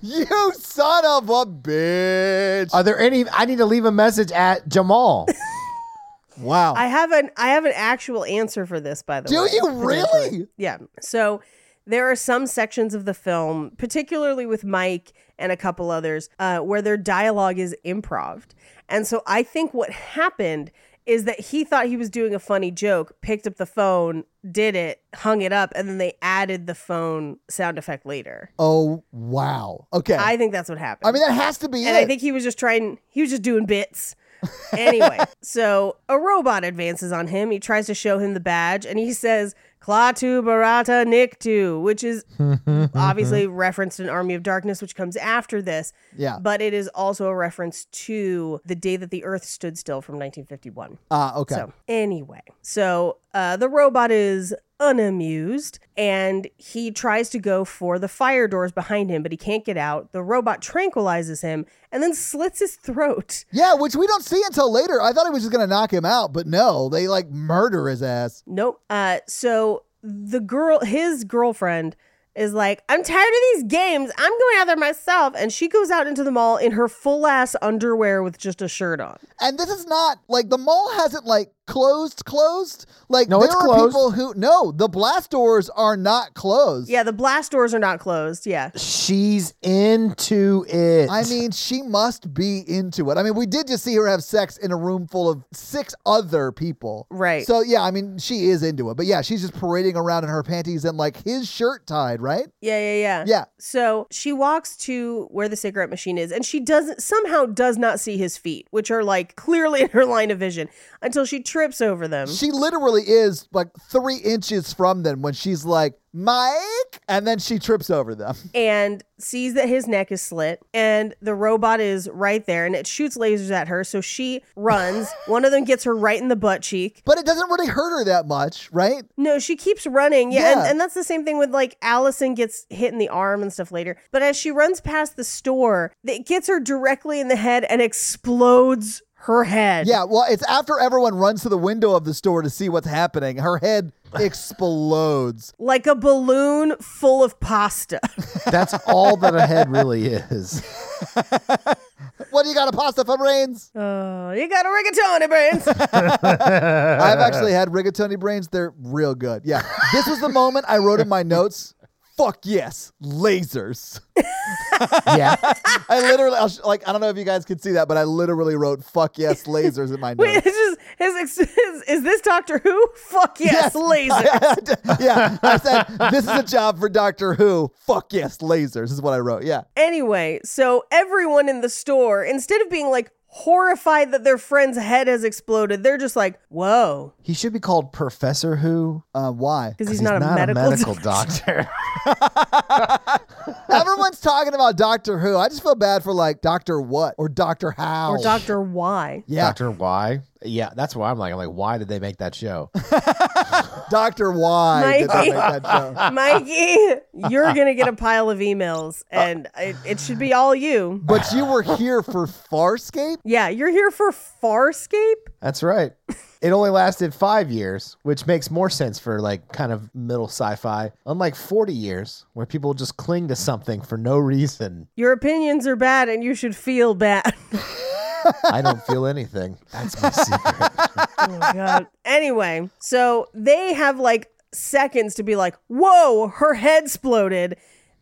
You son of a bitch.
Are there any? I need to leave a message
[laughs]
at Jamal.
wow.
I have an I have an actual answer for this, by the
Do
way. [laughs]
you
potentially.
really?
Yeah. So there are some sections of the film, particularly with Mike and a couple others, uh, where their dialogue is improv. And so I think what happened is that he thought he was doing a funny joke, picked up the phone, did it, hung it up, and then they added the phone sound effect later.
oh, wow. Okay. I,
I think that's what happened.
mean, that has to be
And
it.
I think he was just trying, he was just doing
[laughs]
bits. anyway, so a robot advances on him. He tries to show him the badge and he says, Klaatu Barata Niktu, which
[laughs]
is obviously referenced in Army of Darkness, which comes after this.
Yeah.
But it is also a reference to The Day That the Earth Stood Still from 1951.
Ah, okay.
So anyway, so uh, the robot is unamused and he tries to go for the fire doors behind him, but he can't get out. The robot tranquilizes him and then slits his throat. [laughs]
Yeah, which we don't see until later. I thought he was just gonna knock him out, but no, they like murder his ass.
Nope. Uh, so the girl, his girlfriend, is like, I'm tired of these games. I'm going out there myself. And she goes out into the mall in her full ass underwear with just a shirt on.
And this is not like the mall hasn't like closed, closed. Like
No,
there
it's
are
closed.
people who no, the blast doors are not closed.
Yeah, the blast doors are not closed. Yeah.
She's into it.
I mean, [laughs] she must be into it. I mean, we did just see her have sex in a room full of six other people.
Right.
So yeah, I mean, she is into it. But yeah, she's just parading around in her panties and like his shirt tied, right?
Yeah, yeah, yeah.
Yeah.
So she walks to where the cigarette machine is, and she doesn't somehow does not see his feet, which are like [laughs] clearly in her line of vision, until she trips over them.
Mm-hmm. She literally is like three inches from them when she's like, Mike, and then she trips over them.
and sees that his neck is slit and the robot is right there and it shoots lasers at her so she
[laughs]
runs one of them gets her right in the butt cheek
But it doesn't really hurt her that much, right?
no she keeps running yeah,
Yeah.
And, and that's the same thing with like allison gets hit in the arm and stuff later but as she runs past the store it gets her directly in the head and explodes her head
Yeah, well, it's after everyone runs to the window of the store to see what's happening. Her head explodes.
like a balloon full of pasta
that's all that a head
[laughs]
really is.
What do you got, a pasta for brains?
[laughs] oh you got a rigatoni [laughs] brains
I've actually had rigatoni brains. They're real good. Yeah. This was the moment I wrote in my notes, fuck yes, lasers. [laughs]
Yeah.
I literally, I'll sh- like, I don't know if you guys could see that, but I literally wrote fuck yes, lasers in my
Wait,
notes.
it's just his, ex- is, is this Doctor Who? [laughs] Fuck yes, [laughs] laser.
yeah, I said this is a job for Doctor Who. Fuck yes, lasers is what I wrote. Yeah,
Anyway, so everyone in the store, instead of being like horrified that their friend's head has exploded, they're just like, whoa,
He should be called Professor Who.
uh, why?
because he's, not, a medical, doctor.
doctor.
Everyone's talking about Doctor Who. I just feel bad for like Doctor What or Doctor
[laughs]
How
Or Doctor [laughs] Why.
[laughs] Yeah,
Doctor Why. Yeah, that's why I'm like, I'm like, why did they make that show?
Doctor Why did they
Mikey.
make that show.
Mikey, you're going to get a pile of emails and it, it should be all you.
But you were here for Farscape. [laughs]
Yeah, you're here for Farscape?
That's right. It only lasted five years, which makes more sense for like kind of middle sci-fi. Unlike 40 years, where people just cling to something for no reason.
Your opinions are bad and you should feel bad. [laughs]
I don't feel anything. That's my secret.
Oh, God. Anyway, so they have like seconds to be like, whoa, her head exploded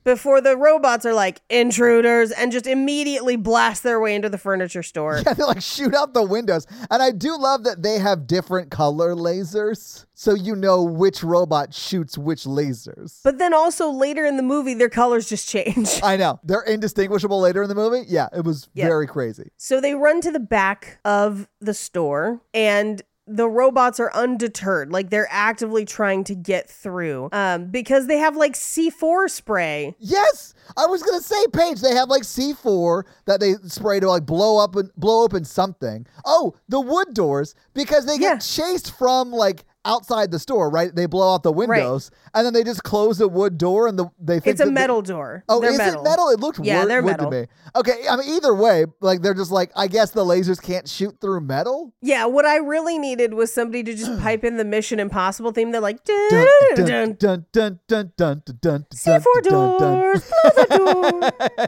before the robots are like, intruders, and just immediately blast their way into the furniture store.
Yeah, they like shoot out the windows, and I do love that they have different color lasers, so you know which robot shoots which lasers.
But then also later in the movie, their colors just change. [laughs]
I know they're indistinguishable later in the movie. Yeah, it was
Yeah.
very crazy.
So they run to the back of the store and the robots are undeterred like they're actively trying to get through um, because they have like c4 spray
Yes, I was gonna say, Paige. They have like C four that they spray to like blow up and blow open something. Oh, the wood doors because they get
Yeah.
chased from like outside the store, right? They blow out the windows and then they just close the wood door and the they. Think
it's a
that they-
metal door
Oh,
They're
is it metal? It looked
Yeah,
wor-
they're
wood to
metal.
me. Okay, I mean either way, like they're just like I guess the lasers can't shoot through metal.
yeah what i really needed was somebody to just pipe in the mission impossible theme they're like
Dun, dun,
dun,
dun, dun, dun, dun, dun, dun,
C4
dun, dun, dun.
doors, plaza door. [laughs]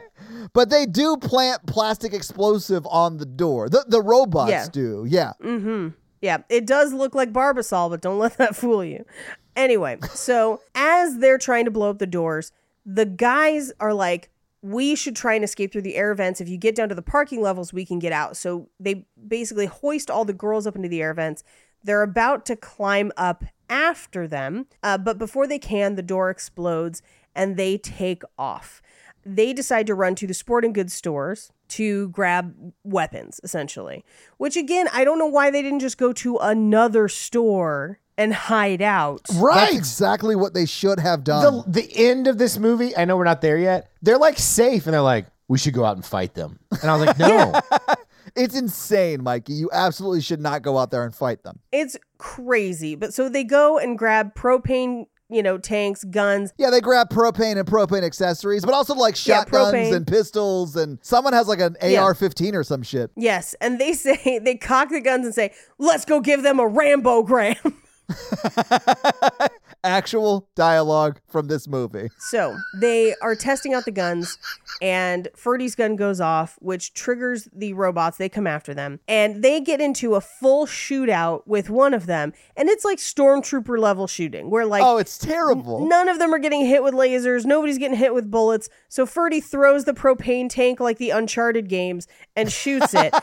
But they do plant plastic explosive on the door. The the robots
Yeah.
do. Yeah.
hmm Yeah, it does look like Barbasol, but don't let that [laughs] fool you. Anyway, so as they're trying to blow up the doors, the guys are like, we should try and escape through the air vents. If you get down to the parking levels, we can get out. So they basically hoist all the girls up into the air vents. They're about to climb up after them, uh, but before they can, the door explodes and they take off they decide to run to the sporting goods stores to grab weapons, essentially. Which, again, I don't know why they didn't just go to another store and hide out.
Right.
That's exactly what they should have
[laughs] the
done.
the end of this movie, I know we're not there yet. They're like safe and they're like, we should go out and fight them. And I was like, no.
it's insane, Mikey. You absolutely should not go out there and fight them.
It's crazy. But so they go and grab propane, you know, tanks, guns.
Yeah, they grab propane and propane accessories, but also like
Yeah,
shotguns
propane.
and pistols and someone has like an
Yeah.
AR-15 or some shit.
Yes. And they [laughs] say, they cock the guns and say, let's go give them a Rambogram.
Actual dialogue from this movie.
[laughs] So they are testing out the guns, and Ferdy's gun goes off, which triggers the robots. They come after them, and they get into a full shootout with one of them, and it's like stormtrooper level shooting, where like
oh, it's terrible.
none of them are getting hit with lasers, nobody's getting hit with bullets. So Ferdy throws the propane tank like the Uncharted games and shoots it.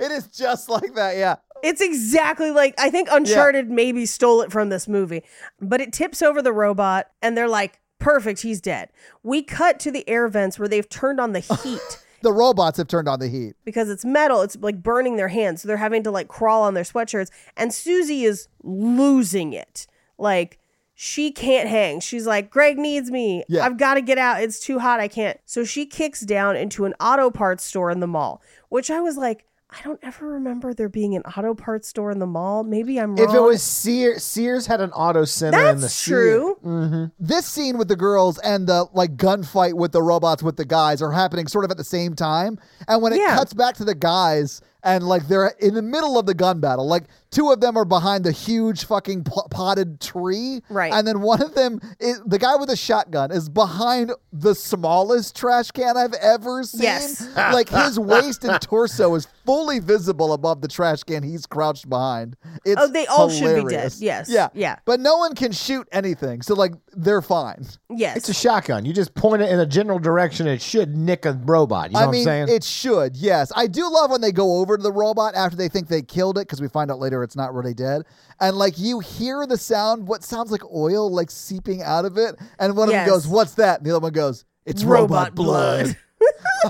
It is just like that, yeah.
It's exactly like I think Uncharted maybe stole it from this movie, but it tips over the robot and they're like, "Perfect, he's dead." We cut to the air vents where they've turned on the heat
The robots have turned on the heat.
because it's metal. It's like burning their hands, so they're having to like crawl on their sweatshirts. And Susie is losing it, like. She can't hang. She's like, Greg needs me.
Yeah.
I've got to get out. It's too hot. I can't. So she kicks down into an auto parts store in the mall, which I was like, I don't ever remember there being an auto parts store in the mall. Maybe I'm wrong.
if it was Sears, Sears had an auto center in the mm,
That's
Sears.
true.
this scene with the girls and the like gunfight with the robots with the guys are happening sort of at the same time. And when it
Yeah.
cuts back to the guys and like they're in the middle of the gun battle, like two of them are behind the huge fucking pl- potted tree,
Right.
And then one of them, is, the guy with a shotgun, is behind the smallest trash can I've ever seen.
Yes.
[laughs]
[laughs]
like his waist and torso is fully visible above the trash can he's crouched behind. It's
Oh, they all should be dead.
hilarious.
Yes.
yeah,
Yeah.
But no one can shoot anything, so like they're fine.
Yes.
It's a shotgun. You just point it in a general direction. It should nick a robot. You know
I mean,
what I'm saying?
it should. Yes, I do love when they go over to the robot after they think they killed it because we find out later it's not really dead, and like you hear the sound, what sounds like oil like seeping out of it, and one
Yes.
of them goes, "What's that?" And the other one goes, "It's robot,
Robot
blood." [laughs]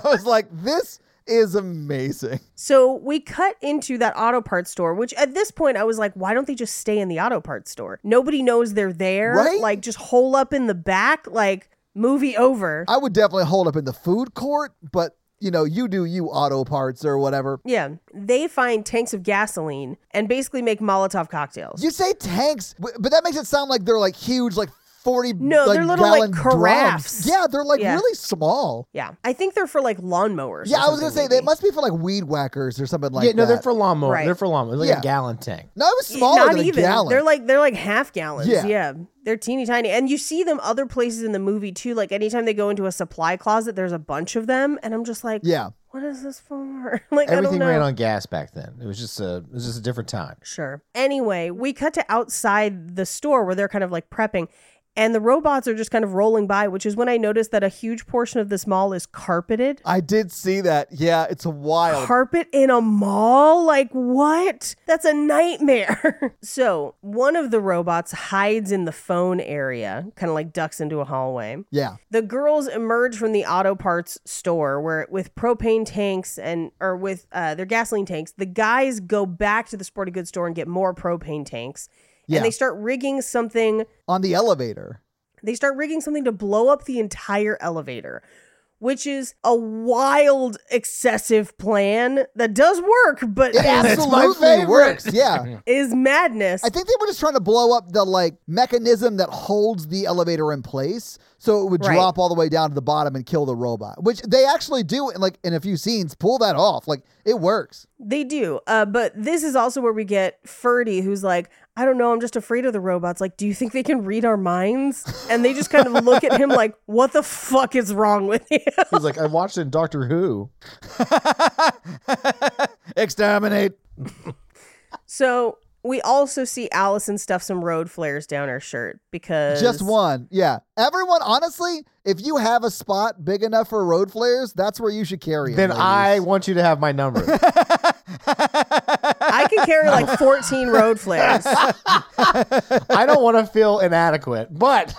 I was like, "This is amazing."
so we cut into that auto parts store, which at this point I was like, why don't they just stay in the auto parts store? Nobody knows they're there.
Right?
Like just hole up in the back, like movie over.
I would definitely hold up in the food court, but you know, you do you auto parts or whatever.
yeah. They find tanks of gasoline and basically make Molotov cocktails.
You say tanks, w- but that makes it sound like they're like huge, like forty.
No,
like,
they're little, like,
gallon drums.
carafes.
Yeah, they're like
Yeah.
really small.
yeah. I think they're for like lawnmowers. or
Yeah, I was gonna
something,
say they
maybe.
must be for like weed whackers or something like
yeah,
that.
no, they're for lawnmower.
Right.
They're for lawnmower. Like
Yeah.
a gallon tank.
no, it was smaller
Not
than
even.
a gallon.
They're like they're like half gallons.
Yeah.
Yeah. They're teeny tiny. And you see them other places in the movie too. Like anytime they go into a supply closet, there's a bunch of them. And I'm just like,
yeah,
what is this for? [laughs] like I don't
Everything
know.
ran on gas back then. It was just a it was just a different time.
Sure. Anyway, we cut to outside the store where they're kind of like prepping. and the robots are just kind of rolling by, which is when I noticed that a huge portion of this mall is carpeted.
I did see that. Yeah, it's wild.
Carpet in a mall? Like, what? That's a nightmare. [laughs] so, one of the robots hides in the phone area, kind of like ducks into a hallway.
yeah.
The girls emerge from the auto parts store where with propane tanks and or with uh, their gasoline tanks, the guys go back to the sporting goods store and get more propane tanks.
Yeah.
And they start rigging something
On the elevator.
they start rigging something to blow up the entire elevator, which is a wild excessive plan that does work
[laughs]
but
It absolutely
favorite.
works. Yeah.
is madness.
I think they were just trying to blow up the like mechanism that holds the elevator in place, so it would
Right.
drop all the way down to the bottom and kill the robot. Which they actually do, like in a few scenes, pull that off. Like it works.
They do. Uh, but this is also where we get Ferdy, who's like, I don't know, I'm just afraid of the robots. Like, do you think they can read our minds? And they just kind of look at him like, what the fuck is wrong with you? [laughs]
He's like, I watched it in Doctor Who.
Exterminate.
so we also see Allison stuff some road flares down her shirt because.
Just one. Yeah. Everyone, honestly, if you have a spot big enough for road flares, that's where you should carry it.
Then
ladies.
I want you to have my number.
I can carry like 14 road flares.
I don't want to feel inadequate, but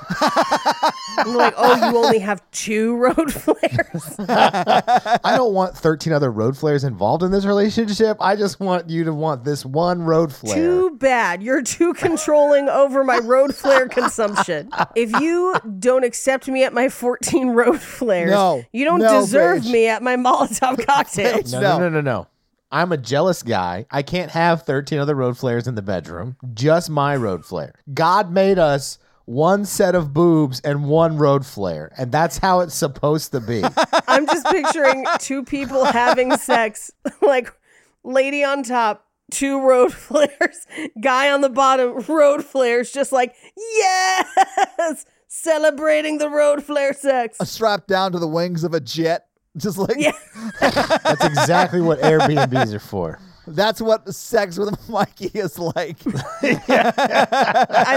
I'm like, oh, you only have two road [laughs] flares.
I don't want 13 other road flares involved in this relationship. I just want you to want this one road flare.
Too bad. You're too controlling over my road flare consumption. If you don't accept me at my 14 road flares,
No.
you don't
No,
deserve
Paige.
me at my
[laughs]
Molotov cocktail.
Paige.
No,
No.
no, no, no, no. I'm a jealous guy. I can't have 13 other road flares in the bedroom. Just my road flare. God made us one set of boobs and one road flare, and that's how it's supposed to be.
I'm just picturing two people having sex, [laughs] like lady on top, two road [laughs] flares, guy on the bottom, road flares, just like, yes, celebrating the road flare sex.
[laughs] strapped down to the wings of a jet. [laughs] Just like
Yeah.
that's exactly what Airbnbs are for.
that's what sex with [laughs] Mikey
[laughs]
is like.
I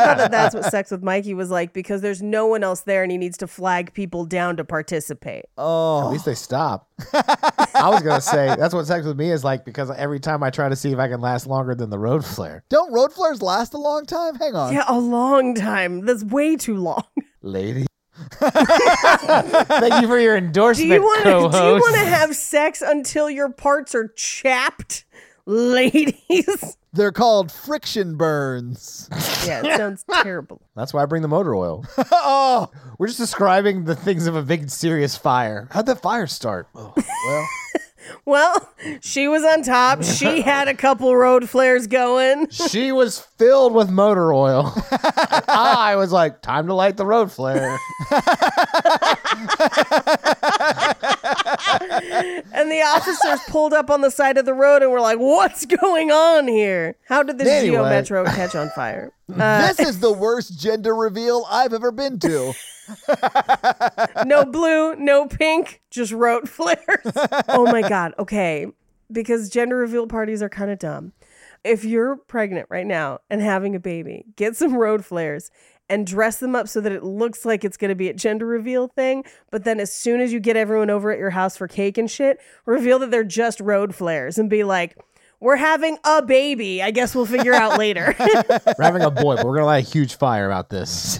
thought that that's [laughs] what sex with Mikey was like because there's no one else there and he needs to flag people down to participate.
At
oh,
least
[laughs]
they stop. I was going to say that's what sex with me is like because every time I try to see if I can last longer than the road flare.
don't road flares last a long time? Hang on.
Yeah, a long time. That's way too [laughs] long.
Lady. Thank you for your
Do
endorsement.
you want to do you
co-host.
want to have sex until your parts are chapped? Ladies.
They're called friction burns. [laughs]
Yeah, [laughs] it sounds terrible.
That's why I bring the motor oil.
oh,
We're just describing the things of a big serious fire. How'd that fire start? well,
Well, she was on top. [laughs] She had a couple road flares going.
she was filled with motor [laughs] oil. I was like, time to light the road flare.
And the [laughs] officers pulled up on the side of the road and were like, What's going on here? How did this
Anyway.
Geo Metro catch on fire? [laughs]
this is the worst gender reveal I've ever been to.
no blue, no pink, just road flares. oh my God. Okay. Because gender reveal parties are kind of dumb. If you're pregnant right now and having a baby, get some road flares and dress them up so that it looks like it's going to be a gender reveal thing. But then as soon as you get everyone over at your house for cake and shit, reveal that they're just road flares and be like, we're having a baby. I guess we'll figure out later. [laughs]
we're having a boy, but we're gonna light a huge fire about this.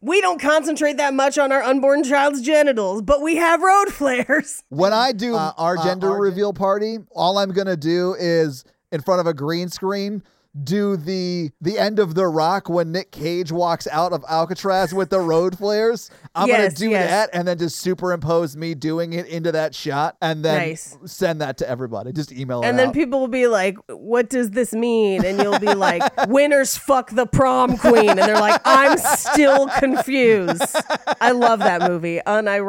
we don't concentrate that much on our unborn child's genitals, but we have road flares.
When I
[laughs]
do
Uh,
our
uh,
gender
our gen-
reveal party, all I'm gonna do is in front of a green screen do the the end of the rock when Nick Cage walks out of Alcatraz with the road flares. I'm
Yes,
gonna do
yes.
that and then just superimpose me doing it into that shot and then
Nice.
send that to everybody. Just email
And
it
then
out.
people will be like, "What does this mean?" And you'll be like, [laughs] "Winners fuck the prom queen," and they're like, "I'm still confused." I love that movie,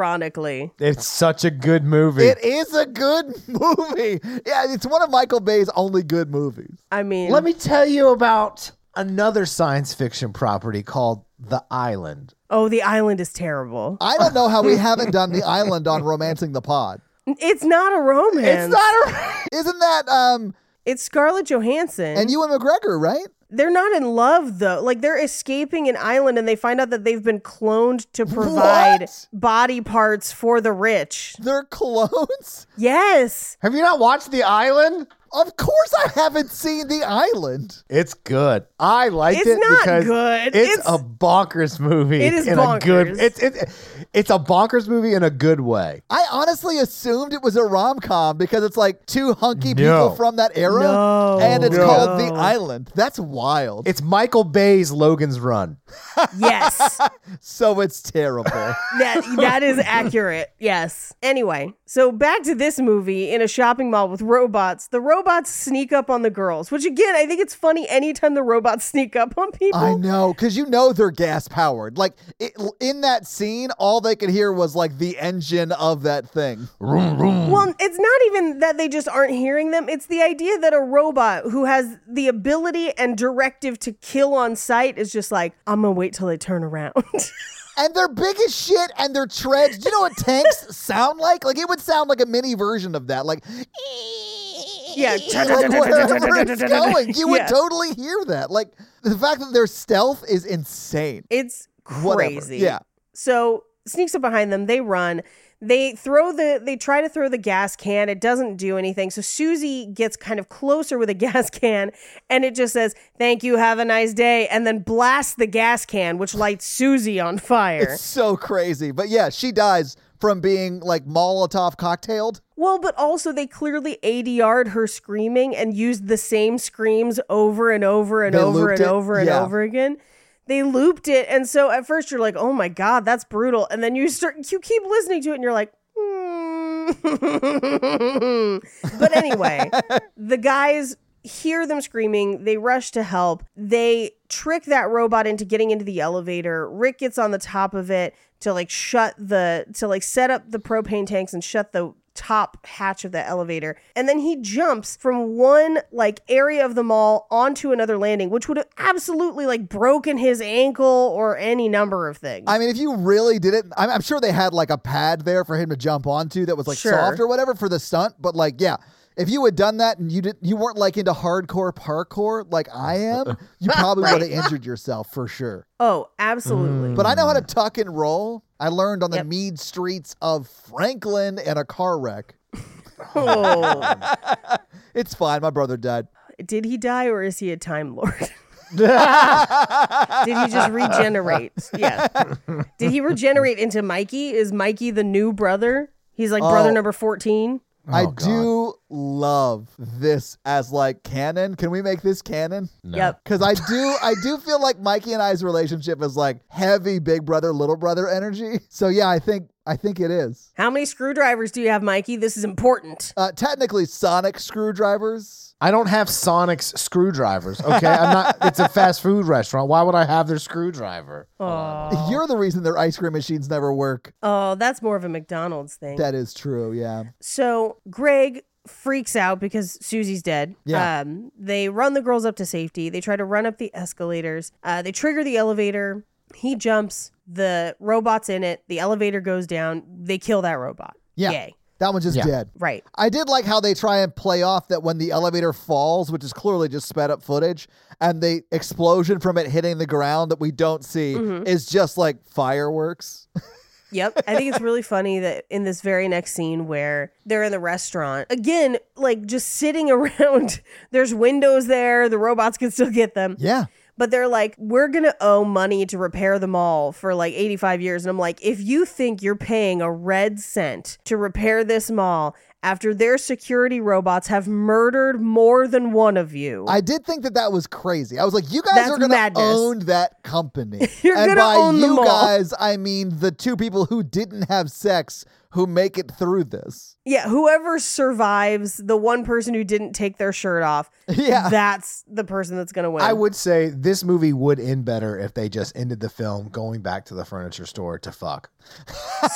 unironically.
It's such a good movie.
it is a good [laughs] movie. Yeah, it's one of Michael Bay's only good movies.
I mean,
Let me tell you about another science fiction property called The Island.
oh, the island is terrible.
I don't know how we haven't done the island on romancing the pod.
It's not a romance.
It's not a
[laughs] Isn't that um
It's Scarlett Johansson.
and Ewan McGregor, right?
They're not in love though. Like they're escaping an island and they find out that they've been cloned to provide
What?
body parts for the rich.
They're [laughs] clones?
Yes.
Have you not watched The Island?
Of course I haven't seen The Island.
It's good. I liked
It's
it
not
because
good.
It's,
It's-
a bonkers movie.
It is
in a good.
bonkers.
It's it, it's a bonkers movie in a good way.
I honestly assumed it was a rom com because it's like two hunky
No.
people from that era and it's
No.
called The Island. That's wild.
It's Michael Bay's Logan's Run.
Yes.
so it's
[laughs]
terrible.
that that is accurate. Yes. Anyway, so back to this movie in a shopping mall with robots. The robots sneak up on the girls, which again, I think it's funny anytime the robots [laughs] sneak up on people.
I know, because you know they're gas powered. Like it, in that scene, all they could hear was like the engine of that thing.
Well, it's not even that they just aren't hearing them. It's the idea that a robot who has the ability and directive to kill on sight is just like, I'm gonna wait till they turn around. [laughs]
And they're big as shit and they're treads. You know what tanks sound like? Like it would sound like a mini version of that. Like,
yeah.
like
[laughs]
wherever it's going, you would
Yeah.
totally hear that. Like the fact that they're stealth is insane.
It's
Whatever.
crazy.
Yeah.
So sneaks up behind them. They run. They throw the. They try to throw the gas can. It doesn't do anything. So Susie gets kind of closer with a [laughs] gas can, and it just says, "Thank you. Have a nice day," and then blasts the gas can, which lights Susie on fire.
It's so crazy. But yeah, she dies from being like Molotov cocktailed.
Well, but also they clearly ADR'd her screaming and used the same screams over and over and
They
over
looped
and
it?
over and
Yeah.
over again. They looped it, and so at first you're like, "Oh my god, that's brutal," and then you start you keep listening to it, and you're like. "Hmm." [laughs] but
[laughs]
anyway, the guys hear them screaming. They rush to help. They trick that robot into getting into the elevator. Rick gets on the top of it to like shut the to like set up the propane tanks and shut the top hatch of the elevator. And then he jumps from one like area of the mall onto another landing, which would have absolutely like broken his ankle or any number of things.
I mean, if you really did it, I'm, I'm sure they had like a pad there for him to jump onto that was like
Sure.
soft or whatever for the stunt. But like, yeah, if you had done that and you did, you weren't like into hardcore parkour like I
[laughs]
am, you probably would have injured yourself for sure.
oh, absolutely.
But I know how to tuck and roll. I learned on the
Mm. Yep.
mead streets of Franklin in a car wreck.
Oh.
It's fine. My brother died.
Did he die or is he a time lord? [laughs] Did he just regenerate? Yeah. Did he regenerate into Mikey? Is Mikey the new brother? He's like brother
Oh.
number 14.
I do love this as like canon. Can we make this canon?
Yep.
[laughs] Cause I do, I do feel like Mikey and I's relationship is like heavy big brother, little brother energy. So yeah, I think, I think it is.
How many screwdrivers do you have, Mikey? This is important.
Uh, technically, sonic screwdrivers.
I don't have Sonic's screwdrivers. Okay, I'm
[laughs]
not. It's a fast food restaurant. Why would I have their screwdriver?
You're the reason their ice cream machines never work.
Oh, that's more of a McDonald's thing.
That is true. Yeah.
So Greg freaks out because Susie's dead.
Yeah.
Um, they run the girls up to safety. They try to run up the escalators. Uh, they trigger the elevator. He jumps. The robot's in it. The elevator goes down. They kill that robot.
Yeah.
Yay.
That one's just
Yeah.
dead.
Right.
I did like how they try and play off that when the elevator falls, which is clearly just sped up footage, and the explosion from it hitting the ground that we don't see
Mm-hmm.
is just like fireworks.
Yep. I think it's really funny that in this very next scene where they're in the restaurant, again, like just sitting [laughs] around, there's windows there, the robots can still get them.
Yeah.
But they're like, we're going to owe money to repair the mall for like 85 years. And I'm like, if you think you're paying a red cent to repair this mall after their security robots have murdered more than one of you,
[laughs] I did think that that was crazy. I was like, you guys
That's
are going to
madness.
own that company.
[laughs] You're
and
gonna
by
own
you
them all.
guys, I mean the two people who didn't have sex who make it through this.
yeah, whoever survives the one person who didn't take their shirt off,
[laughs] Yeah.
that's the person that's going to win.
I would say this movie would end better if they just ended the film going back to the furniture store to fuck.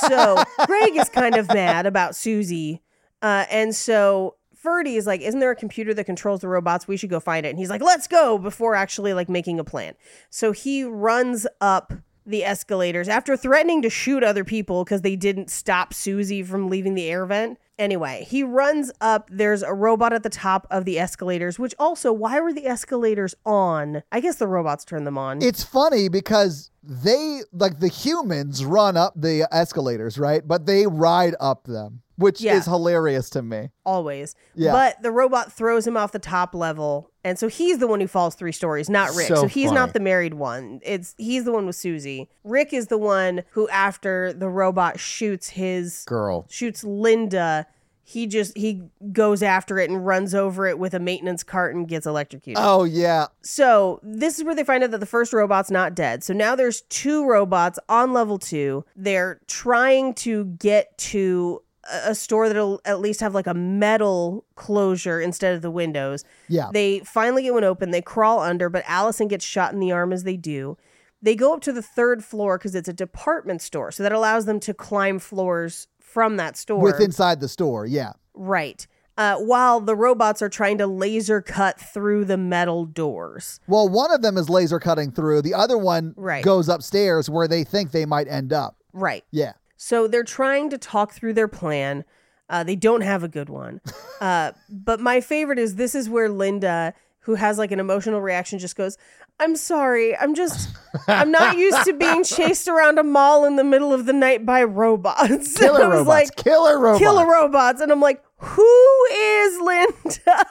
So Greg is kind of mad about Susie. Uh, and so Ferdy is like, Isn't there a computer that controls the robots? We should go find it. And he's like, Let's go before actually like making a plan. So he runs up the escalators after threatening to shoot other people because they didn't stop Susie from leaving the air vent. Anyway, he runs up. There's a robot at the top of the escalators, which also, why were the escalators on? I guess the robots turned them on.
It's funny because they like the humans run up the escalators, right? But they ride up them, which
Yeah.
is hilarious to me.
always.
Yeah.
But the robot throws him off the top level. And so he's the one who falls three stories, not Rick.
So
So, he's
funny.
not the married one. It's he's the one with Susie. Rick is the one who after the robot shoots his
Girl.
shoots Linda, he just he goes after it and runs over it with a maintenance cart and gets electrocuted.
Oh yeah.
So this is where they find out that the first robot's not dead. So now there's two robots on level two. They're trying to get to a- a store that'll at least have like a metal closure instead of the windows.
Yeah.
They finally get one open. They crawl under, but Allison gets shot in the arm as they do. They go up to the third floor because it's a department store. So that allows them to climb floors from that store.
With inside the store, yeah.
right. Uh, while the robots are trying to laser cut through the metal doors.
Well, one of them is laser cutting through. The other one
Right.
goes upstairs where they think they might end up.
Right.
Yeah.
So they're trying to talk through their plan. Uh, they don't have a good
[laughs]
one. Uh, but my favorite is this is where Linda, who has like an emotional reaction, just goes, I'm sorry. I'm just, I'm
[laughs]
not used to being chased around a mall in the middle of the night by robots. [laughs] And [laughs]
Killer
I was
robots.
like,
killer robots.
killer robots. And I'm like, who is
[laughs]
Linda?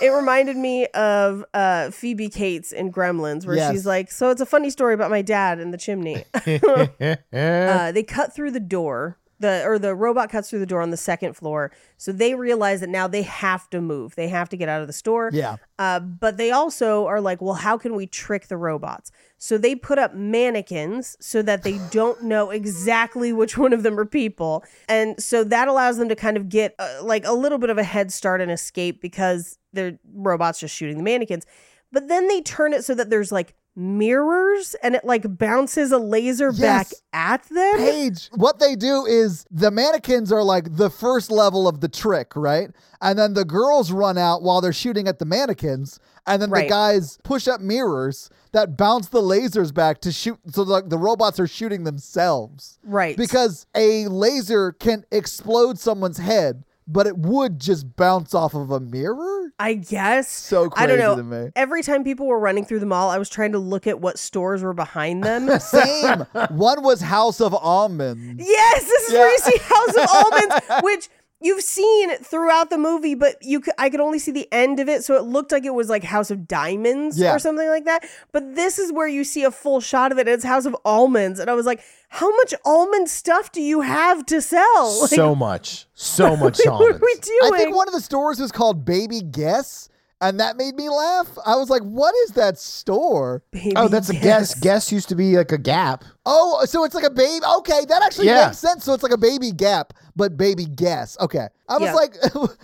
it reminded me of uh, Phoebe Cates in Gremlins, where
Yes.
she's like, So it's a funny story about my dad and the chimney. Uh, they cut through the door. The or the robot cuts through the door on the second floor. So they realize that now they have to move. They have to get out of the store.
Yeah.
Uh, but they also are like, well, how can we trick the robots? So they put up mannequins so that
[sighs]
they don't know exactly which one of them are people. And so that allows them to kind of get uh, like a little bit of a head start and escape because they're robots just shooting the mannequins. But then they turn it so that there's like mirrors and it like bounces a laser back
Yes.
at them.
Paige, what they do is the mannequins are like the first level of the trick, right? And then the girls run out while they're shooting at the mannequins, and then the
Right.
guys push up mirrors that bounce the lasers back to shoot. So like the robots are shooting themselves,
Right.
Because a laser can explode someone's head, but it would just bounce off of a mirror.
I guess.
So
I don't
crazy
know.
to me.
Every time people were running through the mall, I was trying to look at what stores were behind them.
Same. One was House of Almonds.
yes, this is where you see House of Almonds, which you've seen throughout the movie, but you could, I could only see the end of it, so it looked like it was like House of Diamonds
Yeah.
or something like that. But this is where you see a full shot of it. And it's House of Almonds, and I was like, how much almond stuff do you have to sell? [laughs] Like,
so much.
[laughs]
So much
what are
almonds.
we doing?
I think one of the stores was called Baby Guess, and that made me laugh. I was like, what is that store?
Baby
Oh, that's a guess. Guess used to be like a gap.
Oh, so it's like a baby. Okay, that actually
Yeah.
makes sense. So it's like a baby gap, but baby guess. Okay. I was
Yeah.
like,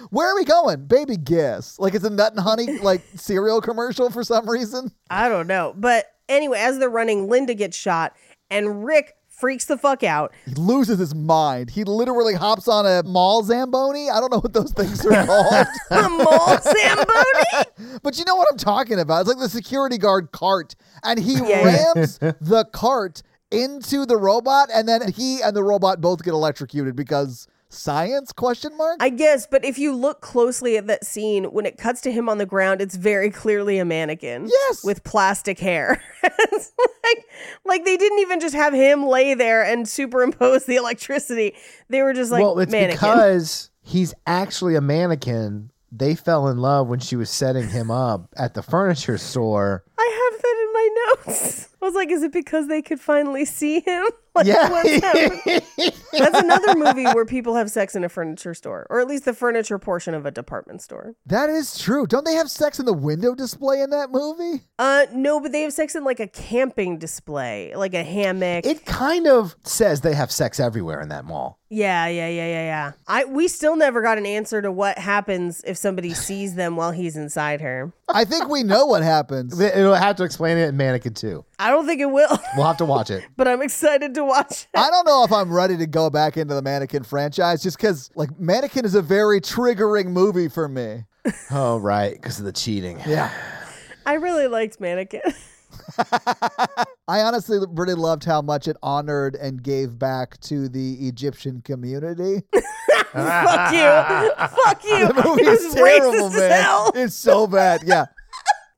[laughs] where are we going? Baby guess. Like it's a nut and honey like cereal commercial for some reason.
I don't know. But anyway, as they're running, Linda gets shot and Rick freaks the fuck out.
He loses his mind. He literally hops on a mall Zamboni. I don't know what those things are called.
[laughs]
Mall Zamboni?
But you know what I'm talking about. It's like the security guard cart, and he
Yeah.
rams the cart into the robot, and then he and the robot both get electrocuted because science? Question mark.
I guess, but if you look closely at that scene, when it cuts to him on the ground, it's very clearly a mannequin.
Yes.
With plastic hair. [laughs] It's like, like they didn't even just have him lay there and superimpose the electricity. They were just like
well, it's
mannequin.
because he's actually a mannequin. They fell in love when she was setting him up at the furniture store.
I have that in my notes. [laughs] I was like, is it because they could finally see him? [laughs] Like, what's happening?
[laughs] yeah.
That's another movie where people have sex in a furniture store, or at least the furniture portion of a department store.
that is true. Don't they have sex in the window display in that movie?
Uh, no, but they have sex in like a camping display, like a hammock.
it kind of says they have sex everywhere in that mall.
yeah, yeah, yeah, yeah, yeah. I we still never got an answer to what happens if somebody sees them while he's inside her.
I think we know
[laughs]
what happens.
They- It'll have to explain it in Mannequin 2.
I don't think it will, [laughs]
We'll have to watch it.
but I'm excited to watch. it.
I don't know if I'm ready to go back into the mannequin franchise just because, like, mannequin is a very triggering movie for me.
Oh, right. Because of the cheating.
Yeah.
I really liked Mannequin. [laughs]
I honestly really loved how much it honored and gave back to the Egyptian
[laughs]
community.
Fuck you. Fuck you.
[laughs] The movie
It
is
was
terrible,
racist as
man.
hell.
It's so bad. Yeah.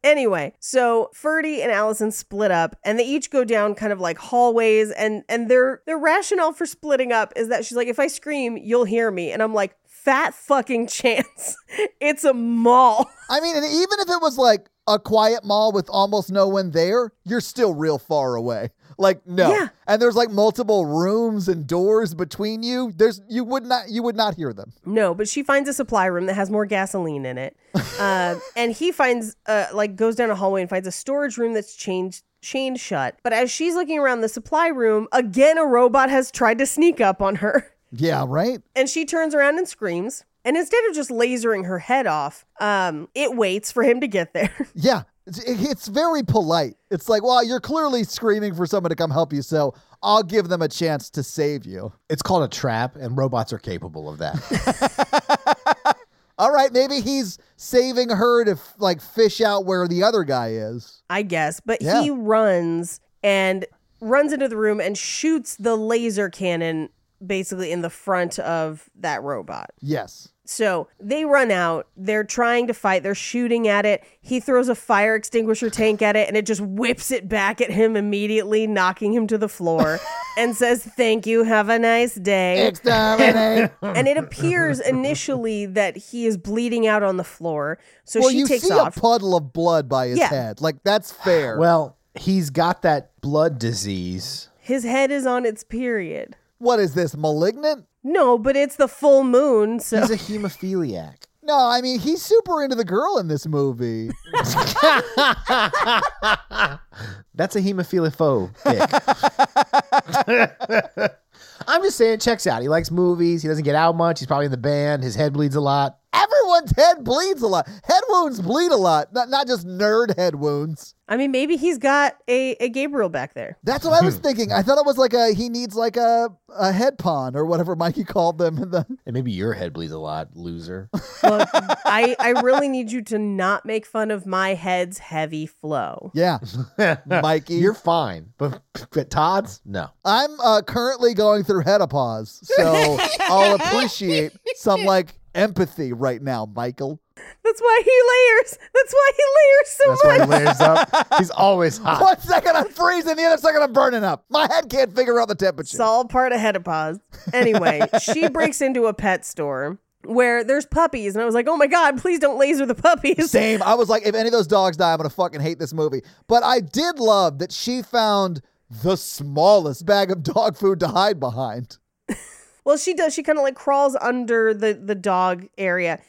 Anyway, so Ferdy and Allison split up and they each go down kind of like hallways and and their their rationale for splitting up is that she's like if I scream, you'll hear me and I'm like fat fucking [laughs] chance. it's a mall.
I mean, and even if it was like a quiet mall with almost no one there, you're still real far away. Like no,
Yeah.
and there's like multiple rooms and doors between you. There's you would not you would not hear them.
No, but she finds a supply room that has more gasoline in it, uh, and he finds uh, like goes down a hallway and finds a storage room that's chained chained shut. But as she's looking around the supply room, again a robot has tried to sneak up on her, [laughs]
Yeah, right.
and she turns around and screams. And instead of just lasering her head off, um, it waits for him to get there. [laughs]
Yeah, it's, it- it's very polite. It's like, well, you're clearly screaming for someone to come help you, so I'll give them a chance to save you.
It's called a trap, and robots are capable of that.
All right, maybe he's saving her to f- like fish out where the other guy is.
I guess. But
Yeah.
he runs and runs into the room and shoots the laser cannon basically in the front of that robot.
Yes.
So they run out. They're trying to fight. They're shooting at it. He throws a fire extinguisher tank at it and it just whips it back at him immediately, knocking him to the
[laughs]
floor and says, Thank you. Have a nice day. [laughs]
Exterminate.
And it appears initially that he is bleeding out on the floor. So
well,
she
you
takes
see
off.
a puddle of blood by his
Yeah.
head. Like that's fair.
well, he's got that blood disease.
His head is on its period.
what is this malignant?
No, but it's the full moon. So
He's a hemophiliac.
No, I mean he's super into the girl in this movie.
That's a hemophilophobe. dick. [laughs] I'm just saying, it checks out. He likes movies. He doesn't get out much. He's probably in the band. His head bleeds a lot.
Everyone's head bleeds a lot. Head wounds bleed a lot, not not just nerd head wounds.
I mean, maybe he's got a, a Gabriel back there.
That's what I was thinking. I thought it was like a he needs like a a head pawn or whatever Mikey called them in the
And maybe your head bleeds a lot, loser.
Look, I, I really need you to not make fun of my head's heavy flow.
Yeah. Mikey.
You're fine, but but Todd's no.
I'm uh, currently going through hedopause, so I'll appreciate some like empathy right now, Michael.
That's why he layers. That's why he layers so
That's
much.
[laughs] why he layers up. He's always hot.
One second I'm freezing, the other second I'm burning up. My head can't figure out the temperature.
It's all part of Hedipaz. Anyway,
[laughs]
she breaks into a pet store where there's puppies, and I was like, oh my god, please don't laser the
[laughs]
puppies.
Same. I was like, if any of those dogs die, I'm gonna fucking hate this movie. But I did love that she found the smallest bag of dog food to hide behind.
Well, she does. She kind of like crawls under the the dog area.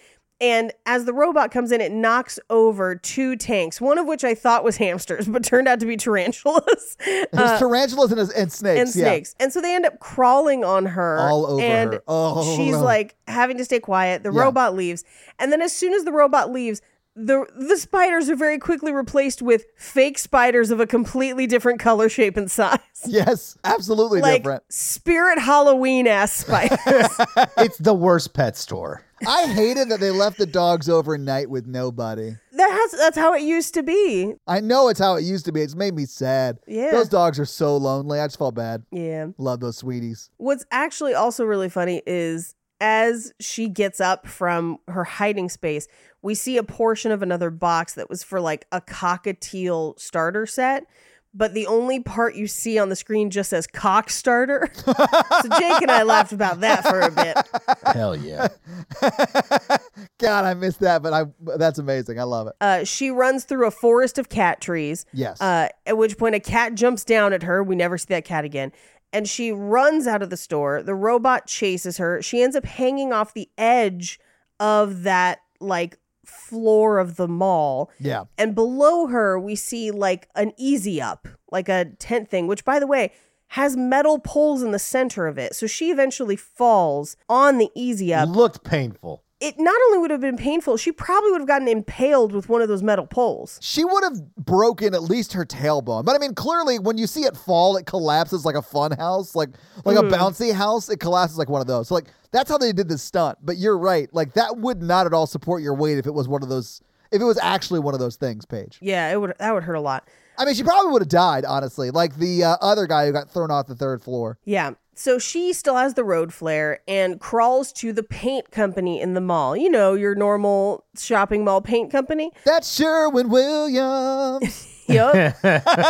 And as the robot comes in, it knocks over two tanks, one of which I thought was hamsters, but turned out to be tarantulas [laughs]
There's tarantulas and, and snakes.
Uh, and
yeah.
snakes. And so they end up crawling on her.
All over
and
her. Oh,
she's
no.
like having to stay quiet. The
Yeah.
robot leaves. And then as soon as the robot leaves, the the spiders are very quickly replaced with fake spiders of a completely different color, shape, and size.
Yes,
[laughs]
absolutely
like
different.
spirit Halloween ass
[laughs]
spiders.
It's the worst pet store.
I hated that they left the dogs overnight with nobody.
that has that's how it used to be.
I know it's how it used to be. It's made me sad.
Yeah.
Those dogs are so lonely. I just felt bad.
Yeah.
Love those sweeties. [laughs]
What's actually also really funny is as she gets up from her hiding space, we see a portion of another box that was for like a cockatiel starter set. But the only part you see on the screen just says cock starter. [laughs] so Jake and I laughed about that for a bit.
Hell yeah.
God, I missed that, but I that's amazing. I love it.
Uh, she runs through a forest of cat trees.
Yes.
Uh, at which point a cat jumps down at her. We never see that cat again. And she runs out of the store. The robot chases her. She ends up hanging off the edge of that like floor of the mall.
yeah.
And below her, we see like an easy up, like a tent thing, which by the way, has metal poles in the center of it. So she eventually falls on the easy up.
Looked painful.
It not only would have been painful, she probably would have gotten impaled with one of those metal poles.
She would have broken at least her tailbone. But I mean, clearly, when you see it fall, it collapses like a fun house, like like a bouncy house. It collapses like one of those. So, like that's how they did the stunt. But you're right. Like that would not at all support your weight if it was one of those. If it was actually one of those things, Paige.
Yeah, it would that would hurt a lot.
I mean, she probably would have died, honestly, like the uh, other guy who got thrown off the third floor.
Yeah. So she still has the road flare and crawls to the paint company in the mall. You know, your normal shopping mall paint company.
That's Sherwin Williams.
Yup.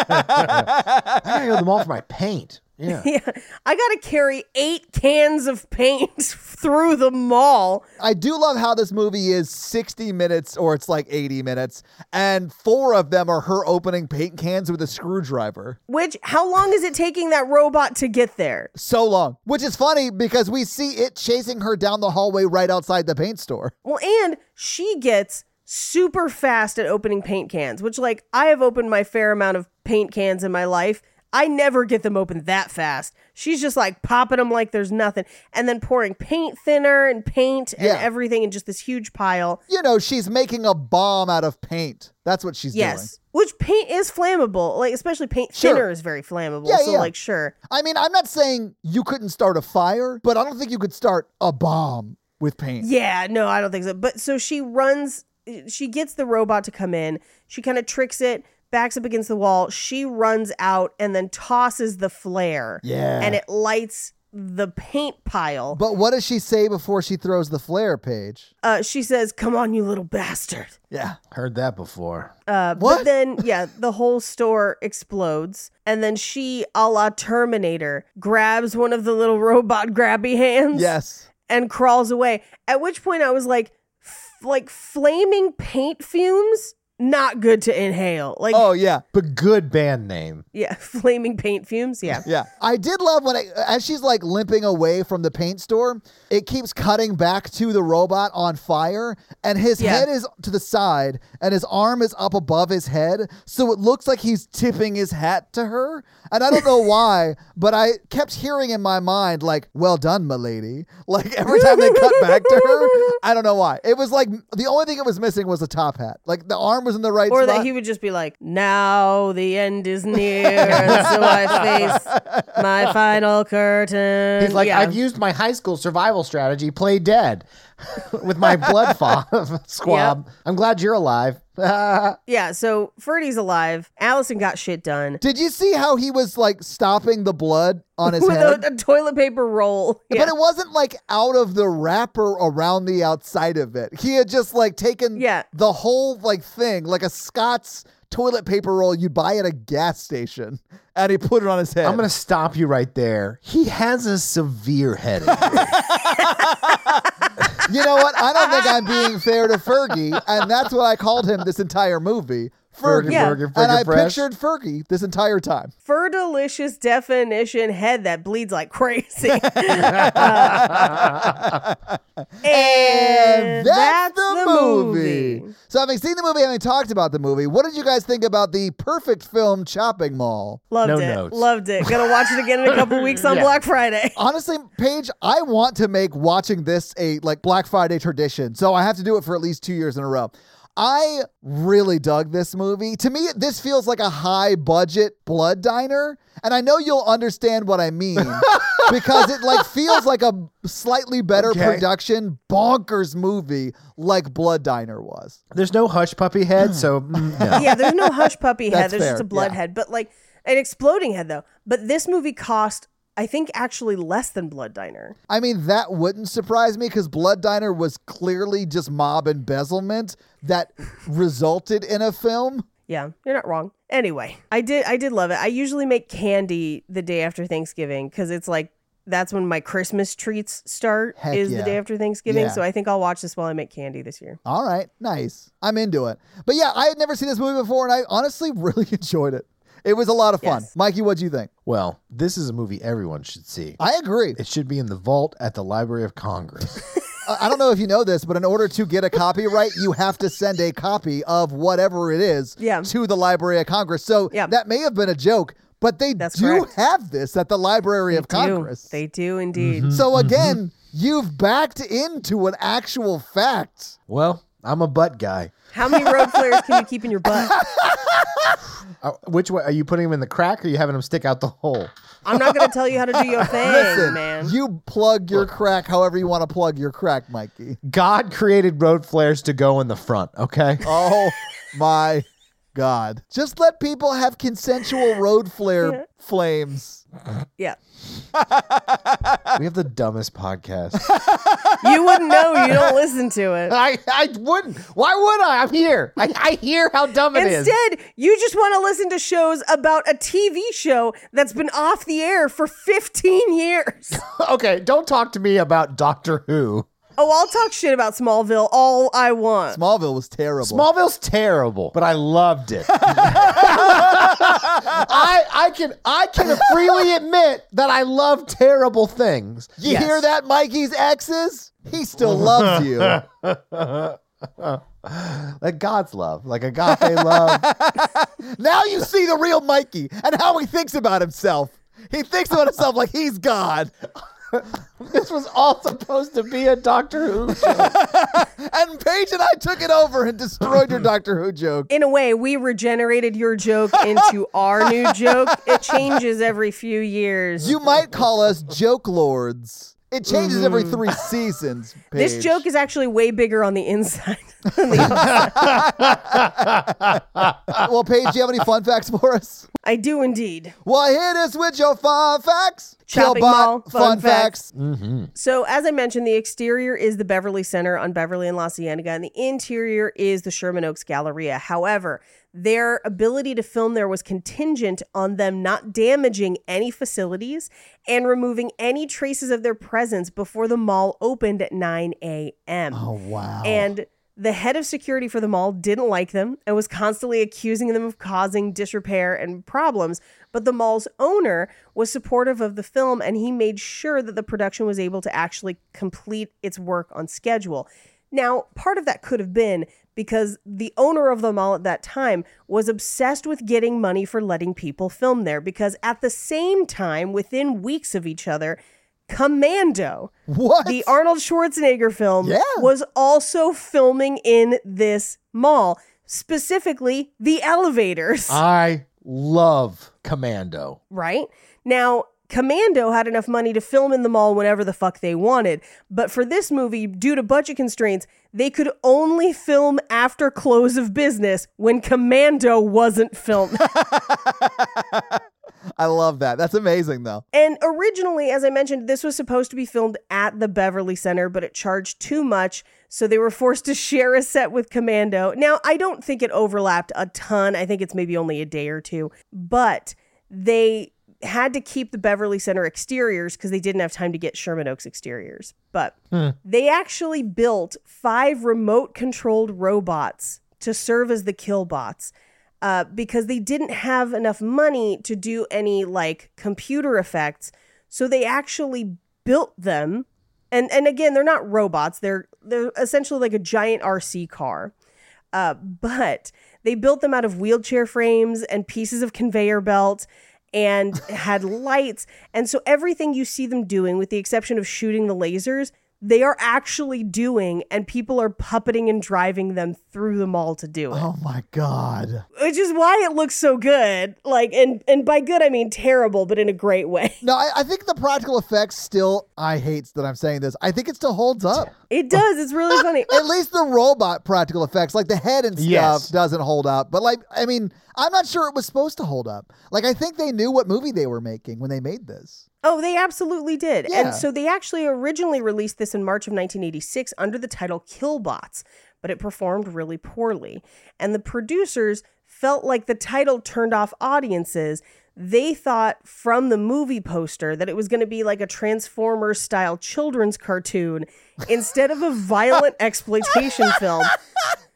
I gotta go to the mall for my paint. [laughs] Yeah.
yeah. I got to carry eight cans of paint [laughs] through the mall.
I do love how this movie is 60 minutes or it's like 80 minutes, and four of them are her opening paint cans with a screwdriver.
Which, how long is it taking that robot to get there?
So long. Which is funny because we see it chasing her down the hallway right outside the paint store.
Well, and she gets super fast at opening paint cans, which, like, I have opened my fair amount of paint cans in my life. I never get them open that fast. She's just like popping them like there's nothing, and then pouring paint thinner and paint and
Yeah.
everything in just this huge pile.
You know, she's making a bomb out of paint. That's what she's doing.
Yes, which paint is flammable. Like especially paint
Sure.
thinner is very flammable.
Yeah,
so
yeah.
like sure,
I mean, I'm not saying you couldn't start a fire, but I don't think you could start a bomb with paint.
yeah, no, I don't think so. But so she runs. She gets the robot to come in. She kind of tricks it, backs up against the wall. She runs out and then tosses the flare.
Yeah.
and it lights the paint pile.
But what does she say before she throws the flare page?
uh, she says, "Come on, you little bastard."
Yeah.
Heard that before.
Uh, But
What?
then, yeah, the whole store explodes. And then she, a la Terminator, grabs one of the little robot grabby hands
Yes.
and crawls away. At which point I was like, f- like flaming paint fumes, not good to inhale. Like,
Oh, yeah.
But good band name.
yeah, [laughs] flaming paint fumes. Yeah.
Yeah. I did love when, it, as she's like limping away from the paint store, it keeps cutting back to the robot on fire, and his
Yeah.
head is to the side, and his arm is up above his head. So it looks like he's tipping his hat to her. And I
[laughs]
don't know why, but I kept hearing in my mind, like, well done, milady. Like every time they cut back to her, I don't know why. It was like the only thing it was missing was a top hat. Like the arm was in the right
Or
spot.
that he would just be like, now the end is near, and so I face my final curtain.
He's like,
yeah.
I've used my high school survival strategy, play dead, [laughs] with my
[laughs]
blood fob [laughs] squab. I'm glad you're alive. [laughs]
yeah, so Ferdy's alive. Allison got shit done.
Did you see how he was like stopping the blood on his
[laughs] with
head?
a, a toilet paper roll. Yeah.
But it wasn't like out of the wrapper around the outside of it. He had just like taken
Yeah.
the whole like thing, like a Scott's toilet paper roll you'd buy at a gas station, and he put it on his head.
I'm gonna stop you right there. He has a
[laughs]
severe headache.
[laughs] You know what? I don't think I'm being fair to Fergie, and that's what I called him this entire movie. Fergie.
Fergie,
Yeah.
Fergie,
and I
Fergie Fresh.
pictured Fergie this entire time.
Fur delicious definition head that bleeds like
[laughs]
crazy. [laughs] and,
And that's, the, movie. So, having seen the movie, having talked about the movie, what did you guys think about the perfect film Chopping Mall?
Loved
No
it.
notes.
Loved it. Gonna watch it again in a couple weeks
[laughs]
on Black
[laughs]
Friday.
Honestly, Paige, I want to make watching this a like Black Friday tradition. So I have to do it for at least two years in a row. I really dug this movie. To me, this feels like a high budget blood diner. And I know you'll understand what I mean because it like feels like a slightly better
Okay.
production, bonkers movie like Blood Diner was.
There's no hush puppy head,
[laughs]
so mm, no.
yeah, there's no hush puppy head.
That's
There's just
fair,
a blood
yeah.
head, but like an exploding head though. But this movie cost, I think, actually less than Blood Diner.
I mean, that wouldn't surprise me because Blood Diner was clearly just mob embezzlement that resulted in a film.
Yeah, you're not wrong. Anyway, I did I did love it. I usually make candy the day after Thanksgiving cuz it's like that's when my Christmas treats start
Heck
is the
yeah.
day after Thanksgiving,
Yeah.
so I think I'll watch this while I make candy this year.
All right, nice. I'm into it. But yeah, I had never seen this movie before, and I honestly [laughs] really enjoyed it. It was a lot of fun.
Yes.
Mikey, what'd you think?
Well, this is a movie everyone should see.
I agree.
It should be in the vault at the Library
[laughs]
of Congress.
I I don't know if you know this, but in order to get a copyright, you have to send a copy of whatever it is
Yeah.
to the Library of Congress. So
Yeah.
that may have been a joke, but they
That's
do
correct.
have this at the Library of Congress.
Do. They do indeed. [laughs]
Mm-hmm. so again, you've backed into an actual fact.
well, I'm a butt guy.
How many road flares can you keep in your
[laughs]
butt?
Uh, which way are you putting him in the crack, or are you having him stick out the hole?
I'm not going to tell you how to do your thing,
Listen,
man.
you plug your crack however you want to plug your crack, Mikey. [laughs]
God created road flares to go in the front. Okay.
Oh my
God. Just let people have consensual road flare flames.
Yeah.
we have the dumbest podcast.
You wouldn't know. You don't listen to
[laughs]
it.
I, I wouldn't. Why would I? I'm here. I, I hear how dumb it is.
Instead, you just want to listen to shows about a TV show that's been off the air for 15 years.
Okay, don't talk to me about Doctor Who.
Oh, I'll talk shit about Smallville all I want.
Smallville was terrible.
Smallville's terrible, but I
[laughs]
loved it. I I can I can freely admit that I love terrible things.
you hear that, Mikey's exes? He still loves [laughs] you.
Like God's love, like agape love.
[laughs] now you see the real Mikey and how he thinks about himself. He thinks about himself like he's God.
[laughs] this was all supposed to be a Doctor Who show.
And Paige and I took it over and destroyed
[laughs]
your Doctor Who joke.
In a way, we regenerated your joke into our new joke. It changes every few years.
You might call us joke lords. It changes every three seasons. Paige.
Mm. [laughs] this joke is actually way bigger on the inside. [laughs]
Uh, Well, Paige, do you have any
[laughs]
fun facts for us?
I do indeed.
Well, hit us with your fun facts. Killbot,
Shopping mall,
fun,
fun
facts.
So, as I mentioned, the exterior is the Beverly Center on Beverly and La Cienega, and the interior is the Sherman Oaks Galleria. However, their ability to film there was contingent on them not damaging any facilities and removing any traces of their presence before the mall opened at 9 a.m.
Oh, wow.
And the head of security for the mall didn't like them and was constantly accusing them of causing disrepair and problems. But the mall's owner was supportive of the film and he made sure that the production was able to actually complete its work on schedule. Now, part of that could have been because the owner of the mall at that time was obsessed with getting money for letting people film there. Because at the same time, within weeks of each other, Commando,
what?
the Arnold Schwarzenegger film
Yeah.
was also filming in this mall, specifically the elevators,
Uh.
I love Commando.
right? Now, Commando had enough money to film in the mall whenever the fuck they wanted, but for this movie, due to budget constraints, they could only film after close of business when Commando wasn't filmed.
I love that. That's amazing, though.
And originally, as I mentioned, this was supposed to be filmed at the Beverly Center, but it charged too much. So they were [laughs] forced to share a set with Commando. Now, I don't think it overlapped a ton. I think it's maybe only a day or two, but they had to keep the Beverly Center exteriors because they didn't have time to get Sherman Oaks exteriors. But they actually built five remote controlled robots to serve as the kill bots uh, because they didn't have enough money to do any like computer effects. So they actually built them. And, and again, they're not robots. They're they're essentially like a giant RC car, uh, but they built them out of wheelchair frames and pieces of conveyor belt, and had lights. And so everything you see them doing, with the exception of shooting the lasers, they are actually doing, and people are puppeting and driving them through the mall to do it
Oh, my God.
which is why it looks so good. Like, and and by good I mean terrible, but in a great way.
No, I, I think the practical effects still, I hate that I'm saying this. I think it still holds up.
It does. It's really funny.
At least the robot practical effects, like the head and stuff,
Yes.
doesn't hold up. But, like, I mean, I'm not sure it was supposed to hold up. Like, I think they knew what movie they were making when they made this.
Oh, they absolutely did.
Yeah.
And so they actually originally released this in March of 1986 under the title Killbots, but it performed really poorly. And the producers felt like the title turned off audiences. They thought from the movie poster that it was going to be like a Transformers style children's cartoon instead of a violent exploitation film.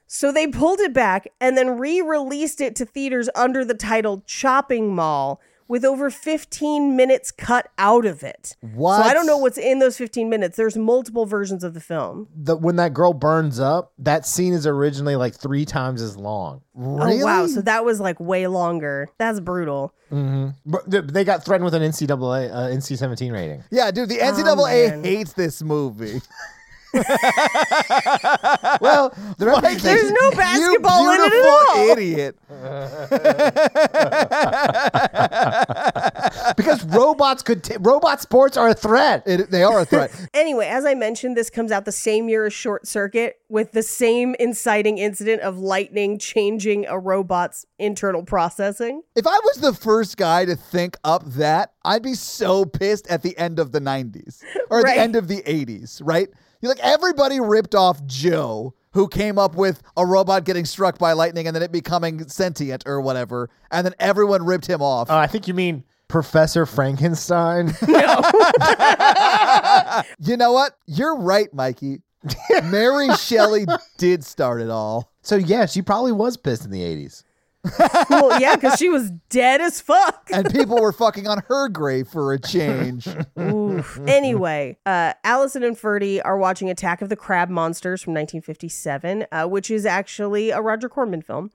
So they pulled it back and then re released it to theaters under the title Chopping Mall with over 15 minutes cut out of it.
What?
So I don't know what's in those 15 minutes. There's multiple versions of the film.
The, when that girl burns up, that scene is originally like three times as long.
Really?
Oh, wow. So that was like way longer. That's brutal.
But th- they got threatened with an NCAA uh, NC seventeen rating.
Yeah, dude, the NCAA
Oh, man.
hates this movie.
[laughs]
Well, the
There's
representation.
no basketball in
[laughs]
it at all.
idiot.
because robots could t- robot sports are a threat.
It, they are a threat.
Anyway, as I mentioned, this comes out the same year as Short Circuit with the same inciting incident of lightning changing a robot's internal processing.
if I was the first guy to think up that, I'd be so pissed at the end of the 90s or at
Right.
the end of the 80s, right? You're like, everybody ripped off Joe, who came up with a robot getting struck by lightning and then it becoming sentient or whatever. And then everyone ripped him off.
Uh, I think you mean
[laughs]
Professor Frankenstein.
you know what? You're right, Mikey. Mary Shelley did start it all.
so yeah, she probably was pissed in the eighties.
Well, yeah, because she was dead as fuck.
And people were fucking on her grave for a change.
Oof. Anyway, uh, Allison and Ferdy are watching Attack of the Crab Monsters from 1957, uh, which is actually a Roger Corman film.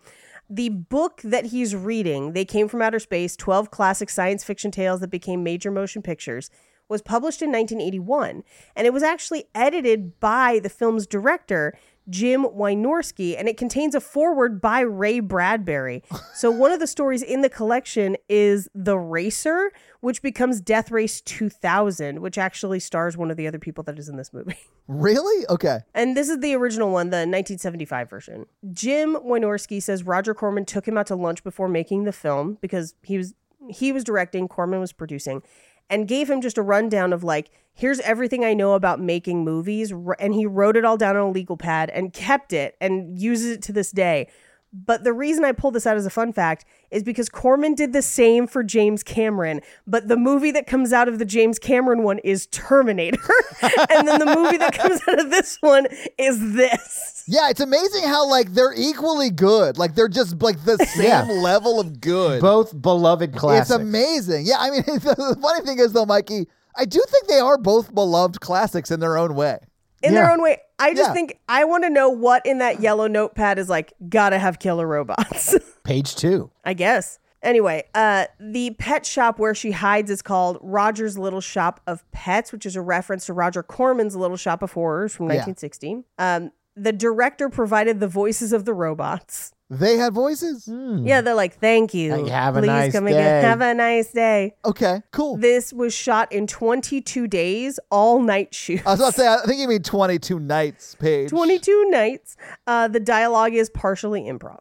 The book that he's reading, They Came from Outer Space 12 Classic Science Fiction Tales That Became Major Motion Pictures, was published in 1981. And it was actually edited by the film's director, Jim Wynorski, and it contains a foreword by Ray Bradbury. So one of the stories in the collection is The Racer, which becomes Death Race 2000, which actually stars one of the other people that is in this movie.
really? Okay.
And this is the original one, the 1975 version. Jim Wynorski says Roger Corman took him out to lunch before making the film because he was he was directing, Corman was producing, and gave him just a rundown of like, here's everything I know about making movies, r- and he wrote it all down on a legal pad and kept it and uses it to this day. But the reason I pull this out as a fun fact is because Corman did the same for James Cameron, but the movie that comes out of the James Cameron one is Terminator. [laughs] and then the movie that comes out of this one is this.
Yeah, it's amazing how like they're equally good. Like they're just like the same
[laughs] Yeah.
level of good.
Both beloved classics.
It's amazing. Yeah, I mean, [laughs] the funny thing is though, Mikey, I do think they are both beloved classics in their own way.
In
Yeah.
their own way, I just
Yeah.
think I want to know what in that yellow notepad is like, gotta have killer robots. [laughs]
Page two.
I guess. Anyway, uh, the pet shop where she hides is called Roger's Little Shop of Pets, which is a reference to Roger Corman's Little Shop of Horrors from 1916. Um, the director provided the voices of the robots.
They had voices.
Hmm.
Yeah, they're like, "Thank you,
Like, "Have a
please
nice
come
day."
again, have a nice day."
Okay, cool.
This was shot in 22 days, all night shoot. [laughs]
I was about to say, I think you mean twenty-two nights, Paige.
22 nights. Uh, the dialogue is partially improv.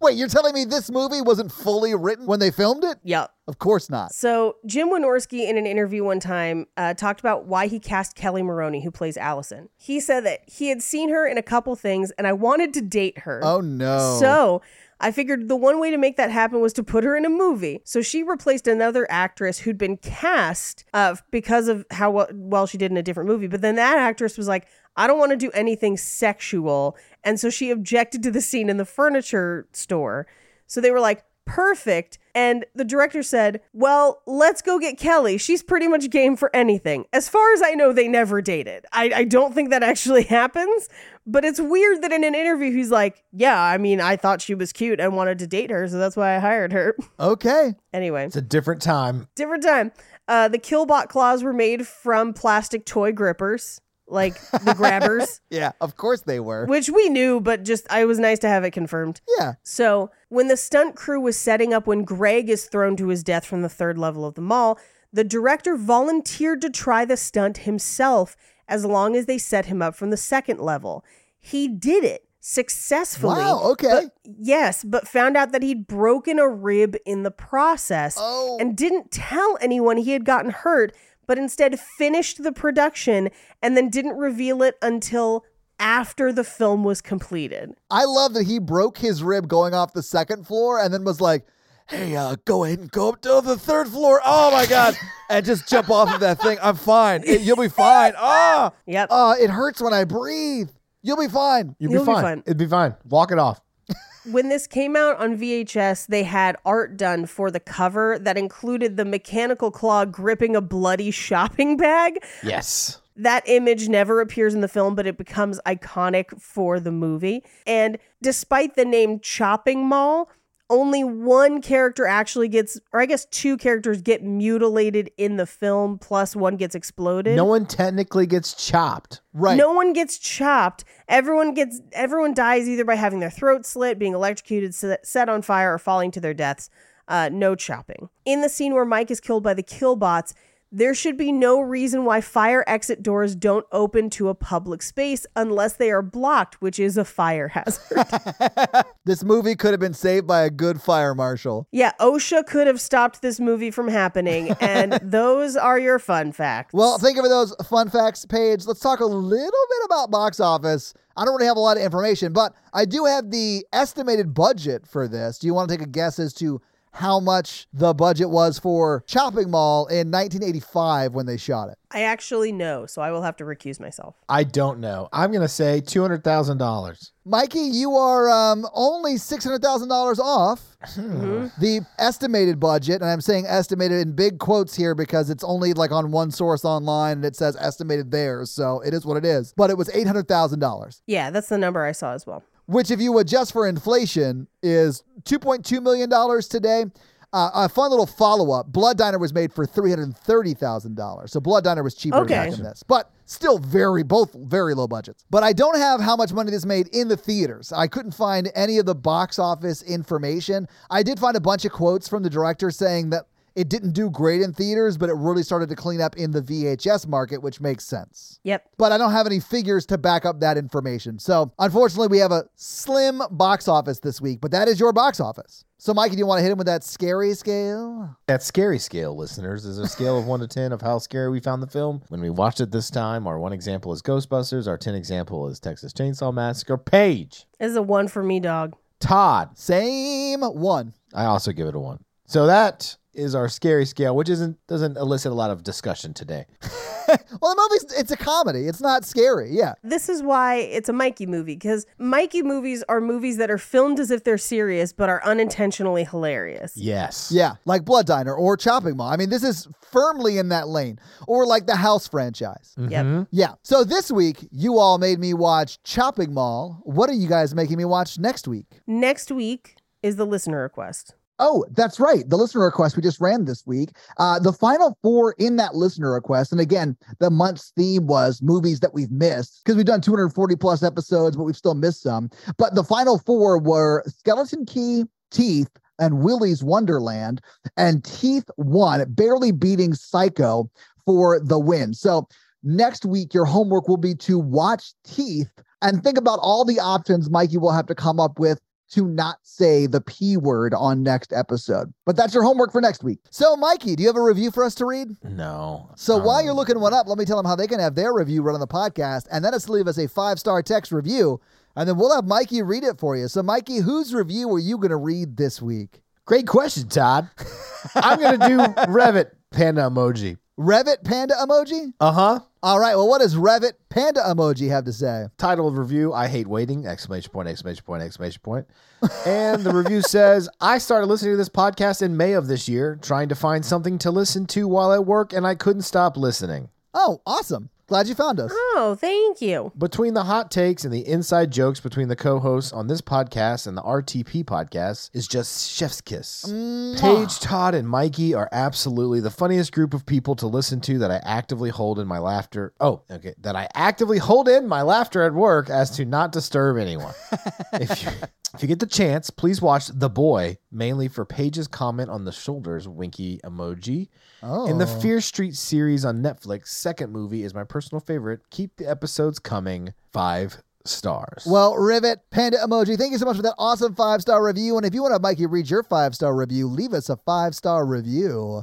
Wait, you're telling me this movie wasn't fully written when they filmed it?
Yep.
Of course not.
So Jim Wynorski, in an interview one time, uh, talked about why he cast Kelly Maroney, who plays Allison. He said that he had seen her in a couple things, and I wanted to date her.
Oh no.
So I figured the one way to make that happen was to put her in a movie. So she replaced another actress who'd been cast uh, because of how well, well she did in a different movie. But then that actress was like, I don't want to do anything sexual. And so she objected to the scene in the furniture store. So they were like, perfect. And the director said, Well, let's go get Kelly. She's pretty much game for anything. As far as I know, they never dated. I, I don't think that [laughs] actually happens. But it's weird that in an interview, he's like, Yeah, I mean, I thought she was cute and wanted to date her. So that's why I hired her. [laughs]
okay.
anyway,
It's a different time.
different time. Uh, the Killbot claws were made from plastic toy grippers, like the grabbers,
Yeah, of course they were.
which we knew, but just I was nice to have it confirmed.
yeah.
So, when the stunt crew was setting up when Greg is thrown to his death from the third level of the mall, the director volunteered to try the stunt himself as long as they set him up from the second level. He did it successfully.
Wow, Oh, okay.
but- yes, but found out that he'd broken a rib in the process
Oh.
and didn't tell anyone he had gotten hurt, but instead finished the production and then didn't reveal it until after the film was completed.
I love that he broke his rib going off the second floor and then was like, hey, uh, go ahead and go up to the third floor. Oh my God. and just jump off of that thing. I'm fine. It- you'll be fine. Ah,
Yep.
Oh.
ah, it hurts when I breathe. You'll be fine.
You'll,
You'll
be,
be
fine.
fine.
It'd be fine. Walk it off.
when this came out on VHS, they had art done for the cover that included the mechanical claw gripping a bloody shopping bag.
Yes.
That image never appears in the film, but it becomes iconic for the movie. And despite the name Chopping Mall, only one character actually gets, or I guess two characters get mutilated in the film, plus one gets exploded.
No one technically gets chopped.
Right.
No one gets chopped. Everyone gets everyone dies either by having their throat slit, being electrocuted, se- set on fire, or falling to their deaths. uh, no chopping. In the scene where Mike is killed by the killbots, there should be no reason why fire exit doors don't open to a public space unless they are blocked, which is a fire
[laughs]
hazard.
This movie could have been saved by a good fire marshal.
yeah, OSHA could have stopped this movie from happening. And
[laughs]
those are your fun facts.
Well, thank you for those fun facts, Paige. Let's talk a little bit about box office. I don't really have a lot of information, but I do have the estimated budget for this. Do you want to take a guess as to how much the budget was for Chopping Mall in 1985 when they shot it?
I actually know, so I will have to recuse myself.
I don't know. I'm going to say $200,000.
Mikey, you are um, only $600,000 off the estimated budget. And I'm saying estimated in big quotes here because it's only like on one source online and it says estimated there. So it is what it is. But it was $800,000,
Yeah, that's the number I saw as well.
which, if you adjust for inflation, is $2.2 million today. Uh, a fun little follow up Blood Diner was made for $330,000. So Blood Diner was cheaper
Okay.
back in this, but still very, both very low budgets. But I don't have how much money this made in the theaters. I couldn't find any of the box office information. I did find a bunch of quotes from the director saying that it didn't do great in theaters, but it really started to clean up in the VHS market, which makes sense.
Yep.
But I don't have any figures to back up that information. So unfortunately, we have a slim box office this week, but that is your box office. So, Mikey, do you want to hit him with that scary scale?
That scary scale, listeners, is a scale of 1 to 10 of how scary we found the film when we watched it this time. Our 1 example is Ghostbusters, our 10 example is Texas Chainsaw Massacre. Paige,
This is a one for me, dog.
Todd,
Same one.
I also give it a 1. So that is our scary scale, which isn't doesn't elicit a lot of discussion today.
Well, the movie's it's a comedy. It's not scary. Yeah.
This is why it's a Mikey movie, because Mikey movies are movies that are filmed as if they're serious but are unintentionally hilarious.
Yes.
Yeah. Like Blood Diner or Chopping Mall. I mean, this is firmly in that lane. Or like the House
Hmm.
franchise.
Yep.
Yeah. So this week, you all made me watch Chopping Mall. What are you guys making me watch next week?
Next week is the listener request.
Oh, that's right. The listener request we just ran this week. Uh, the final four in that listener request. And again, the month's theme was movies that we've missed because we've done 240 plus episodes, but we've still missed some. But the final four were Skeleton Key, Teeth, and Willy's Wonderland. And Teeth won, barely beating Psycho for the win. So next week, your homework will be to watch Teeth and think about all the options Mikey will have to come up with to not say the P word on next episode. But that's your homework for next week.
So, Mikey, do you have a review for us to read?
No.
So while
Um,
you're looking one up, let me tell them how they can have their review run on the podcast, and then it's to leave us a five star text review, and then we'll have Mikey read it for you. So, Mikey, whose review are you going to read this week?
Great question, Todd. I'm going to do Revit panda emoji.
Revit Panda emoji?
Uh huh.
All right. Well, what does Revit Panda emoji have to say?
Title of review I hate waiting! Exclamation point! Exclamation point! Exclamation point! And the review says I started listening to this podcast in May of this year, trying to find something to listen to while at work, and I couldn't stop listening.
Oh, awesome. Glad you found us.
Oh, thank you.
Between the hot takes and the inside jokes between the co-hosts on this podcast and the RTP podcast is just chef's kiss. Paige, Todd, and Mikey are absolutely the funniest group of people to listen to that I actively hold in my laughter. Oh, okay, that I actively hold in my laughter at work as to not disturb anyone. if you if you get the chance, please watch The Boy, mainly for Paige's comment on the shoulders winky emoji.
Oh.
And the Fear Street series on Netflix, second movie, is my personal favorite. Keep the episodes coming. Five stars.
Well, Rivet Panda Emoji, thank you so much for that awesome five star review. And if you want to have Mikey read your five star review, leave us a five star review.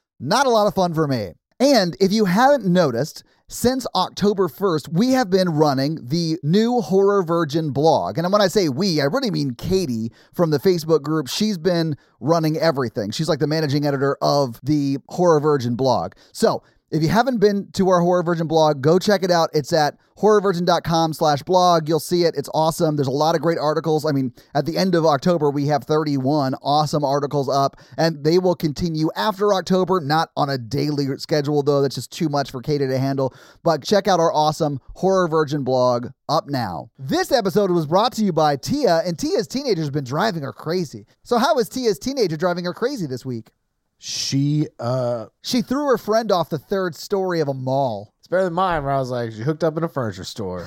not a lot of fun for me. And if you haven't noticed, since October 1st, we have been running the new Horror Virgin blog. And when I say we, I really mean Katie from the Facebook group. She's been running everything. She's like the managing editor of the Horror Virgin blog. So if you haven't been to our Horror Virgin blog, go check it out. It's at horrorvirgin.com slash blog. You'll see it. It's awesome. There's a lot of great articles. I mean, at the end of October, we have 31 awesome articles up, and they will continue after October, not on a daily schedule, though. That's just too much for Katie to handle. But check out our awesome Horror Virgin blog up now. This episode was brought to you by Tia, and Tia's teenager's been driving her crazy. So, how is Tia's teenager driving her crazy this week?
She, uh,
She threw her friend off the third story of a mall.
it's better than mine where I was like, she hooked up in a furniture [laughs] store.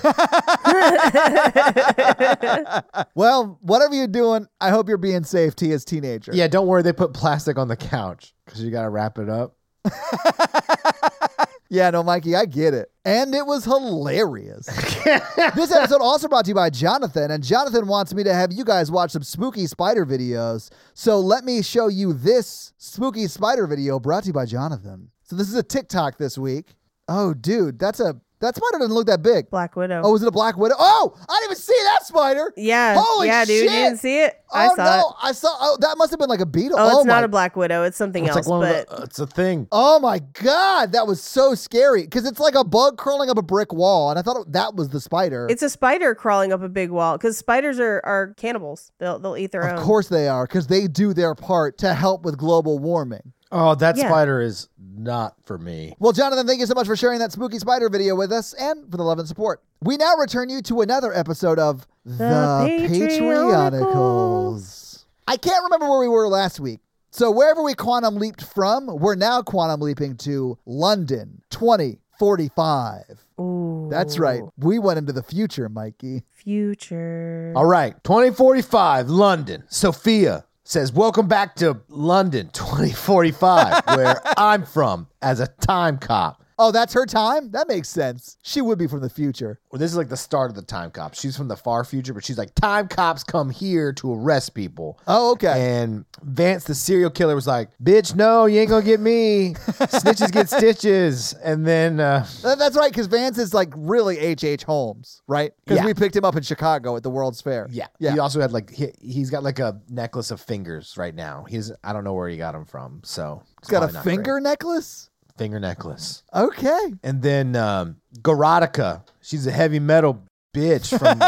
Well, whatever you're doing, I hope you're being safe, Tia's teenager.
yeah, don't worry. They put plastic on the couch because you got to wrap it up.
Yeah, no, Mikey, I get it. And it
[laughs]
was hilarious. this episode also brought to you by Jonathan, and Jonathan wants me to have you guys watch some spooky spider videos. So let me show you this spooky spider video brought to you by Jonathan. So this is a TikTok this week. Oh, dude, that's a that spider doesn't look that big.
Black Widow.
Oh, is it a black widow? Oh, I didn't even see that spider.
yeah.
Holy
yeah, dude.
shit.
You didn't see it?
Oh
I saw
no,
it.
I saw. Oh, that must have been like a beetle.
Oh, it's
my
not a Black Widow. It's something
It's
else.
like one
but
of the, uh, it's a thing.
Oh my god, that was so scary because it's like a bug crawling up a brick wall, and I thought it- that was the spider.
it's a spider crawling up a big wall because spiders are, are cannibals. They'll they'll eat their
of
own.
course they are because they do their part to help with global warming.
Oh, that
Yeah.
spider is not for me.
Well, Jonathan, thank you so much for sharing that spooky spider video with us and for the love and support. We now return you to another episode of The, Patreonicals.
Patreonicals.
I can't remember where we were last week. So, wherever we quantum leaped from, we're now quantum leaping to London 2045.
Ooh,
That's right. We went into the future, Mikey.
future.
All right, 2045, London. Sophia says, Welcome back to London 2045, where I'm from as a time cop.
Oh, that's her time? That makes sense. She would be from the future.
Well, this is like the start of the time cop. She's from the far future, but she's like, Time cops come here to arrest people.
Oh, okay.
And Vance, the serial killer, was like, Bitch, no, you ain't gonna get me. Snitches get stitches. And then, uh,
Th- That's right, because Vance is like really H.H. Holmes, right? Because
Yeah.
we picked him up in Chicago at the World's Fair.
yeah.
Yeah.
He also had like, he, he's got like a necklace of fingers right now. He's, I don't know where he got them from. So, it's
He's got
probably
a
not great.
finger necklace?
Finger necklace.
Okay.
And then um, Garotica. She's a heavy metal
[laughs]
bitch from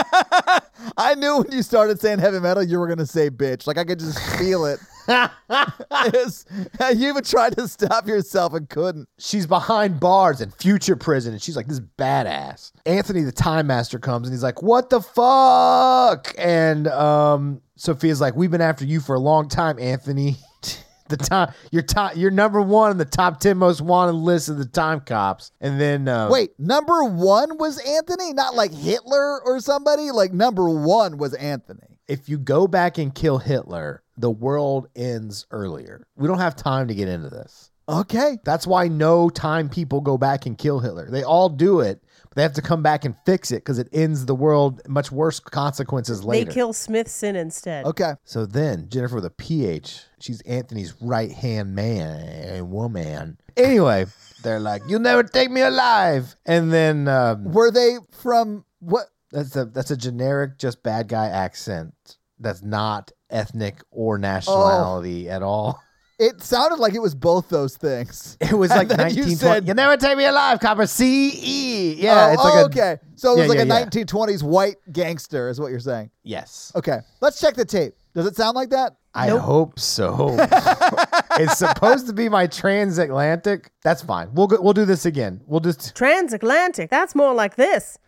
I knew when you started saying heavy metal, you were going to say bitch. Like, I could just feel
[laughs]
it. It's- [laughs] you even tried to stop yourself and couldn't.
she's behind bars in future prison and she's like this badass. Anthony the Time Master comes and he's like, What the fuck? And um Sophia's like, We've been after you for a long time, Anthony. [laughs] the time you're top you're number one on the top ten most wanted list of the time cops. And then um,
Wait, number one was Anthony? Not like Hitler or somebody? Like, number one was Anthony.
if you go back and kill Hitler, the world ends earlier. We don't have time to get into this.
Okay.
That's why no time people go back and kill Hitler. They all do it, but they have to come back and fix it because it ends the world much worse consequences later.
They kill Smithson instead.
Okay.
so then Jennifer with a PH, she's Anthony's right hand man and woman. Anyway, they're like, "You'll never take me alive." And then um,
Were they from what?
that's a that's a generic, just bad guy accent. That's not ethnic or nationality at all.
It sounded like it was both those things.
[laughs] It [laughs] was
And
like
then
1920.
you
You
said-
will never take me alive, copper. C E. Yeah,
Oh,
it's
oh,
like a
okay. So it
Yeah,
was like
yeah,
a
yeah.
1920s white gangster, is what you're saying.
yes.
Okay. Let's check the tape. Does it sound like that?
I hope [laughs] so. it's supposed to be my transatlantic. That's fine. We'll go, we'll do this again. We'll just
Transatlantic. That's more like this.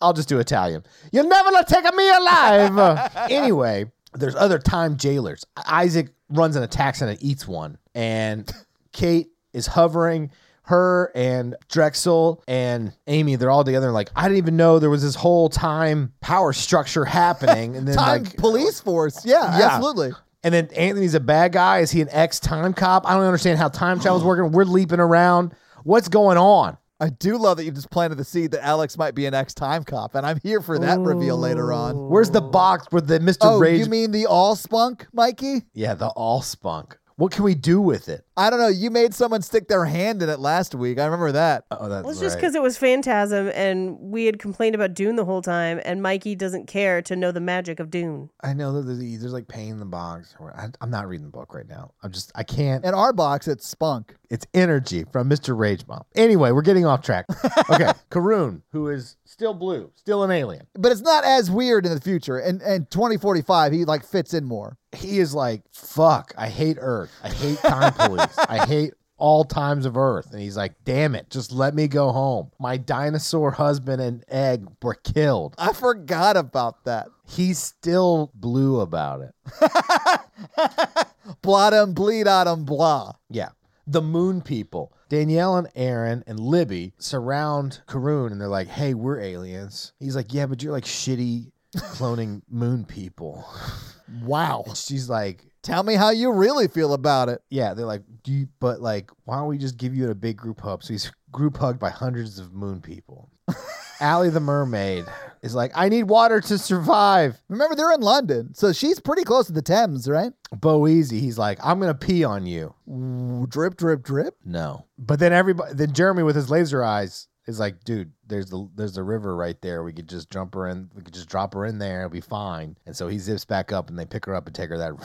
I'll just do Italian. You'll never let take me alive. Uh,
[laughs]
anyway, there's other time jailers. Isaac runs and attacks and eats one, and Kate is hovering. Her and Drexel and Amy, they're all together. And like, I didn't even know there was this whole time power structure happening. And then
Time
like, uh,
police force. Yeah,
Yeah.
absolutely.
And then Anthony's a bad guy. Is he an ex time cop? I don't understand how time travel's working. We're leaping around. What's going on?
I do love that you just planted the seed that Alex might be an ex time cop, and I'm here for that reveal later on.
Where's the box with the Mr.
Oh,
Rage?
you mean the all spunk, Mikey?
yeah, the all spunk. What can we do with it?
I don't know. You made someone stick their hand in it last week. I remember that.
Oh, that's
Well, it's just because it was Phantasm and we had complained about Dune the whole time, and Mikey doesn't care to know the magic of Dune.
I know that there's, e, there's like pain in the box. Or I, I'm not reading the book right now. I'm just I can't.
In our box, it's spunk.
It's energy from Mr. Rage Bomb. Anyway, we're getting
[laughs]
off track. Okay, Karoon, who is still blue, still an alien.
But it's not as weird in the future. And and 2045, he like fits in more.
he is like, fuck, I hate Earth. I
[laughs]
hate time police. I hate all times of Earth. And he's like, damn it, just let me go home. My dinosaur husband and egg were killed.
I forgot about that.
He's still blue about it.
[laughs] Blot him, bleed on him, blah.
Yeah. The moon people, Danielle and Aaron and Libby surround Karoon and they're like, hey, we're aliens. He's like, yeah, but you're like shitty cloning moon people.
Wow.
And she's like,
Tell me how you really feel about it.
Yeah, they're like, do you, but like, why don't we just give you a big group hug? So he's group hugged by hundreds of moon people. Allie the mermaid is like, I need water to survive.
Remember, they're in London, so she's pretty close to the Thames, right?
Bo Easy, he's like, I'm gonna pee on you.
Ooh, drip, drip, drip.
No, but then everybody, then Jeremy with his laser eyes is like, dude, there's the there's the river right there. We could just jump her in. We could just drop her in there. It'll be fine. And so he zips back up and they pick her up and take her to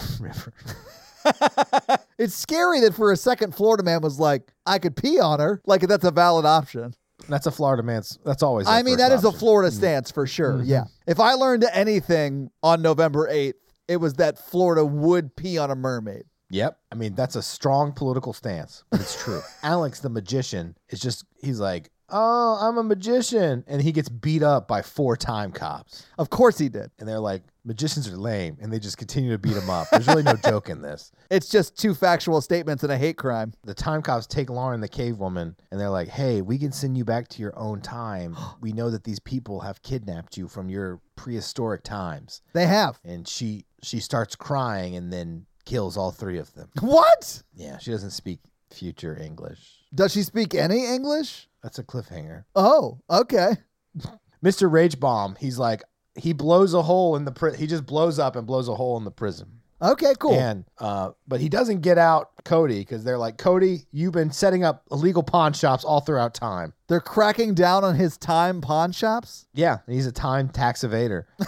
that [laughs] river.
It's scary that for a second, Florida man was like, I could pee on her. Like, that's a valid option.
that's a Florida man's. That's always.
I
their
mean,
first
that is a
option. Mm. Mm-hmm.
Florida stance for sure. Yeah. If I learned anything on November 8th, it was that Florida would pee on a mermaid.
Yep. I mean, that's a strong political stance, but it's
[laughs]
true. Alex, the magician, is just, he's like, oh, I'm a magician. And he gets beat up by four time cops.
Of course he did.
And they're like, magicians are lame. And they just continue to beat him up. There's really no joke in this.
It's just two factual statements and a hate crime.
The time cops take Lauren, the cave woman, and they're like, hey, we can send you back to your own time. We know that these people have kidnapped you from your prehistoric times.
They have.
And she she starts crying and then kills all three of them.
What?
Yeah, she doesn't speak future English.
Does she speak any English?
That's a cliffhanger.
Oh, okay.
Mr. Rage Bomb, he's like he blows a hole in the pri- he just blows up and blows a hole in the prison.
Okay, cool.
And uh but he doesn't get out Cody cuz they're like Cody, you've been setting up illegal pawn shops all throughout time.
They're cracking down on his time pawn shops.
Yeah, and he's a time tax evader. [laughs]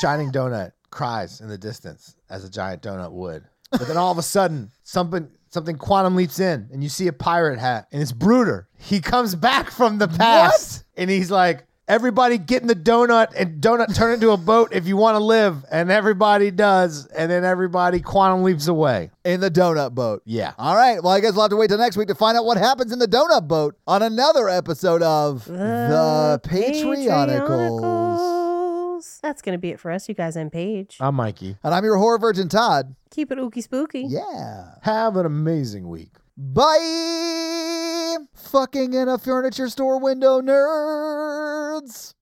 Shining Donut cries in the distance as a giant donut would. But then all of a sudden, something something quantum leaps in and you see a pirate hat and it's Bruder. He comes back from the past and he's like, Everybody get in the donut and donut turn into a boat if you want to live. And everybody does. And then everybody quantum leaps away.
in the donut boat.
Yeah.
All right. Well, I guess we'll have to wait till next week to find out what happens in the donut boat on another episode of The, Patreonicals.
Patreonicals. That's going to be it for us, you guys. I'm Paige.
I'm Mikey.
And I'm your horror virgin, Todd.
Keep it ooky spooky.
Yeah.
Have an amazing week.
Bye. Fucking in a furniture store window, nerds.